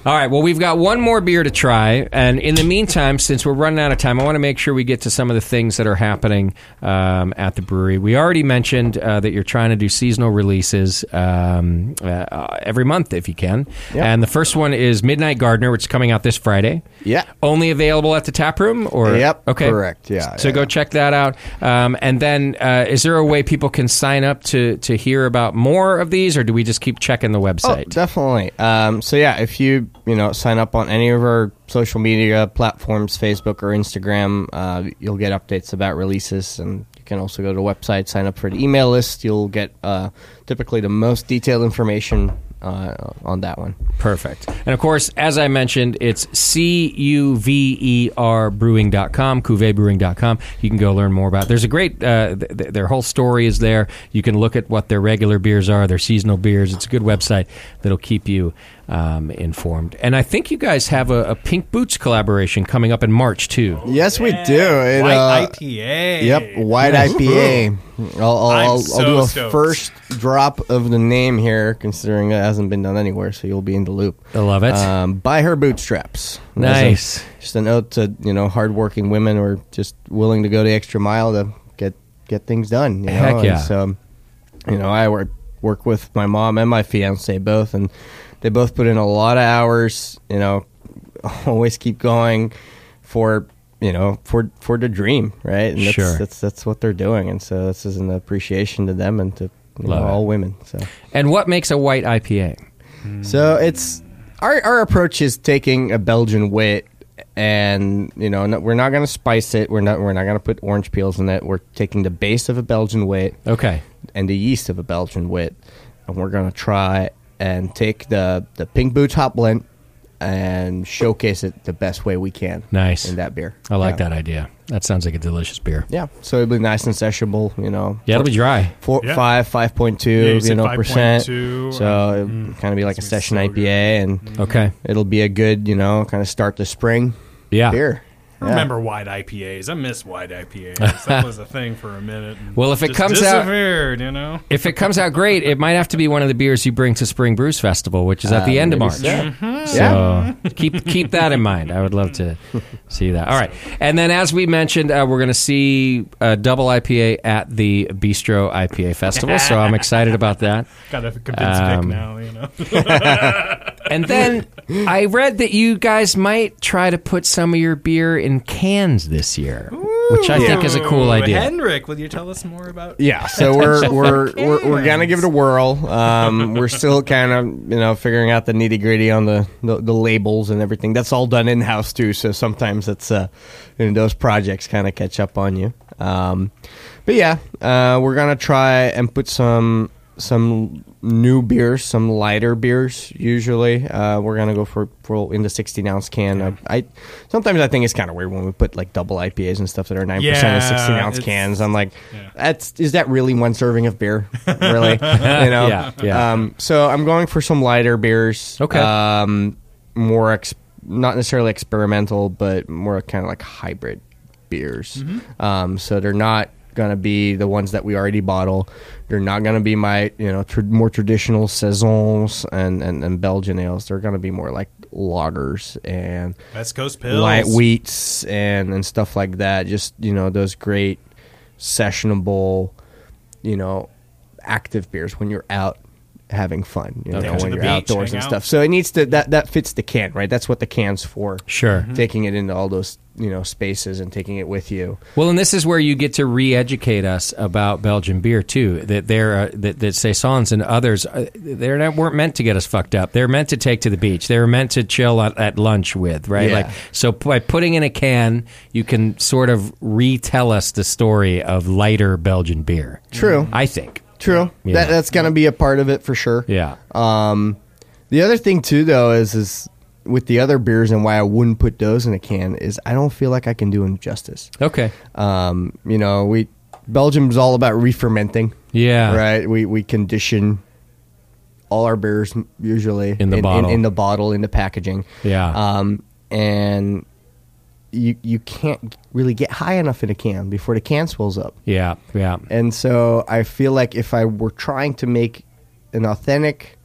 Speaker 1: All right, well, we've got one more beer to try. And in the meantime, since we're running out of time, I want to make sure we get to some of the things that are happening um, at the brewery. We already mentioned uh, that you're trying to do seasonal releases um, uh, uh, every month if you can. And the first one is Midnight Gardener, which is coming out this Friday.
Speaker 2: Yeah.
Speaker 1: Only available at the tap room? Or?
Speaker 2: Yep,
Speaker 1: Okay.
Speaker 2: correct, yeah,
Speaker 1: So
Speaker 2: yeah.
Speaker 1: go check that out. Um, and then, uh, is there a way people can sign up to to hear about more of these, or do we just keep checking the
Speaker 2: Oh,
Speaker 1: website?
Speaker 2: definitely. Um, so yeah, if you you know sign up on any of our social media platforms, Facebook or Instagram, uh, you'll get updates about releases, and you can also go to the website, sign up for the email list. You'll get uh, typically the most detailed information uh, on that one.
Speaker 1: Perfect. And of course, as I mentioned, it's C U V E R brewing.com, cuvebrewing.com. You can go learn more about. There's a great, uh, th- th- their whole story is there. You can look at what their regular beers are, their seasonal beers. It's a good website that'll keep you um, informed. And I think you guys have a, a Pink Boots collaboration coming up in March, too.
Speaker 2: Yes, we do. It,
Speaker 3: White
Speaker 2: uh,
Speaker 3: IPA.
Speaker 2: Yep, White IPA. I'll, I'll,
Speaker 3: I'm
Speaker 2: I'll,
Speaker 3: so
Speaker 2: I'll do a
Speaker 3: stoked.
Speaker 2: first drop of the name here, considering it hasn't been done anywhere, so you'll be in the loop.
Speaker 1: I love it.
Speaker 2: Um, by her bootstraps. As a-
Speaker 1: Nice.
Speaker 2: just a note to you know hardworking women who are just willing to go the extra mile to get get things done. You know?
Speaker 1: Heck
Speaker 2: And
Speaker 1: yeah.
Speaker 2: so, you know, I work work with my mom and my fiance both, and they both put in a lot of hours. You know, always keep going for you know for for the dream, right? And that's,
Speaker 1: Sure.
Speaker 2: That's that's what they're doing, and so this is an appreciation to them and to You
Speaker 1: Love
Speaker 2: know,
Speaker 1: it.
Speaker 2: all women. So,
Speaker 1: And what makes a white IPA?
Speaker 2: so it's our our approach is taking a Belgian wit, and you know no, we're not going to spice it. We're not we're not going to put orange peels in it. We're taking the base of a Belgian wit
Speaker 1: Okay.
Speaker 2: and the yeast of a Belgian wit, and we're going to try and take the the pink boots hop blend and showcase it the best way we can.
Speaker 1: Nice.
Speaker 2: in that beer.
Speaker 1: I like
Speaker 2: Yeah.
Speaker 1: that idea. That sounds like a delicious beer.
Speaker 2: Yeah, so it'll be nice and sessionable. You know.
Speaker 1: Yeah, it'll be dry.
Speaker 2: four,
Speaker 3: Yeah.
Speaker 2: five, five point two,
Speaker 3: you
Speaker 2: you,
Speaker 3: said
Speaker 2: know,
Speaker 3: 5.2,
Speaker 2: percent. So it'll kind of be like a
Speaker 3: It's gonna be Mm.
Speaker 2: session
Speaker 3: so
Speaker 2: IPA,
Speaker 3: good.
Speaker 2: and
Speaker 1: Okay.
Speaker 2: it'll be a good, you know, kind of start the spring
Speaker 1: Yeah.
Speaker 2: beer.
Speaker 3: I remember wide IPAs. I miss wide IPAs. That was a thing for a minute. and
Speaker 1: Well, if it
Speaker 3: just
Speaker 1: comes out-
Speaker 3: disappeared, you know.
Speaker 1: If it comes out great, it might have to be one of the beers you bring to Spring Brews Festival, which is at the end of March.
Speaker 2: Uh, Yeah.
Speaker 1: So keep keep that in mind. I would love to see that. All right, and then as we mentioned, uh, we're going to see a double IPA at the Bistro IPA Festival. So I'm excited about that.
Speaker 3: Got to convince
Speaker 1: Um,
Speaker 3: Dick now, you know.
Speaker 1: And then I read that you guys might try to put some of your beer in cans this year, which I think is a cool
Speaker 3: Ooh,
Speaker 1: idea.
Speaker 3: Henrik, will you tell us more about?
Speaker 2: Yeah, so we're we're, we're we're gonna give it a whirl. Um, we're still kind of you know figuring out the nitty gritty on the, the the labels and everything. That's all done in house too. So sometimes it's uh, you know, those projects kind of catch up on you. Um, but yeah, uh, we're gonna try and put some some new beers, some lighter beers. Usually, uh, we're gonna go for, for in the sixteen ounce can. Uh, I sometimes I think it's kind of weird when we put like double IPAs and stuff that are nine percent in
Speaker 3: Yeah,
Speaker 2: sixteen ounce
Speaker 3: it's-
Speaker 2: cans cans. I'm like, that's is that really one serving of beer? Really? you know?
Speaker 1: Yeah, yeah.
Speaker 2: Um, so I'm going for some lighter beers.
Speaker 1: Okay.
Speaker 2: Um, more ex- not necessarily experimental, but more kind of like hybrid beers.
Speaker 1: Mm-hmm.
Speaker 2: Um, so they're not gonna be the ones that we already bottle. They're not gonna be my you know tr- more traditional saisons and, and and Belgian ales. They're gonna be more like lagers and
Speaker 3: West Coast Pills.
Speaker 2: light wheats and and stuff like that. Just you know those great sessionable, you know, active beers when you're out having fun. You know,
Speaker 3: Down to
Speaker 2: when
Speaker 3: the
Speaker 2: you're
Speaker 3: beach,
Speaker 2: outdoors
Speaker 3: hang
Speaker 2: and
Speaker 3: out.
Speaker 2: stuff. So it needs to that that fits the can right. That's what the can's for.
Speaker 1: Sure.
Speaker 3: Mm-hmm.
Speaker 2: taking it into all those you know spaces and taking it with you.
Speaker 1: Well, and this is where you get to re-educate us about Belgian beer too. That they're uh, that, that saisons and others uh, they're not weren't meant to get us fucked up. They're meant to take to the beach. They're meant to chill at, at lunch with, right?
Speaker 2: Yeah.
Speaker 1: Like so by putting in a can, you can sort of retell us the story of lighter Belgian beer.
Speaker 2: True.
Speaker 1: I think.
Speaker 2: True.
Speaker 1: Yeah.
Speaker 2: That that's gonna be a part of it for sure.
Speaker 1: Yeah.
Speaker 2: Uh, The other thing too, though, is is with the other beers and why I wouldn't put those in a can is I don't feel like I can do them justice.
Speaker 1: okay.
Speaker 2: Um, you know, we Belgium's all about re-fermenting.
Speaker 1: Yeah.
Speaker 2: Right. We we condition all our beers m- usually
Speaker 1: In the bottle.
Speaker 2: in, the bottle, in the packaging.
Speaker 1: Yeah.
Speaker 2: Um, and you you can't really get high enough in a can before the can swells up.
Speaker 1: Yeah. Yeah.
Speaker 2: And so I feel like if I were trying to make an authentic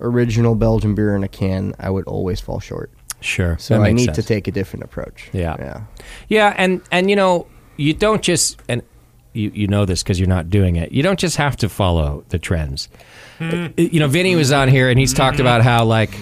Speaker 2: original Belgian beer in a can, I would always fall short.
Speaker 1: Sure.
Speaker 2: So
Speaker 1: That
Speaker 2: I
Speaker 1: makes
Speaker 2: need
Speaker 1: sense.
Speaker 2: to take a different approach.
Speaker 1: Yeah.
Speaker 2: Yeah.
Speaker 1: Yeah, and and you know, you don't just and you you know this because you're not doing it. You don't just have to follow the trends.
Speaker 3: Mm-hmm.
Speaker 1: Uh, You know, Vinny was on here and he's talked about how like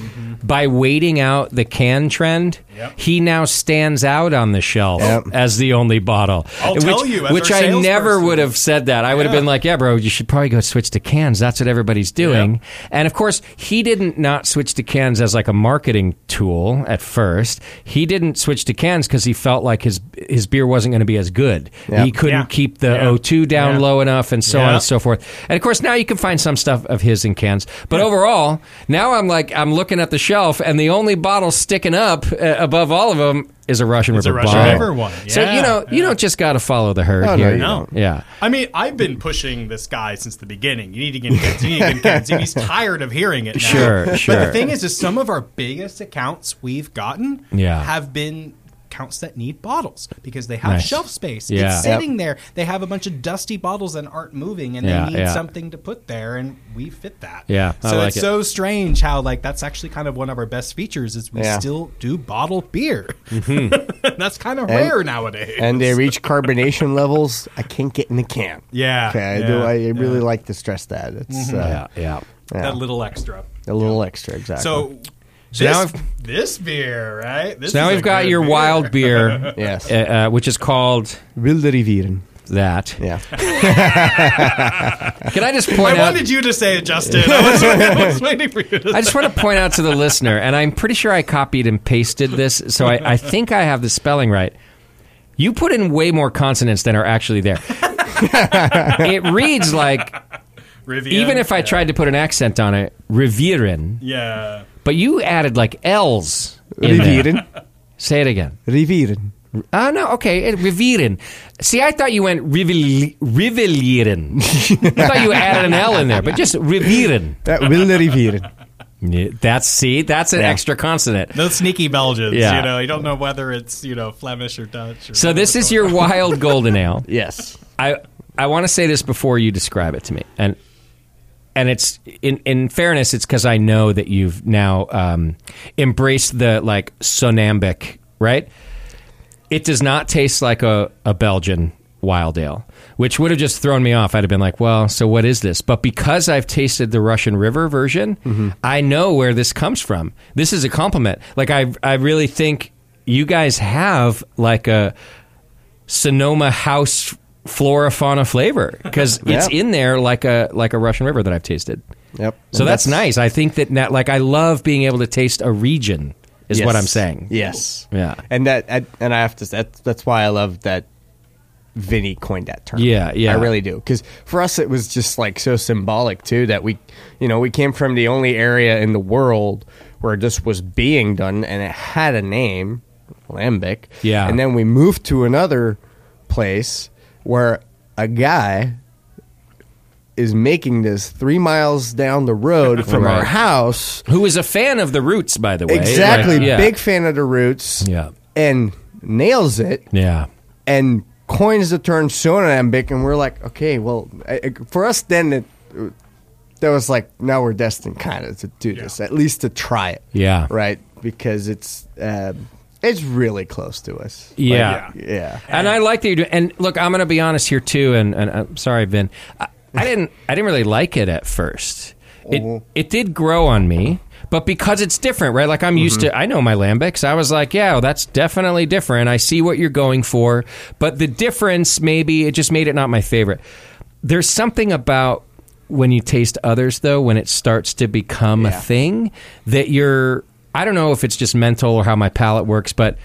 Speaker 1: by waiting out the can trend, he now stands out on the shelf
Speaker 2: Yep.
Speaker 1: as the only bottle.
Speaker 3: I'll
Speaker 1: which,
Speaker 3: tell you, as
Speaker 1: which
Speaker 3: our
Speaker 1: I never
Speaker 3: salesperson.
Speaker 1: would have said that. I would have been like, "Yeah, bro, you should probably go switch to cans. That's what everybody's doing." And of course, he didn't not switch to cans as like a marketing tool at first. He didn't switch to cans because he felt like his his beer wasn't going to be as good.
Speaker 2: Yeah.
Speaker 1: He couldn't
Speaker 3: Yeah.
Speaker 1: keep the
Speaker 3: Yeah.
Speaker 1: O2 down
Speaker 3: Yeah.
Speaker 1: low enough, and so on
Speaker 3: Yeah.
Speaker 1: and so forth. And of course, now you can find some stuff of his in cans. But overall, now I'm like I'm looking at the shelf, and the only bottle sticking up uh, above all of them is a Russian
Speaker 3: It's a
Speaker 1: River
Speaker 3: Russian
Speaker 1: bottle.
Speaker 3: River one.
Speaker 1: So you
Speaker 3: Yeah.
Speaker 1: know you
Speaker 3: Yeah.
Speaker 1: don't just got to follow the herd
Speaker 2: Oh, no,
Speaker 1: here.
Speaker 2: you
Speaker 3: No. don't.
Speaker 1: Yeah.
Speaker 3: I mean, I've been pushing this guy since the beginning. You need to get kids. You need to get kids. And he's tired of hearing it. Now.
Speaker 1: Sure,
Speaker 3: But
Speaker 1: sure.
Speaker 3: the thing is, is some of our biggest accounts we've gotten
Speaker 1: Yeah.
Speaker 3: have been accounts that need bottles because they have
Speaker 1: Nice.
Speaker 3: shelf space.
Speaker 1: Yeah.
Speaker 3: It's
Speaker 2: Yep.
Speaker 3: sitting there. They have a bunch of dusty bottles that aren't moving, and
Speaker 1: Yeah,
Speaker 3: they need
Speaker 1: yeah.
Speaker 3: something to put there, and we fit that.
Speaker 1: Yeah, I
Speaker 3: So
Speaker 1: like
Speaker 3: it's
Speaker 1: it.
Speaker 3: so strange how like that's actually kind of one of our best features is we
Speaker 2: Yeah.
Speaker 3: still do bottled beer.
Speaker 1: Mm-hmm.
Speaker 3: that's kind of rare nowadays.
Speaker 2: and they reach carbonation levels I can't get in the can.
Speaker 3: Yeah,
Speaker 2: Okay, I do.
Speaker 3: yeah, Mm-hmm.
Speaker 2: I really like to stress that. It's
Speaker 1: Yeah,
Speaker 2: uh,
Speaker 1: yeah.
Speaker 3: that little extra.
Speaker 2: a little extra, exactly.
Speaker 3: So,
Speaker 1: So
Speaker 3: this,
Speaker 1: now I've-
Speaker 3: this beer, right? This
Speaker 1: So now
Speaker 3: is a
Speaker 1: we've got
Speaker 3: good
Speaker 1: your
Speaker 3: beer.
Speaker 1: wild beer,
Speaker 2: yes,
Speaker 1: uh, uh, which is called
Speaker 2: Wilde Rivieren.
Speaker 1: that.
Speaker 2: Yeah.
Speaker 1: Can I just point
Speaker 3: I
Speaker 1: out?
Speaker 3: wanted you to say it, Justin. I was, I was waiting for you to
Speaker 1: I just want to point out to the listener, and I'm pretty sure I copied and pasted this, so I, I think I have the spelling right. You put in way more consonants than are actually there. it reads like,
Speaker 3: Rivian.
Speaker 1: even if I tried to put an accent on it, Rivieren,
Speaker 3: Yeah.
Speaker 1: but you added like L's. in there.
Speaker 2: Revieren.
Speaker 1: Say it again.
Speaker 2: Revieren.
Speaker 1: Oh, no, okay. it- Rivieren. See, I thought you went Rivil- Rivieren. I thought you added an L in there, but just Rivieren.
Speaker 2: That will Revieren.
Speaker 1: Yeah, That's, see, that's an extra consonant.
Speaker 3: Those sneaky Belgians,
Speaker 1: Yeah.
Speaker 3: you know, you don't know whether it's, you know, Flemish or Dutch. Or
Speaker 1: So this is your wild golden ale.
Speaker 2: Yes.
Speaker 1: I I want to say this before you describe it to me, and and it's in in fairness, it's because I know that you've now um, embraced the like sonambic, right? It does not taste like a, a Belgian wild ale, which would have just thrown me off. I'd have been like, well, so what is this? But because I've tasted the Russian River version,
Speaker 2: Mm-hmm.
Speaker 1: I know where this comes from. This is a compliment. Like I I really think you guys have like a Sonoma house flora fauna flavor because it's
Speaker 2: Yeah.
Speaker 1: in there like a like a Russian river that I've tasted.
Speaker 2: Yep.
Speaker 1: So
Speaker 2: And
Speaker 1: that's, nice. I think that now, like I love being able to taste a region is what
Speaker 2: Yes.
Speaker 1: I'm saying.
Speaker 2: Yes.
Speaker 1: Yeah.
Speaker 2: And that I- and I have to that that's why I love that Vinny coined that term.
Speaker 1: Yeah, yeah.
Speaker 2: I really do. Cuz for us it was just like so symbolic too that we you know, we came from the only area in the world where this was being done and it had a name, Lambic.
Speaker 1: Yeah.
Speaker 2: And then we moved to another place where a guy is making this 3 miles down the road from our
Speaker 1: Right.
Speaker 2: house.
Speaker 1: Who is a fan of the roots, by the way?
Speaker 2: Exactly.
Speaker 1: Like, yeah.
Speaker 2: Big fan of the roots.
Speaker 1: Yeah.
Speaker 2: And nails it
Speaker 1: Yeah.
Speaker 2: and coins the term sonambic. And we're like, okay, well, I, I- for us then, it, that was like, now we're destined kind of to do this, at least to try it.
Speaker 1: Yeah.
Speaker 2: Right? Because it's, um, it's really close to us. Like,
Speaker 1: Yeah.
Speaker 2: yeah.
Speaker 1: And I like that you do. And look, I'm going to be honest here too. And, and I'm sorry, Vin. I, I didn't. I didn't really like it at first. It it did grow on me, but because it's different, right? Like I'm used to. I know my lambics. I was like, yeah, well, that's definitely different. I see what you're going for, but the difference maybe it just made it not my favorite. There's something about when you taste others though when it starts to become a thing that you're i don't know if it's just mental or how my palate works but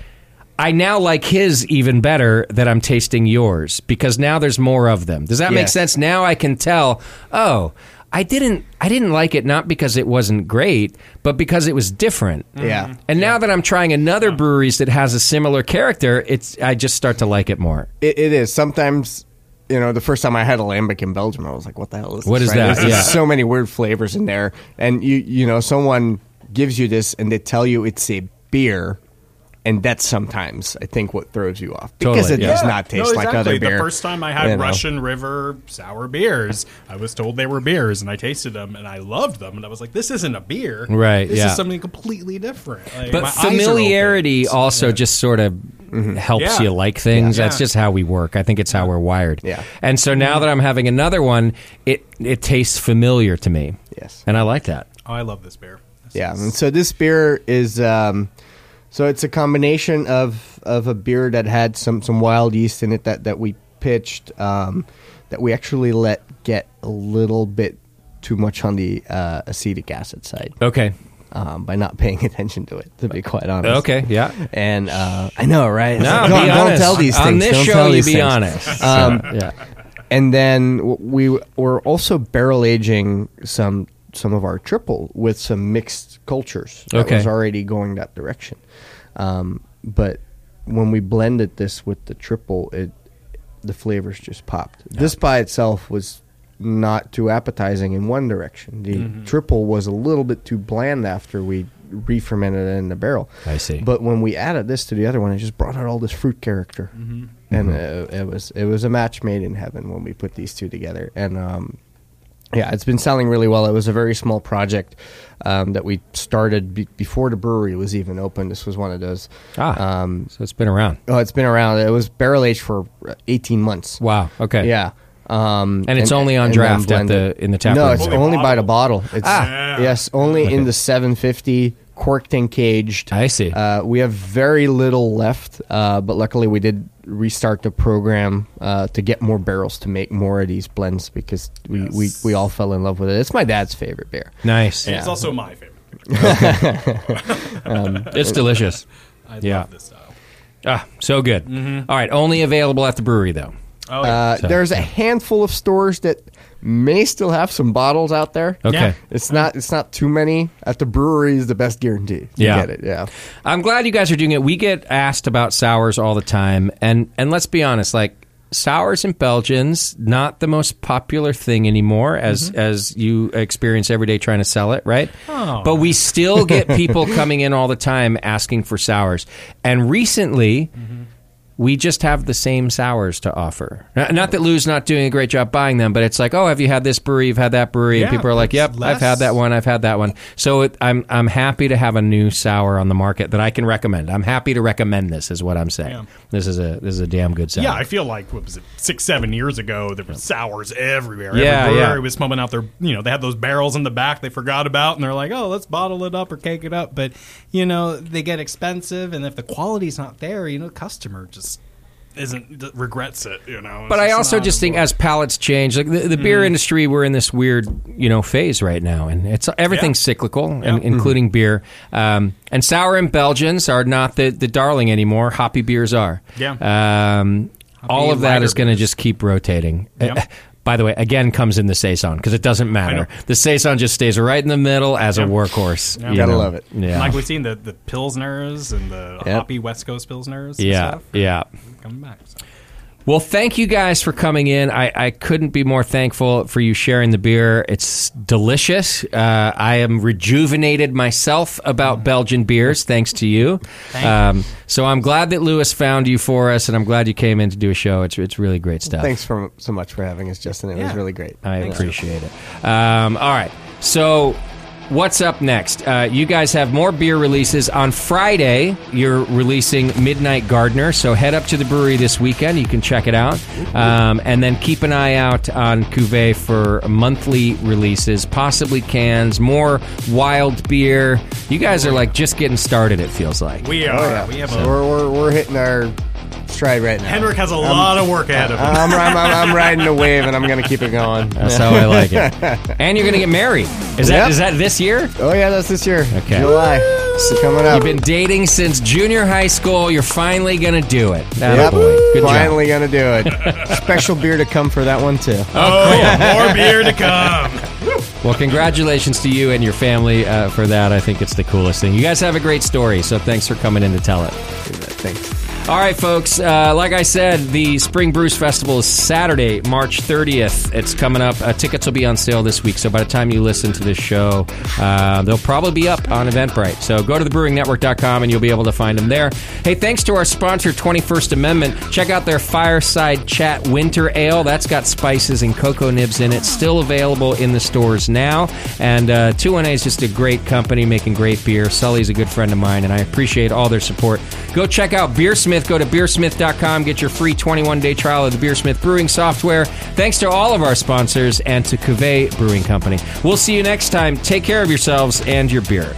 Speaker 1: I now like his even better that I'm tasting yours because now there's more of them. Does that make
Speaker 2: Yes.
Speaker 1: sense? Now I can tell, oh, I didn't I didn't like it not because it wasn't great, but because it was different.
Speaker 2: Yeah. Mhm.
Speaker 1: And now that I'm trying another breweries that has a similar character, it's I just start to like it more.
Speaker 2: It, it is. Sometimes, you know, the first time I had a lambic in Belgium, I was like, "What the hell is
Speaker 1: What
Speaker 2: this?"
Speaker 1: is that?
Speaker 2: There's
Speaker 1: Yeah.
Speaker 2: just so many weird flavors in there, and you you know, someone gives you this and they tell you it's a beer. And that's sometimes I think what throws you off because
Speaker 1: Totally,
Speaker 2: it
Speaker 1: yeah.
Speaker 2: does not taste
Speaker 3: no, exactly.
Speaker 2: like other beer.
Speaker 3: The first time I
Speaker 2: you
Speaker 3: had
Speaker 2: know.
Speaker 3: Russian River sour beers, I was told they were beers, and I tasted them, and I loved them, and I was like, "This isn't a beer,
Speaker 1: Right,
Speaker 3: This
Speaker 1: yeah.
Speaker 3: is something completely different." Like,
Speaker 1: But
Speaker 3: my eyes are
Speaker 1: familiarity
Speaker 3: opened.
Speaker 1: also just sort of helps
Speaker 3: Yeah.
Speaker 1: you like things.
Speaker 3: Yeah.
Speaker 1: That's just how we work. I think it's how we're wired.
Speaker 2: Mm-hmm. Yeah. Mm-hmm.
Speaker 1: And so now that I'm having another one, it it tastes familiar to me.
Speaker 2: Yes.
Speaker 1: And I like that.
Speaker 3: Oh, I love this beer. This
Speaker 2: Yeah,
Speaker 3: is-
Speaker 2: and so this beer is um, so it's a combination of of a beer that had some some wild yeast in it that that we pitched um, that we actually let get a little bit too much on the uh, acetic acid side
Speaker 1: Okay.
Speaker 2: um, by not paying attention to it. To be quite honest.
Speaker 1: Okay, yeah.
Speaker 2: And uh, I know, right? It's
Speaker 1: No,
Speaker 2: like,
Speaker 1: be
Speaker 2: don't, don't
Speaker 1: honest.
Speaker 2: tell these
Speaker 1: On
Speaker 2: things.
Speaker 1: this
Speaker 2: don't
Speaker 1: show,
Speaker 2: tell
Speaker 1: you
Speaker 2: these
Speaker 1: be
Speaker 2: things.
Speaker 1: honest.
Speaker 2: Um,
Speaker 1: Yeah.
Speaker 2: and then w- we w- were also barrel aging some some of our triple with some mixed cultures that
Speaker 1: Okay.
Speaker 2: was already going that direction. Um, but when we blended this with the triple, it the flavors just popped. This by itself was not too appetizing in one direction. The
Speaker 1: Mm-hmm.
Speaker 2: triple was a little bit too bland after we re-fermented it in the barrel.
Speaker 1: I see.
Speaker 2: But when we added this to the other one, it just brought out all this fruit character,
Speaker 1: Mm-hmm.
Speaker 2: and uh, it was it was a match made in heaven when we put these two together. And um, yeah, it's been selling really well. It was a very small project um, that we started be- before the brewery was even open. This was one of those.
Speaker 1: Ah,
Speaker 2: Um,
Speaker 1: so it's been around.
Speaker 2: oh, it's been around. It was barrel aged for uh, eighteen months.
Speaker 1: Wow. Okay.
Speaker 2: Yeah. Um,
Speaker 1: And it's only on
Speaker 2: and then
Speaker 1: draft at
Speaker 2: blended.
Speaker 1: the- in the tap Ah.
Speaker 2: No,
Speaker 1: room.
Speaker 2: it's
Speaker 1: Only
Speaker 2: only by the
Speaker 3: bottle.
Speaker 2: bottle. It's yes, only in the 750 corked and caged.
Speaker 1: I see.
Speaker 2: Uh, we have very little left, uh, but luckily we did restart the program uh, to get more barrels to make more of these blends because we, we, we all fell in love with it. It's my dad's favorite beer.
Speaker 1: Nice.
Speaker 3: It's also my favorite.
Speaker 1: It's delicious.
Speaker 3: I
Speaker 1: Yeah.
Speaker 3: love this style.
Speaker 1: Ah, so good. All right, only available at the brewery though.
Speaker 3: Oh, yeah.
Speaker 2: Uh, there's a handful of stores that may still have some bottles out there.
Speaker 1: Okay. Yeah.
Speaker 2: It's not it's not too many. At the brewery is the best guarantee. You
Speaker 1: Yeah.
Speaker 2: get it. Yeah.
Speaker 1: I'm glad you guys are doing it. We get asked about sours all the time, and and let's be honest, like sours in Belgians, not the most popular thing anymore, as
Speaker 3: Mm-hmm.
Speaker 1: as you experience every day trying to sell it, right?
Speaker 3: Oh.
Speaker 1: But we still get people coming in all the time asking for sours, and recently.
Speaker 3: Mm-hmm.
Speaker 1: We just have the same sours to offer. Not not that Lou's not doing a great job buying them, but it's like, oh, have you had this brewery? You've had that brewery, and
Speaker 3: Yeah,
Speaker 1: people are like,
Speaker 3: it's
Speaker 1: yep, I've had
Speaker 3: less.
Speaker 1: that one one. I've had that one. So it, I'm I'm happy to have a new sour on the market that I can recommend. I'm happy to recommend this. Is what I'm saying.
Speaker 3: Yeah.
Speaker 1: This is a this is a damn good sour.
Speaker 3: Yeah, I feel like what was it six, seven years ago? There were sours everywhere.
Speaker 1: Yeah,
Speaker 3: Every
Speaker 1: yeah.
Speaker 3: brewery was pumping out their, you know, they had those barrels in the back they forgot about, and they're like, oh, let's bottle it up or cake it up. But you know, they get expensive, and if the quality's not there, you know, the customer just isn't d- regrets it. You know, It's
Speaker 1: but I also
Speaker 3: not
Speaker 1: just think
Speaker 3: anymore.
Speaker 1: as palates change, like the, the
Speaker 3: Hmm.
Speaker 1: beer industry, we're in this weird you know phase right now, and it's everything's cyclical, and,
Speaker 3: Hmm.
Speaker 1: including beer. Um, and sour and Belgians are not the the darling anymore. Hoppy beers are.
Speaker 3: Yeah.
Speaker 1: Um, all of that
Speaker 3: lager
Speaker 1: is going to just keep rotating.
Speaker 3: Yep.
Speaker 1: Uh, By the way, again comes in the saison because it doesn't matter. The saison just stays right in the middle as a workhorse. you
Speaker 2: Gotta love it.
Speaker 1: Yeah.
Speaker 3: like we've seen the the pilsners and the hoppy West Coast pilsners. and
Speaker 1: yeah,
Speaker 3: stuff
Speaker 1: yeah.
Speaker 3: coming back. so.
Speaker 1: Well, thank you guys for coming in. I, I couldn't be more thankful for you sharing the beer. It's delicious. Uh, I am rejuvenated myself about Belgian beers thanks to you. Um, so I'm glad that Lewis found you for us, and I'm glad you came in to do a show. It's it's really great stuff.
Speaker 2: Thanks for, so much for having us, Justin. It was
Speaker 3: Yeah.
Speaker 2: really great.
Speaker 1: I appreciate it. Um, all right. So, what's up next? Uh, you guys have more beer releases. On Friday, you're releasing Midnight Gardener. So, head up to the brewery this weekend. You can check it out. Um, and then keep an eye out on Cuvée for monthly releases, possibly cans, more wild beer. You guys are like just getting started, it feels like.
Speaker 3: We are. We have a.
Speaker 2: We're, we're, we're hitting our stride right now.
Speaker 3: Henrik has a lot of work ahead of him.
Speaker 2: I'm, I'm, I'm, I'm riding the wave and I'm going to keep it going.
Speaker 1: That's how I like it. And you're going to get married. Is that
Speaker 2: Yep.
Speaker 1: is that this year?
Speaker 2: Oh, yeah, that's this year.
Speaker 1: Okay.
Speaker 2: July. It's coming up.
Speaker 1: You've been dating since junior high school. You're finally gonna do it. That
Speaker 2: Yep.
Speaker 1: boy. Good job.
Speaker 2: Finally going to do it. Special beer to come for that one, too.
Speaker 3: Oh, more beer to come.
Speaker 1: Well, congratulations to you and your family uh, for that. I think it's the coolest thing. You guys have a great story, so thanks for coming in to tell it.
Speaker 2: Thanks.
Speaker 1: All right, folks. Uh, like I said, the Spring Brews Festival is Saturday, March 30th. It's coming up. Uh, tickets will be on sale this week, so by the time you listen to this show, uh, they'll probably be up on Eventbrite. So go to thebrewingnetwork.com and you'll be able to find them there. Hey, thanks to our sponsor, 21st Amendment. Check out their Fireside Chat Winter Ale. That's got spices and cocoa nibs in it. Still available in the stores now. And uh, 2NA is just a great company making great beer. Sully's a good friend of mine, and I appreciate all their support. Go check out Beersmith. Go to beersmith.com. Get your free 21 day trial of the Beersmith Brewing software. Thanks to all of our sponsors and to Cuvée Brewing Company. We'll see you next time. Take care of yourselves and your beer.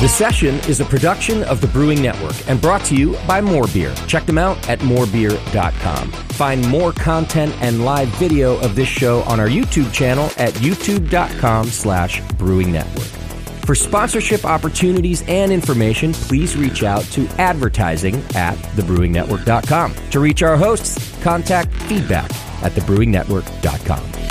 Speaker 5: The Session is a production of the Brewing Network and brought to you by More Beer. Check them out at morebeer.com. Find more content and live video of this show on our YouTube channel at youtube.com slash brewing network. For sponsorship opportunities and information, please reach out to advertising at thebrewingnetwork.com. To reach our hosts, contact feedback at thebrewingnetwork.com.